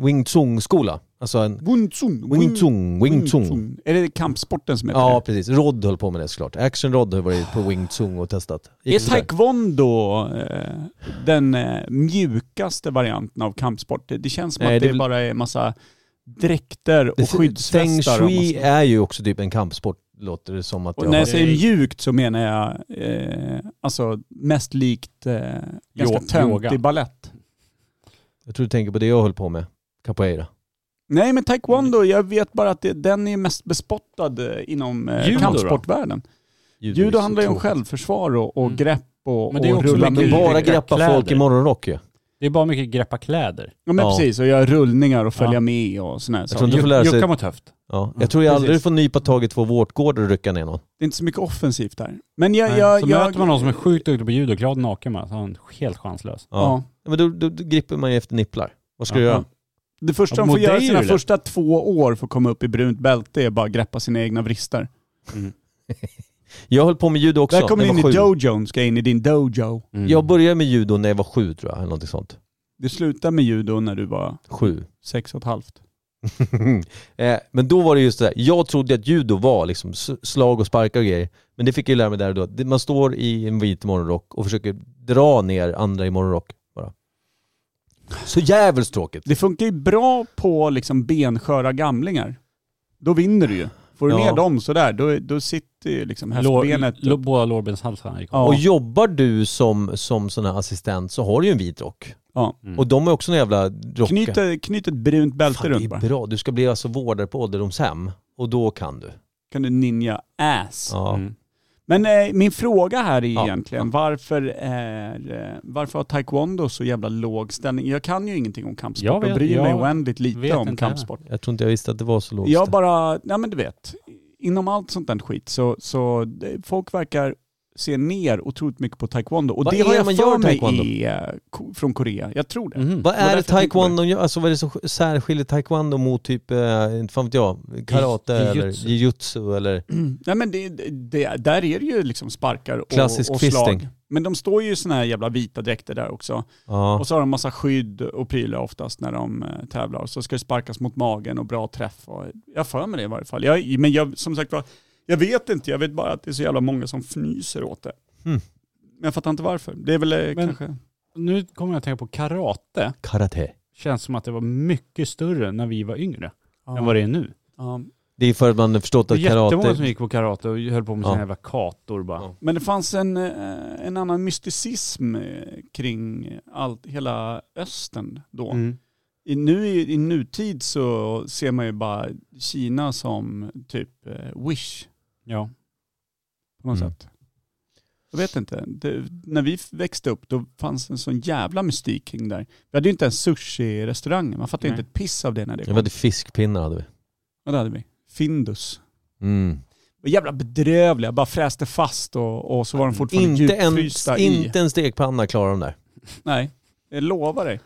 [SPEAKER 2] Wing Chun skola. Alltså en
[SPEAKER 1] Wing Chun.
[SPEAKER 2] Wing Chun, Wing Chun.
[SPEAKER 1] Är det kampsporten som heter
[SPEAKER 2] Ja
[SPEAKER 1] det?
[SPEAKER 2] precis, Rod höll på med det såklart. Action Rod har varit på Wing Chun och testat. Gick
[SPEAKER 1] Är
[SPEAKER 2] sådär.
[SPEAKER 1] taekwondo eh, den eh, mjukaste varianten av kampsport? Det, det känns som
[SPEAKER 2] Nej,
[SPEAKER 1] att
[SPEAKER 2] det
[SPEAKER 1] det,
[SPEAKER 2] är väl-
[SPEAKER 1] bara är massa dräkter och
[SPEAKER 2] Det- Feng
[SPEAKER 1] skyddsvästar. och
[SPEAKER 2] shui
[SPEAKER 1] massa-
[SPEAKER 2] är ju också typ en kampsport låter det som att
[SPEAKER 3] Typ,
[SPEAKER 1] Och
[SPEAKER 2] jag
[SPEAKER 1] när
[SPEAKER 2] har.
[SPEAKER 1] jag säger mjukt så menar jag eh, alltså mest likt eh, ganska
[SPEAKER 3] Yo- yoga.
[SPEAKER 1] töntig balett.
[SPEAKER 2] Jag tror du tänker på det jag höll på med, capoeira.
[SPEAKER 1] Nej men taekwondo, jag vet bara att det, den är mest bespottad eh, inom eh,
[SPEAKER 3] Judo då?
[SPEAKER 1] kampsportvärlden. Judo
[SPEAKER 2] är så
[SPEAKER 1] handlar ju om
[SPEAKER 2] tråkigt.
[SPEAKER 1] självförsvar och, och
[SPEAKER 3] Mm.
[SPEAKER 1] grepp och,
[SPEAKER 3] Men det är
[SPEAKER 1] och
[SPEAKER 3] också
[SPEAKER 1] rulla
[SPEAKER 3] mycket
[SPEAKER 1] med
[SPEAKER 2] Men bara
[SPEAKER 3] Kläder.
[SPEAKER 2] greppa folk i morgonrock ju.
[SPEAKER 3] Det är bara mycket greppa kläder.
[SPEAKER 1] Ja men
[SPEAKER 2] Ja.
[SPEAKER 1] precis, och göra rullningar och följa
[SPEAKER 3] Ja.
[SPEAKER 1] med och sådana här
[SPEAKER 2] tror
[SPEAKER 1] saker.
[SPEAKER 2] inte- Du får lära sig-
[SPEAKER 3] Jucka mot höft.
[SPEAKER 1] Mm.
[SPEAKER 2] Ja.
[SPEAKER 3] Ja,
[SPEAKER 2] Jag tror jag aldrig
[SPEAKER 3] precis.
[SPEAKER 2] får nypa tag i två vårtgårdar och rycka ner någon.
[SPEAKER 1] Det är inte så mycket offensivt där. Men jag...
[SPEAKER 3] Nej.
[SPEAKER 1] jag,
[SPEAKER 3] så
[SPEAKER 1] jag
[SPEAKER 3] möter man någon som är sjukt duktig på judo, glad naken med, så är han helt chanslös.
[SPEAKER 1] Ja.
[SPEAKER 2] Ja. Ja, men då, då, då griper man ju efter nipplar. Vad ska du
[SPEAKER 3] Ja.
[SPEAKER 2] göra?
[SPEAKER 1] Det första
[SPEAKER 3] Ja,
[SPEAKER 1] de får
[SPEAKER 3] mot
[SPEAKER 1] göra
[SPEAKER 3] dig är
[SPEAKER 1] sina
[SPEAKER 3] det lätt.
[SPEAKER 1] första två år för att komma upp i brunt bälte är bara att greppa sina egna vristar.
[SPEAKER 2] Jag höll på med judo också.
[SPEAKER 1] Där kommer
[SPEAKER 2] när
[SPEAKER 1] du in
[SPEAKER 2] jag
[SPEAKER 1] i
[SPEAKER 2] var sju.
[SPEAKER 1] dojon, ska in i din dojo.
[SPEAKER 3] Mm.
[SPEAKER 2] Jag började med judo när jag var sju tror jag, eller någonting sånt.
[SPEAKER 1] Du slutade med judo när du var *laughs*
[SPEAKER 2] Sju.
[SPEAKER 1] sex och ett halvt.
[SPEAKER 2] eh, men då var det just det där. Jag trodde att judo var liksom s- slag och sparkar och grejer. Men det fick jag ju lära mig där och då. Det- Man står i en vit morgonrock och försöker dra ner andra i morgonrock bara. Så jävligt tråkigt.
[SPEAKER 1] Det funkar ju bra på liksom bensköra gamlingar. Då vinner du ju. Får du
[SPEAKER 2] Ja.
[SPEAKER 1] ner dem sådär, då, då sitter ju liksom höftbenet...
[SPEAKER 3] Lår, lo, båda lårbenshalsarna gick av.
[SPEAKER 1] Ja.
[SPEAKER 2] Och jobbar du som, som sån här assistent så har du ju en vit rock.
[SPEAKER 1] Ja.
[SPEAKER 3] Mm.
[SPEAKER 2] Och de är också en jävla rockar.
[SPEAKER 1] Knyt, ett- knyt ett brunt bälte
[SPEAKER 2] Fan, det
[SPEAKER 1] runt
[SPEAKER 2] är
[SPEAKER 1] bara.
[SPEAKER 2] bra. Du ska bli alltså vårdare på ålderdomshem och då kan du.
[SPEAKER 1] kan du ninja ass.
[SPEAKER 2] Ja.
[SPEAKER 3] Mm.
[SPEAKER 1] Men eh, min fråga här är
[SPEAKER 2] Ja,
[SPEAKER 1] egentligen, varför, är, eh, varför har taekwondo så jävla låg ställning? Jag kan ju ingenting om kampsport
[SPEAKER 3] Jag vet-
[SPEAKER 1] och bryr
[SPEAKER 3] jag
[SPEAKER 1] mig oändligt
[SPEAKER 3] vet
[SPEAKER 1] lite om
[SPEAKER 3] inte
[SPEAKER 1] kampsport.
[SPEAKER 2] Jag tror inte jag visste att det var så lågt.
[SPEAKER 1] Jag bara, nej men du vet, inom allt sånt där skit så, så det- folk verkar se ner otroligt mycket på taekwondo. Och
[SPEAKER 2] Vad
[SPEAKER 1] det
[SPEAKER 2] är
[SPEAKER 1] har
[SPEAKER 2] det
[SPEAKER 1] jag
[SPEAKER 2] man
[SPEAKER 1] för
[SPEAKER 2] gör
[SPEAKER 1] mig
[SPEAKER 2] taekwondo? Mm.
[SPEAKER 1] är, ko- från Korea. Jag tror det.
[SPEAKER 3] Mhm.
[SPEAKER 2] Vad
[SPEAKER 1] Det var
[SPEAKER 2] är det
[SPEAKER 1] därför jag tänkte på
[SPEAKER 2] taekwondo gör? Alltså vad är det som särskiljer taekwondo mot typ, eh, inte fan vet jag, karate
[SPEAKER 3] Jiu-
[SPEAKER 2] eller
[SPEAKER 3] jujutsu.
[SPEAKER 2] jujutsu eller?
[SPEAKER 1] Nej men det, det- det, där är det ju liksom sparkar och,
[SPEAKER 2] Klassisk
[SPEAKER 1] och
[SPEAKER 2] fisting.
[SPEAKER 1] slag. Men de står ju i såna här jävla vita dräkter där också.
[SPEAKER 2] Ja.
[SPEAKER 1] Och så har de massa skydd och prylar oftast när de eh, tävlar. Så ska det sparkas mot magen och bra träff. Och jag har för mig det i varje fall. Jag, men jag, som sagt var, jag vet inte. Jag vet bara att det är så jävla många som fnyser åt det.
[SPEAKER 3] Hmm.
[SPEAKER 2] Mm.
[SPEAKER 1] Men jag fattar inte varför. Det är väl eh,
[SPEAKER 3] Men-
[SPEAKER 1] kanske...
[SPEAKER 3] Nu kommer jag att tänka på karate.
[SPEAKER 2] Karate.
[SPEAKER 3] Känns som att det var mycket större när vi var yngre
[SPEAKER 1] Ja,
[SPEAKER 3] än vad det är nu.
[SPEAKER 1] ja.
[SPEAKER 2] Det är för att man har förstått
[SPEAKER 3] Det var
[SPEAKER 2] att
[SPEAKER 3] jättemånga som
[SPEAKER 2] karate...
[SPEAKER 3] gick på karate och höll på med
[SPEAKER 2] Ja.
[SPEAKER 3] sina jävla kator bara.
[SPEAKER 2] Ja.
[SPEAKER 1] Men det fanns en, eh, en annan mysticism eh, kring allt, hela östern då.
[SPEAKER 3] Mm.
[SPEAKER 1] I, nu, i, I nutid så ser man ju bara Kina som typ eh, Wish.
[SPEAKER 3] Ja.
[SPEAKER 1] på något
[SPEAKER 2] Mm.
[SPEAKER 1] sätt. Jag vet inte. Det, när vi växte upp då fanns en sån jävla mystik kring det där. Vi hade ju inte ens sushi-restauranger. Man fattade ju
[SPEAKER 3] Nej.
[SPEAKER 1] inte ett piss av det när det
[SPEAKER 2] Jag
[SPEAKER 1] kom.
[SPEAKER 2] hade fiskpinnar hade vi.
[SPEAKER 1] Vad hade vi? Findus.
[SPEAKER 2] Mm.
[SPEAKER 1] Vad jävla bedrövliga. Bara fräste fast och, och så var de fortfarande
[SPEAKER 2] Inte en,
[SPEAKER 1] djupfrysta i.
[SPEAKER 2] inte en stekpanna klarar de där.
[SPEAKER 1] Nej, jag lovar dig.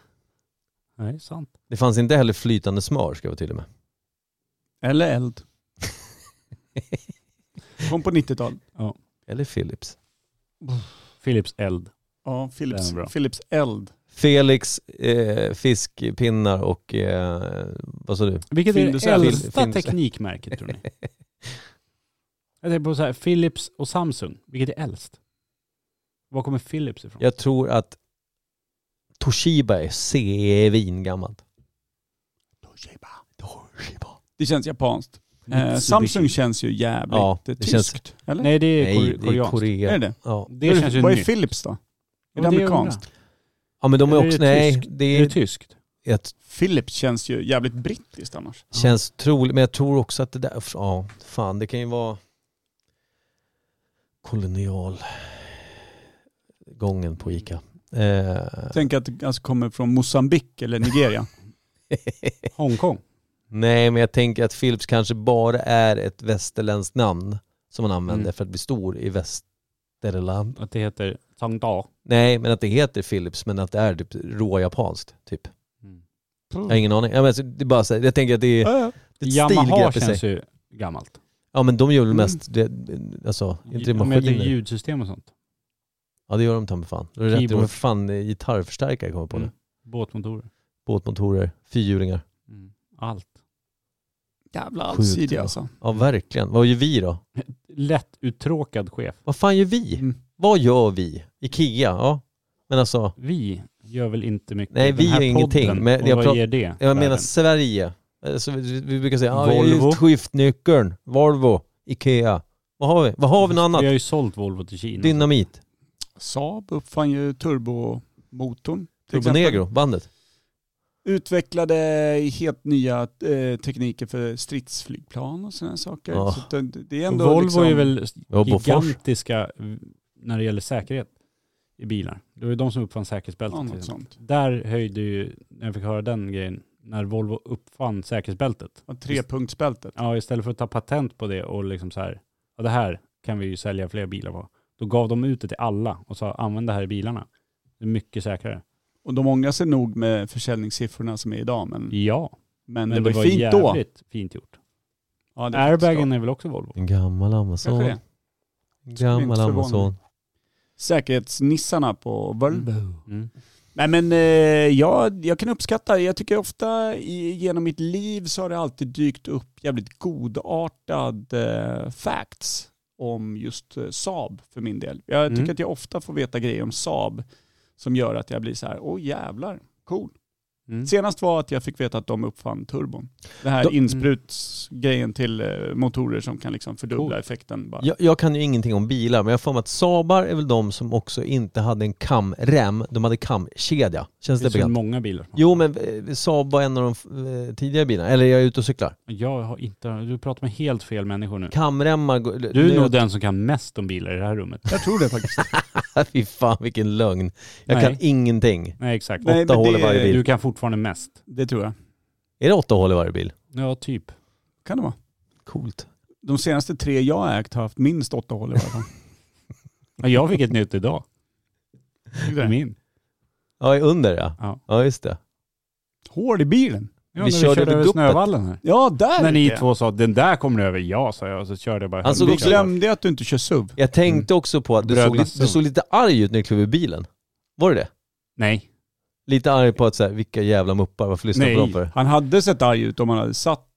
[SPEAKER 3] Nej, sant.
[SPEAKER 2] Det fanns inte heller flytande smör ska jag vara tydlig med.
[SPEAKER 1] Eller eld. Kom på 90-tal.
[SPEAKER 2] Eller Philips.
[SPEAKER 3] Philips eld.
[SPEAKER 1] Ja, Philips,
[SPEAKER 3] Den är bra.
[SPEAKER 1] Philips eld.
[SPEAKER 2] Felix, eh, fiskpinnar och eh, vad sa du?
[SPEAKER 3] Vilket är
[SPEAKER 1] Findus
[SPEAKER 3] det
[SPEAKER 1] Apple.
[SPEAKER 3] äldsta
[SPEAKER 2] Findus-
[SPEAKER 1] *laughs*
[SPEAKER 3] teknikmärket tror ni? Jag tänker på så här, Philips och Samsung, vilket är äldst? Var kommer Philips ifrån?
[SPEAKER 2] Jag tror att Toshiba är svingammalt.
[SPEAKER 1] Toshiba. Det känns japanskt. Eh,
[SPEAKER 3] Mitsubishi.
[SPEAKER 1] Samsung känns ju jävligt
[SPEAKER 2] Ja, det
[SPEAKER 1] tyskt.
[SPEAKER 2] känns-
[SPEAKER 1] Eller?
[SPEAKER 3] Nej, det är
[SPEAKER 2] Nej,
[SPEAKER 3] kor-
[SPEAKER 2] det är
[SPEAKER 3] koreanskt.
[SPEAKER 1] Är
[SPEAKER 2] Korea.
[SPEAKER 1] det det?
[SPEAKER 2] Ja.
[SPEAKER 3] Det känns ju
[SPEAKER 1] Vad är
[SPEAKER 3] nytt.
[SPEAKER 1] Philips då? Är
[SPEAKER 3] Ja,
[SPEAKER 1] det
[SPEAKER 3] det jag
[SPEAKER 1] amerikanskt?
[SPEAKER 2] ja men de
[SPEAKER 3] Eller
[SPEAKER 2] är
[SPEAKER 3] är
[SPEAKER 2] också,
[SPEAKER 3] det
[SPEAKER 2] nej
[SPEAKER 3] tyskt?
[SPEAKER 2] det
[SPEAKER 3] Är det
[SPEAKER 2] är,
[SPEAKER 3] tyskt?
[SPEAKER 2] jag
[SPEAKER 1] Philips känns ju jävligt brittiskt annars.
[SPEAKER 2] Känns troligt, men jag tror också att det där, ja fan det kan ju vara kolonial gången på ICA. Eh, *laughs*
[SPEAKER 1] Tänk att det alltså kommer från Mosambik eller
[SPEAKER 3] *laughs*
[SPEAKER 1] Nigeria.
[SPEAKER 3] Hongkong?
[SPEAKER 2] nej men jag tänker att Philips kanske bara är ett västerländskt namn som man använder
[SPEAKER 3] Mm.
[SPEAKER 2] för att bli stor i västerland.
[SPEAKER 3] Att det heter Sangda?
[SPEAKER 2] Nej men att det heter Philips men att det är typ råjapanskt typ.
[SPEAKER 3] Mm.
[SPEAKER 2] Jag har ingen aning. Ja, men alltså, det är bara så här, jag tänker att det är
[SPEAKER 1] Ja, ja.
[SPEAKER 2] ett
[SPEAKER 3] Yamaha
[SPEAKER 2] stilgrepp i sig.
[SPEAKER 3] känns ju gammalt.
[SPEAKER 2] Ja men de gör väl
[SPEAKER 1] Mm.
[SPEAKER 2] mest, det, alltså, inte det
[SPEAKER 3] Mm. Ja, men det är
[SPEAKER 2] maskiner?
[SPEAKER 3] ljudsystem och sånt.
[SPEAKER 2] Ja det gör de ta mig fan. Du har rätt, de är
[SPEAKER 3] Keyboard.
[SPEAKER 2] fan eh, gitarrförstärkare kommer jag på nu.
[SPEAKER 3] Mm. Båtmotorer.
[SPEAKER 2] båtmotorer, fyrhjulingar.
[SPEAKER 3] Mm. Allt.
[SPEAKER 1] Jävla
[SPEAKER 2] Sjukt,
[SPEAKER 1] allsidig
[SPEAKER 2] ja.
[SPEAKER 1] alltså.
[SPEAKER 2] Ja verkligen. Vad gör vi då?
[SPEAKER 3] Lätt uttråkad chef.
[SPEAKER 2] Vad fan gör vi?
[SPEAKER 1] Mm.
[SPEAKER 2] Vad gör vi? Ikea, ja. Men alltså,
[SPEAKER 3] Vi gör väl inte mycket.
[SPEAKER 2] Nej, vi
[SPEAKER 3] Den här
[SPEAKER 2] gör ingenting,
[SPEAKER 3] podden,
[SPEAKER 2] men
[SPEAKER 3] och
[SPEAKER 2] jag
[SPEAKER 3] vad
[SPEAKER 2] pratar-
[SPEAKER 3] ger det?
[SPEAKER 2] jag menar
[SPEAKER 3] världen?
[SPEAKER 2] Sverige. Alltså, vi, vi brukar säga,
[SPEAKER 3] Volvo.
[SPEAKER 2] Volvo. skiftnyckeln, Volvo, Ikea. Vad har vi? Vad har vi något
[SPEAKER 3] Vi har
[SPEAKER 2] annat?
[SPEAKER 3] ju sålt Volvo till Kina.
[SPEAKER 2] Dynamit,
[SPEAKER 1] Saab uppfann ju turbomotorn. till
[SPEAKER 2] Turbo
[SPEAKER 1] exempel.
[SPEAKER 2] Negro, bandet.
[SPEAKER 1] Utvecklade helt nya eh, tekniker för stridsflygplan och sådana saker.
[SPEAKER 2] Ja.
[SPEAKER 1] Så att det, det är
[SPEAKER 3] Och
[SPEAKER 1] ändå
[SPEAKER 3] Volvo
[SPEAKER 1] liksom,
[SPEAKER 3] är väl
[SPEAKER 2] Ja, Bofors.
[SPEAKER 3] gigantiska när det gäller säkerhet i bilar. Det var ju de som uppfann säkerhetsbältet.
[SPEAKER 1] ja,
[SPEAKER 3] till
[SPEAKER 1] något
[SPEAKER 3] exempel.
[SPEAKER 1] sånt.
[SPEAKER 3] Där höjde ju, när jag fick höra den grejen, när Volvo uppfann säkerhetsbältet.
[SPEAKER 1] Och Trepunktsbältet.
[SPEAKER 3] Ja, istället för att ta patent på det och liksom så här, ja det här kan vi ju sälja fler bilar på. Då gav de ut det till alla och sa använd det här i bilarna. Det är mycket säkrare.
[SPEAKER 1] Och de ångrar sig nog med försäljningssiffrorna som är idag. Men,
[SPEAKER 3] Ja,
[SPEAKER 1] men,
[SPEAKER 3] men,
[SPEAKER 1] det, var ju fint då.
[SPEAKER 3] jävligt fint gjort.
[SPEAKER 1] Ja, det är faktiskt bra.
[SPEAKER 3] Airbagen är väl också Volvo?
[SPEAKER 2] En gammal
[SPEAKER 1] Kanske
[SPEAKER 2] Amazon.
[SPEAKER 1] det.
[SPEAKER 2] Gammal
[SPEAKER 1] inte förvåna
[SPEAKER 2] Amazon.
[SPEAKER 1] Säkerhetsnissarna på Volvo.
[SPEAKER 3] Mm.
[SPEAKER 1] Nej men eh, jag, jag kan uppskatta, jag tycker ofta i, genom mitt liv så har det alltid dykt upp jävligt godartad eh, facts om just eh, Saab för min del. Jag
[SPEAKER 3] Mm.
[SPEAKER 1] tycker att jag ofta får veta grejer om Saab som gör att jag blir så här, åh jävlar, cool.
[SPEAKER 3] Mm.
[SPEAKER 1] Senast var att jag fick veta att de uppfann turbon. Den här
[SPEAKER 2] De-
[SPEAKER 1] insprutsgrejen till eh, motorer som kan liksom fördubbla
[SPEAKER 3] Coolt.
[SPEAKER 1] effekten. Bara.
[SPEAKER 2] Jag, jag kan ju ingenting om bilar, men jag får mig att Sabar är väl de som också inte hade en kamrem, de hade kamkedja. Känns
[SPEAKER 3] Det
[SPEAKER 2] det bekant?
[SPEAKER 3] finns många bilar.
[SPEAKER 2] Jo men eh, Saab var en av de eh, tidigare bilarna, eller jag är ute och cyklar.
[SPEAKER 3] Jag har inte, du pratar med helt fel människor nu.
[SPEAKER 2] Kamremmar går-
[SPEAKER 3] Du är
[SPEAKER 2] nu-
[SPEAKER 3] nog den som kan mest om bilar i det
[SPEAKER 2] *laughs*
[SPEAKER 3] här rummet.
[SPEAKER 1] Jag tror det faktiskt.
[SPEAKER 2] Fy fan vilken lögn. Jag
[SPEAKER 3] Nej.
[SPEAKER 2] kan ingenting.
[SPEAKER 3] Nej
[SPEAKER 1] *laughs*
[SPEAKER 3] exakt.
[SPEAKER 1] Nej,
[SPEAKER 2] åtta
[SPEAKER 1] men
[SPEAKER 2] hål i
[SPEAKER 1] det-
[SPEAKER 2] varje bil.
[SPEAKER 3] Du kan fortfarande mest.
[SPEAKER 1] det tror jag.
[SPEAKER 2] Är det åtta hål i varje bil?
[SPEAKER 3] Ja, typ.
[SPEAKER 1] Kan det vara.
[SPEAKER 2] Coolt.
[SPEAKER 1] De senaste tre jag har ägt har haft minst åtta hål i varje fall.
[SPEAKER 3] Ja, jag fick ett
[SPEAKER 1] *laughs*
[SPEAKER 3] nytt idag. Min.
[SPEAKER 2] Ja, i under ja.
[SPEAKER 3] Ja.
[SPEAKER 2] Ja just det.
[SPEAKER 1] Hål i bilen?
[SPEAKER 3] Ja,
[SPEAKER 2] Vi
[SPEAKER 3] när vi
[SPEAKER 2] körde
[SPEAKER 3] körde,
[SPEAKER 2] över
[SPEAKER 3] över
[SPEAKER 2] guppet.
[SPEAKER 3] snövallen här.
[SPEAKER 1] Ja, där
[SPEAKER 3] När
[SPEAKER 1] är
[SPEAKER 3] ni
[SPEAKER 1] det.
[SPEAKER 3] två sa den där kommer ni över, ja sa jag och så körde jag bara.
[SPEAKER 2] Han såg
[SPEAKER 1] Vi
[SPEAKER 2] Alltså, också-
[SPEAKER 1] glömde att du inte kör SUV.
[SPEAKER 2] Jag
[SPEAKER 3] Mm.
[SPEAKER 2] tänkte också på att du
[SPEAKER 3] Bröderna
[SPEAKER 2] såg, lite, du
[SPEAKER 3] Sund.
[SPEAKER 2] såg lite arg ut när du klev ur bilen. Var det det?
[SPEAKER 3] Nej,
[SPEAKER 2] Lite arg på att så här, vilka jävla muppar, varför lyssnar du på
[SPEAKER 3] Nej.
[SPEAKER 2] dem för?
[SPEAKER 1] Han hade sett arg ut om han hade satt,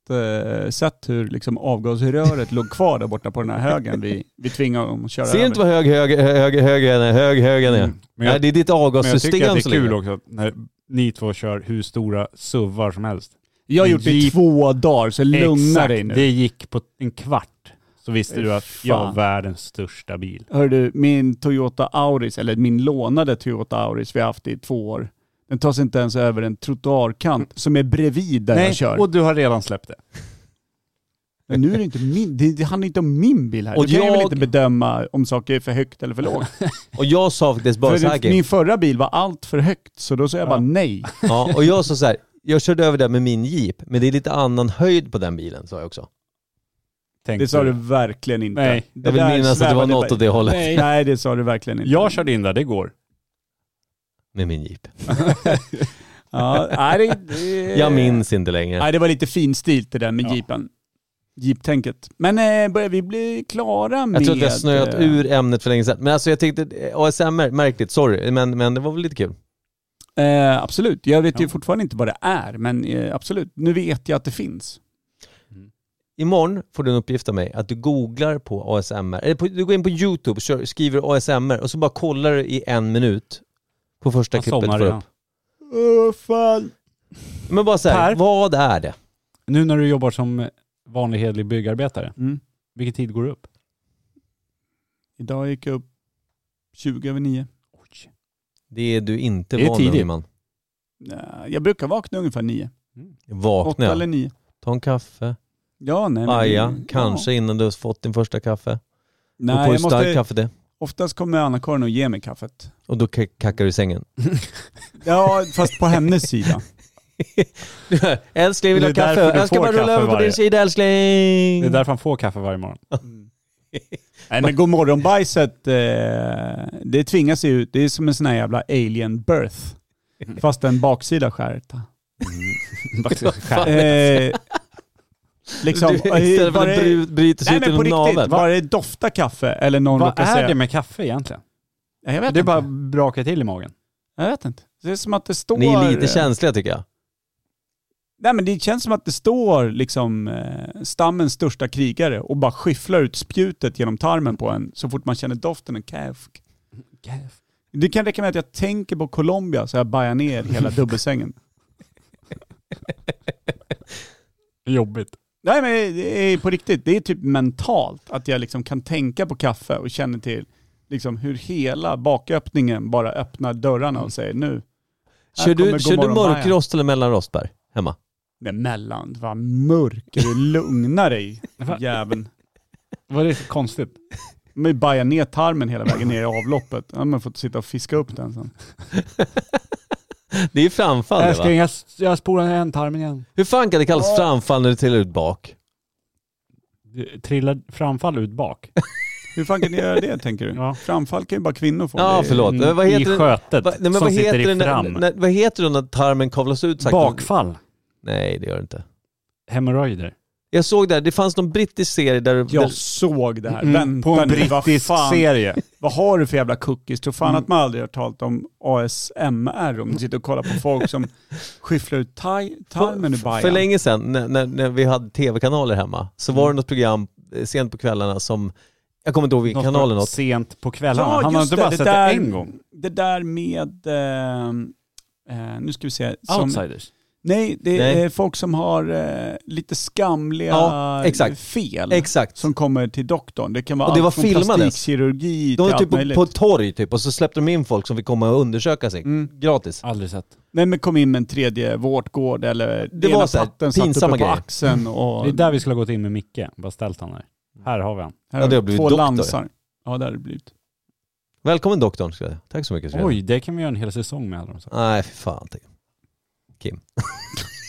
[SPEAKER 1] eh, sett hur liksom avgasröret låg kvar där borta på den här högen vi, vi tvingade honom att köra
[SPEAKER 2] Ser
[SPEAKER 1] över.
[SPEAKER 2] inte vad hög, hög, hög, hög han är? Hög, hög han är.
[SPEAKER 3] Mm. men
[SPEAKER 2] Nej,
[SPEAKER 3] jag,
[SPEAKER 2] det är ditt
[SPEAKER 3] men jag tycker
[SPEAKER 2] avgassystem
[SPEAKER 3] att det
[SPEAKER 2] som
[SPEAKER 3] är kul
[SPEAKER 2] ligger.
[SPEAKER 3] också att när ni två kör hur stora suvar som helst.
[SPEAKER 1] Jag har gjort det i
[SPEAKER 3] Jeep.
[SPEAKER 1] två dagar, så lugna
[SPEAKER 3] Exakt,
[SPEAKER 1] dig nu.
[SPEAKER 3] det gick på en kvart. Så visste
[SPEAKER 1] Fy
[SPEAKER 3] du att
[SPEAKER 1] fan.
[SPEAKER 3] jag har världens största bil.
[SPEAKER 1] Hör du, min Toyota Auris, eller min lånade Toyota Auris vi har haft i två år, den tar sig inte ens över en trottoarkant som är bredvid där jag kör.
[SPEAKER 3] och du har redan släppt det.
[SPEAKER 1] Men nu är det inte min, det, det handlar inte om min bil här.
[SPEAKER 2] Och
[SPEAKER 1] Och jag kan jag väl
[SPEAKER 2] jag-
[SPEAKER 1] inte bedöma om saker är för högt eller för lågt.
[SPEAKER 2] Och jag sa faktiskt bara så här,
[SPEAKER 1] För min förra bil var allt för högt, så då sa jag bara nej.
[SPEAKER 2] Ja, och jag sa så här, jag körde över där med min jeep, men det är lite annan höjd på den bilen sa jag också.
[SPEAKER 3] Tänkte
[SPEAKER 1] Det sa du verkligen inte.
[SPEAKER 3] Nej.
[SPEAKER 1] Det
[SPEAKER 2] Jag vill
[SPEAKER 1] där
[SPEAKER 2] minnas att det var
[SPEAKER 1] svävade
[SPEAKER 2] något
[SPEAKER 1] bara-
[SPEAKER 2] åt det hållet
[SPEAKER 1] Nej. Nej, det sa du verkligen inte.
[SPEAKER 3] Jag körde in där, det går.
[SPEAKER 2] med min jeep.
[SPEAKER 1] Ja, nej, det, det,
[SPEAKER 3] Eh,
[SPEAKER 2] Jag minns inte längre.
[SPEAKER 1] Nej, det var lite finstilt det där med
[SPEAKER 3] Ja.
[SPEAKER 1] jeepen. Jeep-tänket. Men eh, börjar vi bli klara med...
[SPEAKER 2] Jag tror att jag snöat
[SPEAKER 1] eh,
[SPEAKER 2] ur ämnet för länge sedan. Men alltså jag tyckte, eh, ASMR, märkligt, sorry. Men, men det var väl lite kul.
[SPEAKER 1] Eh, absolut. Jag vet ju
[SPEAKER 3] Ja.
[SPEAKER 1] fortfarande inte vad det är, men eh, absolut. Nu vet jag att det finns.
[SPEAKER 2] Imorgon får du en uppgift av mig att du googlar på ASMR, eller på, du går in på YouTube och kör, skriver ASMR och så bara kollar du i en minut på första
[SPEAKER 3] Man
[SPEAKER 2] klippet du
[SPEAKER 3] somnar
[SPEAKER 2] får
[SPEAKER 3] redan.
[SPEAKER 2] upp. Men bara
[SPEAKER 3] Per?
[SPEAKER 2] såhär, vad är det?
[SPEAKER 3] Nu när du jobbar som vanlig hederlig byggarbetare,
[SPEAKER 1] Mm.
[SPEAKER 3] vilken tid går du upp?
[SPEAKER 1] Idag gick jag upp 20 över 9.
[SPEAKER 2] Det är du inte
[SPEAKER 3] Det är
[SPEAKER 2] van vid
[SPEAKER 3] tidigt.
[SPEAKER 2] man.
[SPEAKER 1] Nej, Jag brukar vakna ungefär 9.
[SPEAKER 3] Mm.
[SPEAKER 2] Vakna,
[SPEAKER 1] 8 eller
[SPEAKER 2] ja.
[SPEAKER 1] 9.
[SPEAKER 2] ta en kaffe,
[SPEAKER 1] Ja, nej. men-
[SPEAKER 2] aja,
[SPEAKER 1] ja.
[SPEAKER 2] kanske innan du har fått din första kaffe. Nej, du
[SPEAKER 1] Nej,
[SPEAKER 2] får
[SPEAKER 1] jag
[SPEAKER 2] ju stark
[SPEAKER 1] måste,
[SPEAKER 2] kaffe det.
[SPEAKER 1] oftast kommer Anna-Karin och ger mig kaffet.
[SPEAKER 2] Och då ka- kackar du i sängen.
[SPEAKER 1] Ja, fast på hennes sida.
[SPEAKER 2] älskling, vill du
[SPEAKER 3] Det
[SPEAKER 2] ha
[SPEAKER 3] är därför
[SPEAKER 2] kaffe?
[SPEAKER 3] du
[SPEAKER 2] Jag ska
[SPEAKER 3] får
[SPEAKER 2] bara rulla
[SPEAKER 3] kaffe
[SPEAKER 2] över på
[SPEAKER 3] varje-
[SPEAKER 2] din sida älskling.
[SPEAKER 3] Det är därför han får kaffe varje morgon.
[SPEAKER 1] *laughs* Nej men godmorgonbajset, eh, det tvingar sig ut. Det är som en sån här jävla alien birth.
[SPEAKER 2] Mm.
[SPEAKER 1] Fast en baksida
[SPEAKER 2] *laughs*
[SPEAKER 1] skärta. Eh, liksom,
[SPEAKER 2] du, *laughs* istället för
[SPEAKER 1] var
[SPEAKER 2] att
[SPEAKER 1] det,
[SPEAKER 2] bry, bryter sig
[SPEAKER 1] nej
[SPEAKER 2] ut
[SPEAKER 1] men på
[SPEAKER 2] genom
[SPEAKER 1] riktigt,
[SPEAKER 2] naveln.
[SPEAKER 1] bara det doftar kaffe eller någon
[SPEAKER 3] Vad
[SPEAKER 1] råkar
[SPEAKER 3] är
[SPEAKER 1] säga...
[SPEAKER 3] det med kaffe egentligen?
[SPEAKER 1] Nej, Jag vet
[SPEAKER 3] Det
[SPEAKER 1] inte.
[SPEAKER 3] bara brakar till i magen.
[SPEAKER 1] Jag vet inte. Det är som att det står...
[SPEAKER 2] Ni är lite känsliga tycker jag.
[SPEAKER 1] Nej men det känns som att det står liksom eh, stammens största krigare och bara skyfflar ut spjutet genom tarmen på en så fort man känner doften av kaffe. Det kan räcka med att jag tänker på Colombia så jag bajar ner hela dubbelsängen.
[SPEAKER 3] Jobbigt.
[SPEAKER 1] Nej men det är på riktigt, det är typ mentalt att jag liksom kan tänka på kaffe och känner till liksom hur hela baköppningen bara öppnar dörrarna och säger nu. här
[SPEAKER 2] Kör
[SPEAKER 1] kommer
[SPEAKER 2] du, kör du
[SPEAKER 1] godmorgon, Bajen.
[SPEAKER 2] mörkrost eller mellanrost Per? Hemma?
[SPEAKER 1] Men mellan, vad mörk, är du lugna dig jäveln.
[SPEAKER 3] Vad är det för konstigt?
[SPEAKER 1] Man bajar ner tarmen hela vägen ner i avloppet. Ja, man får sitta och fiska upp den sen.
[SPEAKER 2] Det är ju framfall det, va?
[SPEAKER 3] Älskling, jag, jag spolar ner en tarmen igen.
[SPEAKER 2] Hur fan kan det kallas framfall när du trillar ut bak?
[SPEAKER 3] Du Trillar framfall ut bak?
[SPEAKER 1] Hur fan kan ni göra det tänker du?
[SPEAKER 3] Ja.
[SPEAKER 1] Framfall kan ju bara kvinnor få.
[SPEAKER 2] *laughs* Ja,
[SPEAKER 1] Det är-
[SPEAKER 2] förlåt. Men vad
[SPEAKER 3] I
[SPEAKER 2] heter det?
[SPEAKER 3] skötet
[SPEAKER 2] Va, nej, men
[SPEAKER 3] som
[SPEAKER 2] vad heter
[SPEAKER 3] sitter
[SPEAKER 2] det
[SPEAKER 3] i
[SPEAKER 2] när,
[SPEAKER 3] fram.
[SPEAKER 2] när, vad heter det när tarmen kavlas ut sakta?
[SPEAKER 3] Bakfall.
[SPEAKER 2] Nej, det gör det inte.
[SPEAKER 3] Hemorrojder.
[SPEAKER 2] Jag såg där, det fanns någon brittisk serie där...
[SPEAKER 1] Jag såg det här.
[SPEAKER 3] Mm,
[SPEAKER 1] Vänta
[SPEAKER 3] på en
[SPEAKER 1] nu, vad
[SPEAKER 3] brittisk
[SPEAKER 1] fan-
[SPEAKER 2] *laughs*
[SPEAKER 3] serie.
[SPEAKER 1] Vad har du för jävla cookies? Tror fan att man aldrig har talat om ASMR om du sitter och kollar på folk *laughs* som skyfflar ut taj- tarmen ur
[SPEAKER 2] För
[SPEAKER 1] bajan.
[SPEAKER 2] länge sedan när, när, när vi hade tv-kanaler hemma så var det något program eh, sent på kvällarna som, jag kommer inte ihåg vilken kanal eller något.
[SPEAKER 3] Sent på kvällarna. Han har
[SPEAKER 1] just
[SPEAKER 3] inte bara sett det en gång.
[SPEAKER 1] Det där med, eh, eh, nu ska vi se.
[SPEAKER 3] Outsiders.
[SPEAKER 1] nej, det
[SPEAKER 2] Nej.
[SPEAKER 1] är folk som har eh, lite skamliga
[SPEAKER 2] Ja, exakt.
[SPEAKER 1] fel.
[SPEAKER 2] Exakt.
[SPEAKER 1] Som kommer till doktorn. Det kan vara
[SPEAKER 2] Och
[SPEAKER 1] allt
[SPEAKER 2] det var
[SPEAKER 1] från
[SPEAKER 2] filmades.
[SPEAKER 1] plastikkirurgi
[SPEAKER 2] De
[SPEAKER 1] till
[SPEAKER 2] var
[SPEAKER 1] allt
[SPEAKER 2] typ på,
[SPEAKER 1] möjligt.
[SPEAKER 2] på ett torg typ och så släppte de in folk som fick komma och undersöka sig.
[SPEAKER 1] Mm.
[SPEAKER 2] Gratis.
[SPEAKER 3] Aldrig sett.
[SPEAKER 1] Nej men kom in med en tredje vårtgård eller
[SPEAKER 2] Det
[SPEAKER 1] ena
[SPEAKER 2] var så här,
[SPEAKER 1] patten satt
[SPEAKER 2] pinsamma
[SPEAKER 1] uppe på
[SPEAKER 2] grejer. Mm.
[SPEAKER 1] axeln och...
[SPEAKER 3] Det är där vi skulle ha gått in med Micke. Bara ställt han här. Här har vi han.
[SPEAKER 1] Här
[SPEAKER 2] Ja, det har
[SPEAKER 1] vi
[SPEAKER 2] blivit
[SPEAKER 1] två
[SPEAKER 2] doktor.
[SPEAKER 1] lansar. Ja, det har det blivit.
[SPEAKER 2] Välkommen doktorn, ska jag säga. Tack så mycket. ska jag säga.
[SPEAKER 3] Oj, det kan vi göra en hel säsong med. hade de sagt.
[SPEAKER 2] Nej, fy fan. tänk. Kim. *laughs*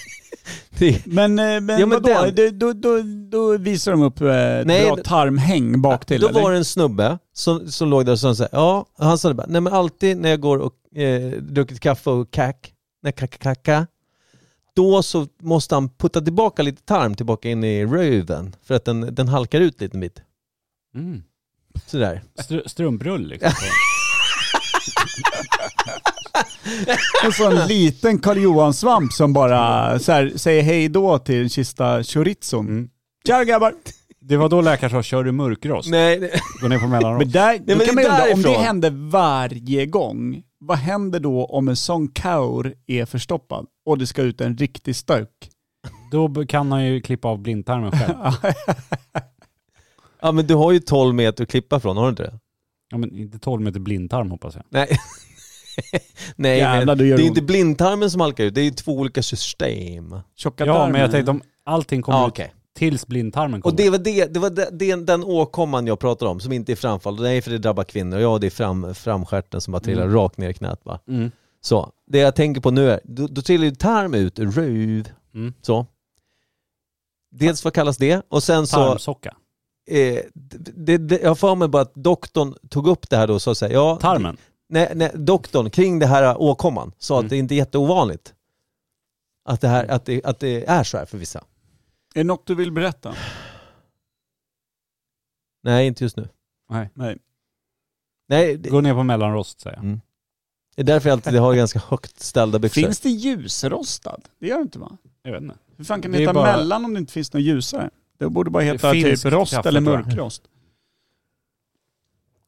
[SPEAKER 2] det,
[SPEAKER 1] Men, eh, men,
[SPEAKER 2] Ja, men
[SPEAKER 1] vadå?
[SPEAKER 2] den-
[SPEAKER 1] Det- Då, då, då, visar de upp eh, ett
[SPEAKER 2] Nej,
[SPEAKER 1] bra
[SPEAKER 2] det-
[SPEAKER 1] tarmhäng bak till,
[SPEAKER 2] då
[SPEAKER 1] eller?
[SPEAKER 2] var det en snubbe som, som låg där och sa så här, ja, han sa det bara, nej men alltid när jag går och eh, druckit kaffe och kack, när kacka kacka, då så måste han putta tillbaka lite tarm tillbaka in i röven för att den, den halkar ut lite bit.
[SPEAKER 3] Mm.
[SPEAKER 2] Sådär.
[SPEAKER 3] Str- strumprull
[SPEAKER 2] *laughs*
[SPEAKER 3] liksom.
[SPEAKER 1] En sån liten Karl Johan-svamp som bara så här, säger hej då till en kista
[SPEAKER 2] Mm.
[SPEAKER 1] chorizon. Tja grabbar!
[SPEAKER 3] Mm. Det var då läkaren sa, kör du mörkrost?
[SPEAKER 2] Nej, nej.
[SPEAKER 3] Gå ner på mellanrost.
[SPEAKER 1] Men där, då
[SPEAKER 2] men det
[SPEAKER 1] kan man
[SPEAKER 2] är
[SPEAKER 1] ju undra, om det
[SPEAKER 2] därifrån.
[SPEAKER 1] händer varje gång, vad händer då om en sån kaur är förstoppad och det ska ut en riktig stök? *laughs*
[SPEAKER 3] Då b- kan han ju klippa av blindtarmen själv.
[SPEAKER 2] ja men du har ju 12 meter att klippa från, har du inte det?
[SPEAKER 3] Ja, men inte 12 meter blindtarm hoppas jag.
[SPEAKER 2] Nej. nej,
[SPEAKER 1] Jävlar,
[SPEAKER 2] men
[SPEAKER 1] du
[SPEAKER 2] det
[SPEAKER 1] gör
[SPEAKER 2] är
[SPEAKER 1] ont.
[SPEAKER 2] inte blindtarmen som halkar ut, det är ju två olika system.
[SPEAKER 1] Tjocka
[SPEAKER 3] Ja,
[SPEAKER 1] tarmen.
[SPEAKER 3] men jag tänkte om allting kommer
[SPEAKER 2] Ja,
[SPEAKER 3] ut
[SPEAKER 2] okej.
[SPEAKER 3] tills blindtarmen kommer.
[SPEAKER 2] Och det var, det, det var det, det, den åkomman jag pratar om som inte är framfall. Nej, för det drabbar kvinnor. Ja, det är fram, framstjärten som bara trillar rakt ner i knät. Va?
[SPEAKER 3] Mm.
[SPEAKER 2] Så, det jag tänker på nu är, då, då trillar ju tarm ut ur ruv.
[SPEAKER 3] Mm.
[SPEAKER 2] Så. Dels vad kallas det? Och sen så,
[SPEAKER 3] Tarmsocka.
[SPEAKER 2] eh, det, det, jag har för mig bara att doktorn tog upp det här då och sa så här, ja,
[SPEAKER 3] Tarmen.
[SPEAKER 2] Nej, nej, doktorn kring det här åkomman sa att
[SPEAKER 3] Mm.
[SPEAKER 2] det inte är jätteovanligt. Att det, här, att, det, att det är så här för vissa.
[SPEAKER 1] Är det något du vill berätta?
[SPEAKER 2] Nej, inte just nu.
[SPEAKER 1] Nej.
[SPEAKER 2] Nej, det,
[SPEAKER 3] Gå ner på mellanrost säger jag.
[SPEAKER 2] det är därför jag alltid har ganska högt ställda byxor.
[SPEAKER 1] Finns det ljusrostad? Det gör det inte va?
[SPEAKER 3] Jag vet inte.
[SPEAKER 1] Hur fan kan
[SPEAKER 3] Det
[SPEAKER 1] det
[SPEAKER 3] är
[SPEAKER 1] heta
[SPEAKER 3] bara-
[SPEAKER 1] mellan om det inte finns något ljusare? Det borde bara heta typ
[SPEAKER 3] finns
[SPEAKER 1] rost
[SPEAKER 3] kaffe,
[SPEAKER 1] eller
[SPEAKER 3] tror jag.
[SPEAKER 1] mörkrost.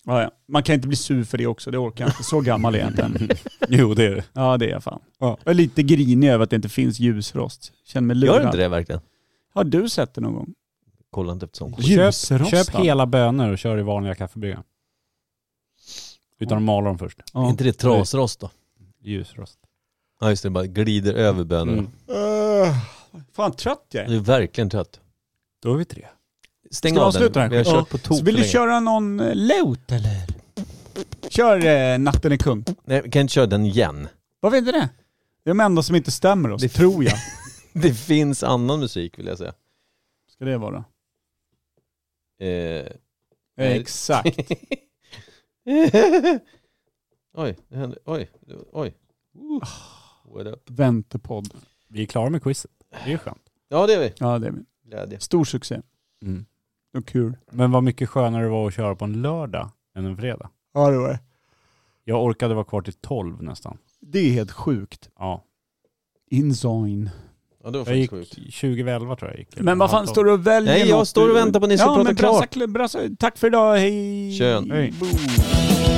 [SPEAKER 1] Ja, ja. Man kan inte bli sur för det också, det orkar jag inte. Så gammal är jag inte
[SPEAKER 2] *laughs*
[SPEAKER 1] än.
[SPEAKER 3] *laughs* Jo det är det.
[SPEAKER 1] Ja det är jag fan. Jag är lite grinig över att det inte finns ljusrost. Känner mig
[SPEAKER 2] Gör
[SPEAKER 1] lurad.
[SPEAKER 2] inte det verkligen?
[SPEAKER 1] Har du sett det någon gång?
[SPEAKER 2] Kolla inte efter sånt.
[SPEAKER 3] Köp,
[SPEAKER 1] Ljusrostad.
[SPEAKER 3] köp hela bönor och kör i vanliga kaffebryggaren. Utan att mala dem först.
[SPEAKER 2] Är
[SPEAKER 1] Ja.
[SPEAKER 2] inte det trasrost då?
[SPEAKER 3] Ljusrost.
[SPEAKER 2] Ja just det, det bara glider över bönorna.
[SPEAKER 3] Mm.
[SPEAKER 1] Uh, fan trött jag
[SPEAKER 2] Du
[SPEAKER 1] är.
[SPEAKER 2] är verkligen trött.
[SPEAKER 3] Då är vi tre.
[SPEAKER 2] Stäng
[SPEAKER 1] Ska vi
[SPEAKER 2] av den.
[SPEAKER 1] avsluta
[SPEAKER 2] Vi
[SPEAKER 1] den här
[SPEAKER 2] har kört
[SPEAKER 1] skiten?
[SPEAKER 2] på tok
[SPEAKER 1] Så vill du
[SPEAKER 2] för länge.
[SPEAKER 1] köra någon eh, låt eller? Kör eh, Natten är kung.
[SPEAKER 2] Nej, vi kan inte köra den igen. *laughs*
[SPEAKER 1] Varför inte det? Det är de enda som inte stämmer oss,
[SPEAKER 2] Det-
[SPEAKER 1] tror jag.
[SPEAKER 2] Det finns annan musik vill jag säga.
[SPEAKER 1] Ska det vara?
[SPEAKER 2] Eh. *laughs* Nej.
[SPEAKER 1] Exakt.
[SPEAKER 2] oj, det hände. Oj, oj.
[SPEAKER 1] Ah.
[SPEAKER 2] What up?
[SPEAKER 1] Väntepodd.
[SPEAKER 3] Vi är klara med quizet. Det är ju skönt.
[SPEAKER 2] Ja det är vi.
[SPEAKER 1] Ja, det är vi.
[SPEAKER 2] Glädje.
[SPEAKER 1] Stor succé.
[SPEAKER 3] Mm.
[SPEAKER 1] Och kul.
[SPEAKER 3] Men vad mycket skönare det var att köra på en lördag än en fredag.
[SPEAKER 1] Ja, det var det.
[SPEAKER 3] Jag orkade vara kvar till tolv nästan.
[SPEAKER 1] Det är helt sjukt.
[SPEAKER 3] Ja.
[SPEAKER 1] Insign.
[SPEAKER 2] Ja det var
[SPEAKER 3] Jag
[SPEAKER 2] faktiskt
[SPEAKER 3] gick
[SPEAKER 2] sjukt.
[SPEAKER 3] 2011 tror jag gick. Eller
[SPEAKER 1] Men vad fan
[SPEAKER 3] halv
[SPEAKER 1] står du och väljer
[SPEAKER 2] Nej jag
[SPEAKER 1] något?
[SPEAKER 2] står och väntar på att ni ska
[SPEAKER 1] ja,
[SPEAKER 2] prata
[SPEAKER 1] men
[SPEAKER 2] klart.
[SPEAKER 1] brassa, brassa, Tack för idag, hej.
[SPEAKER 2] Kön.
[SPEAKER 1] Hej.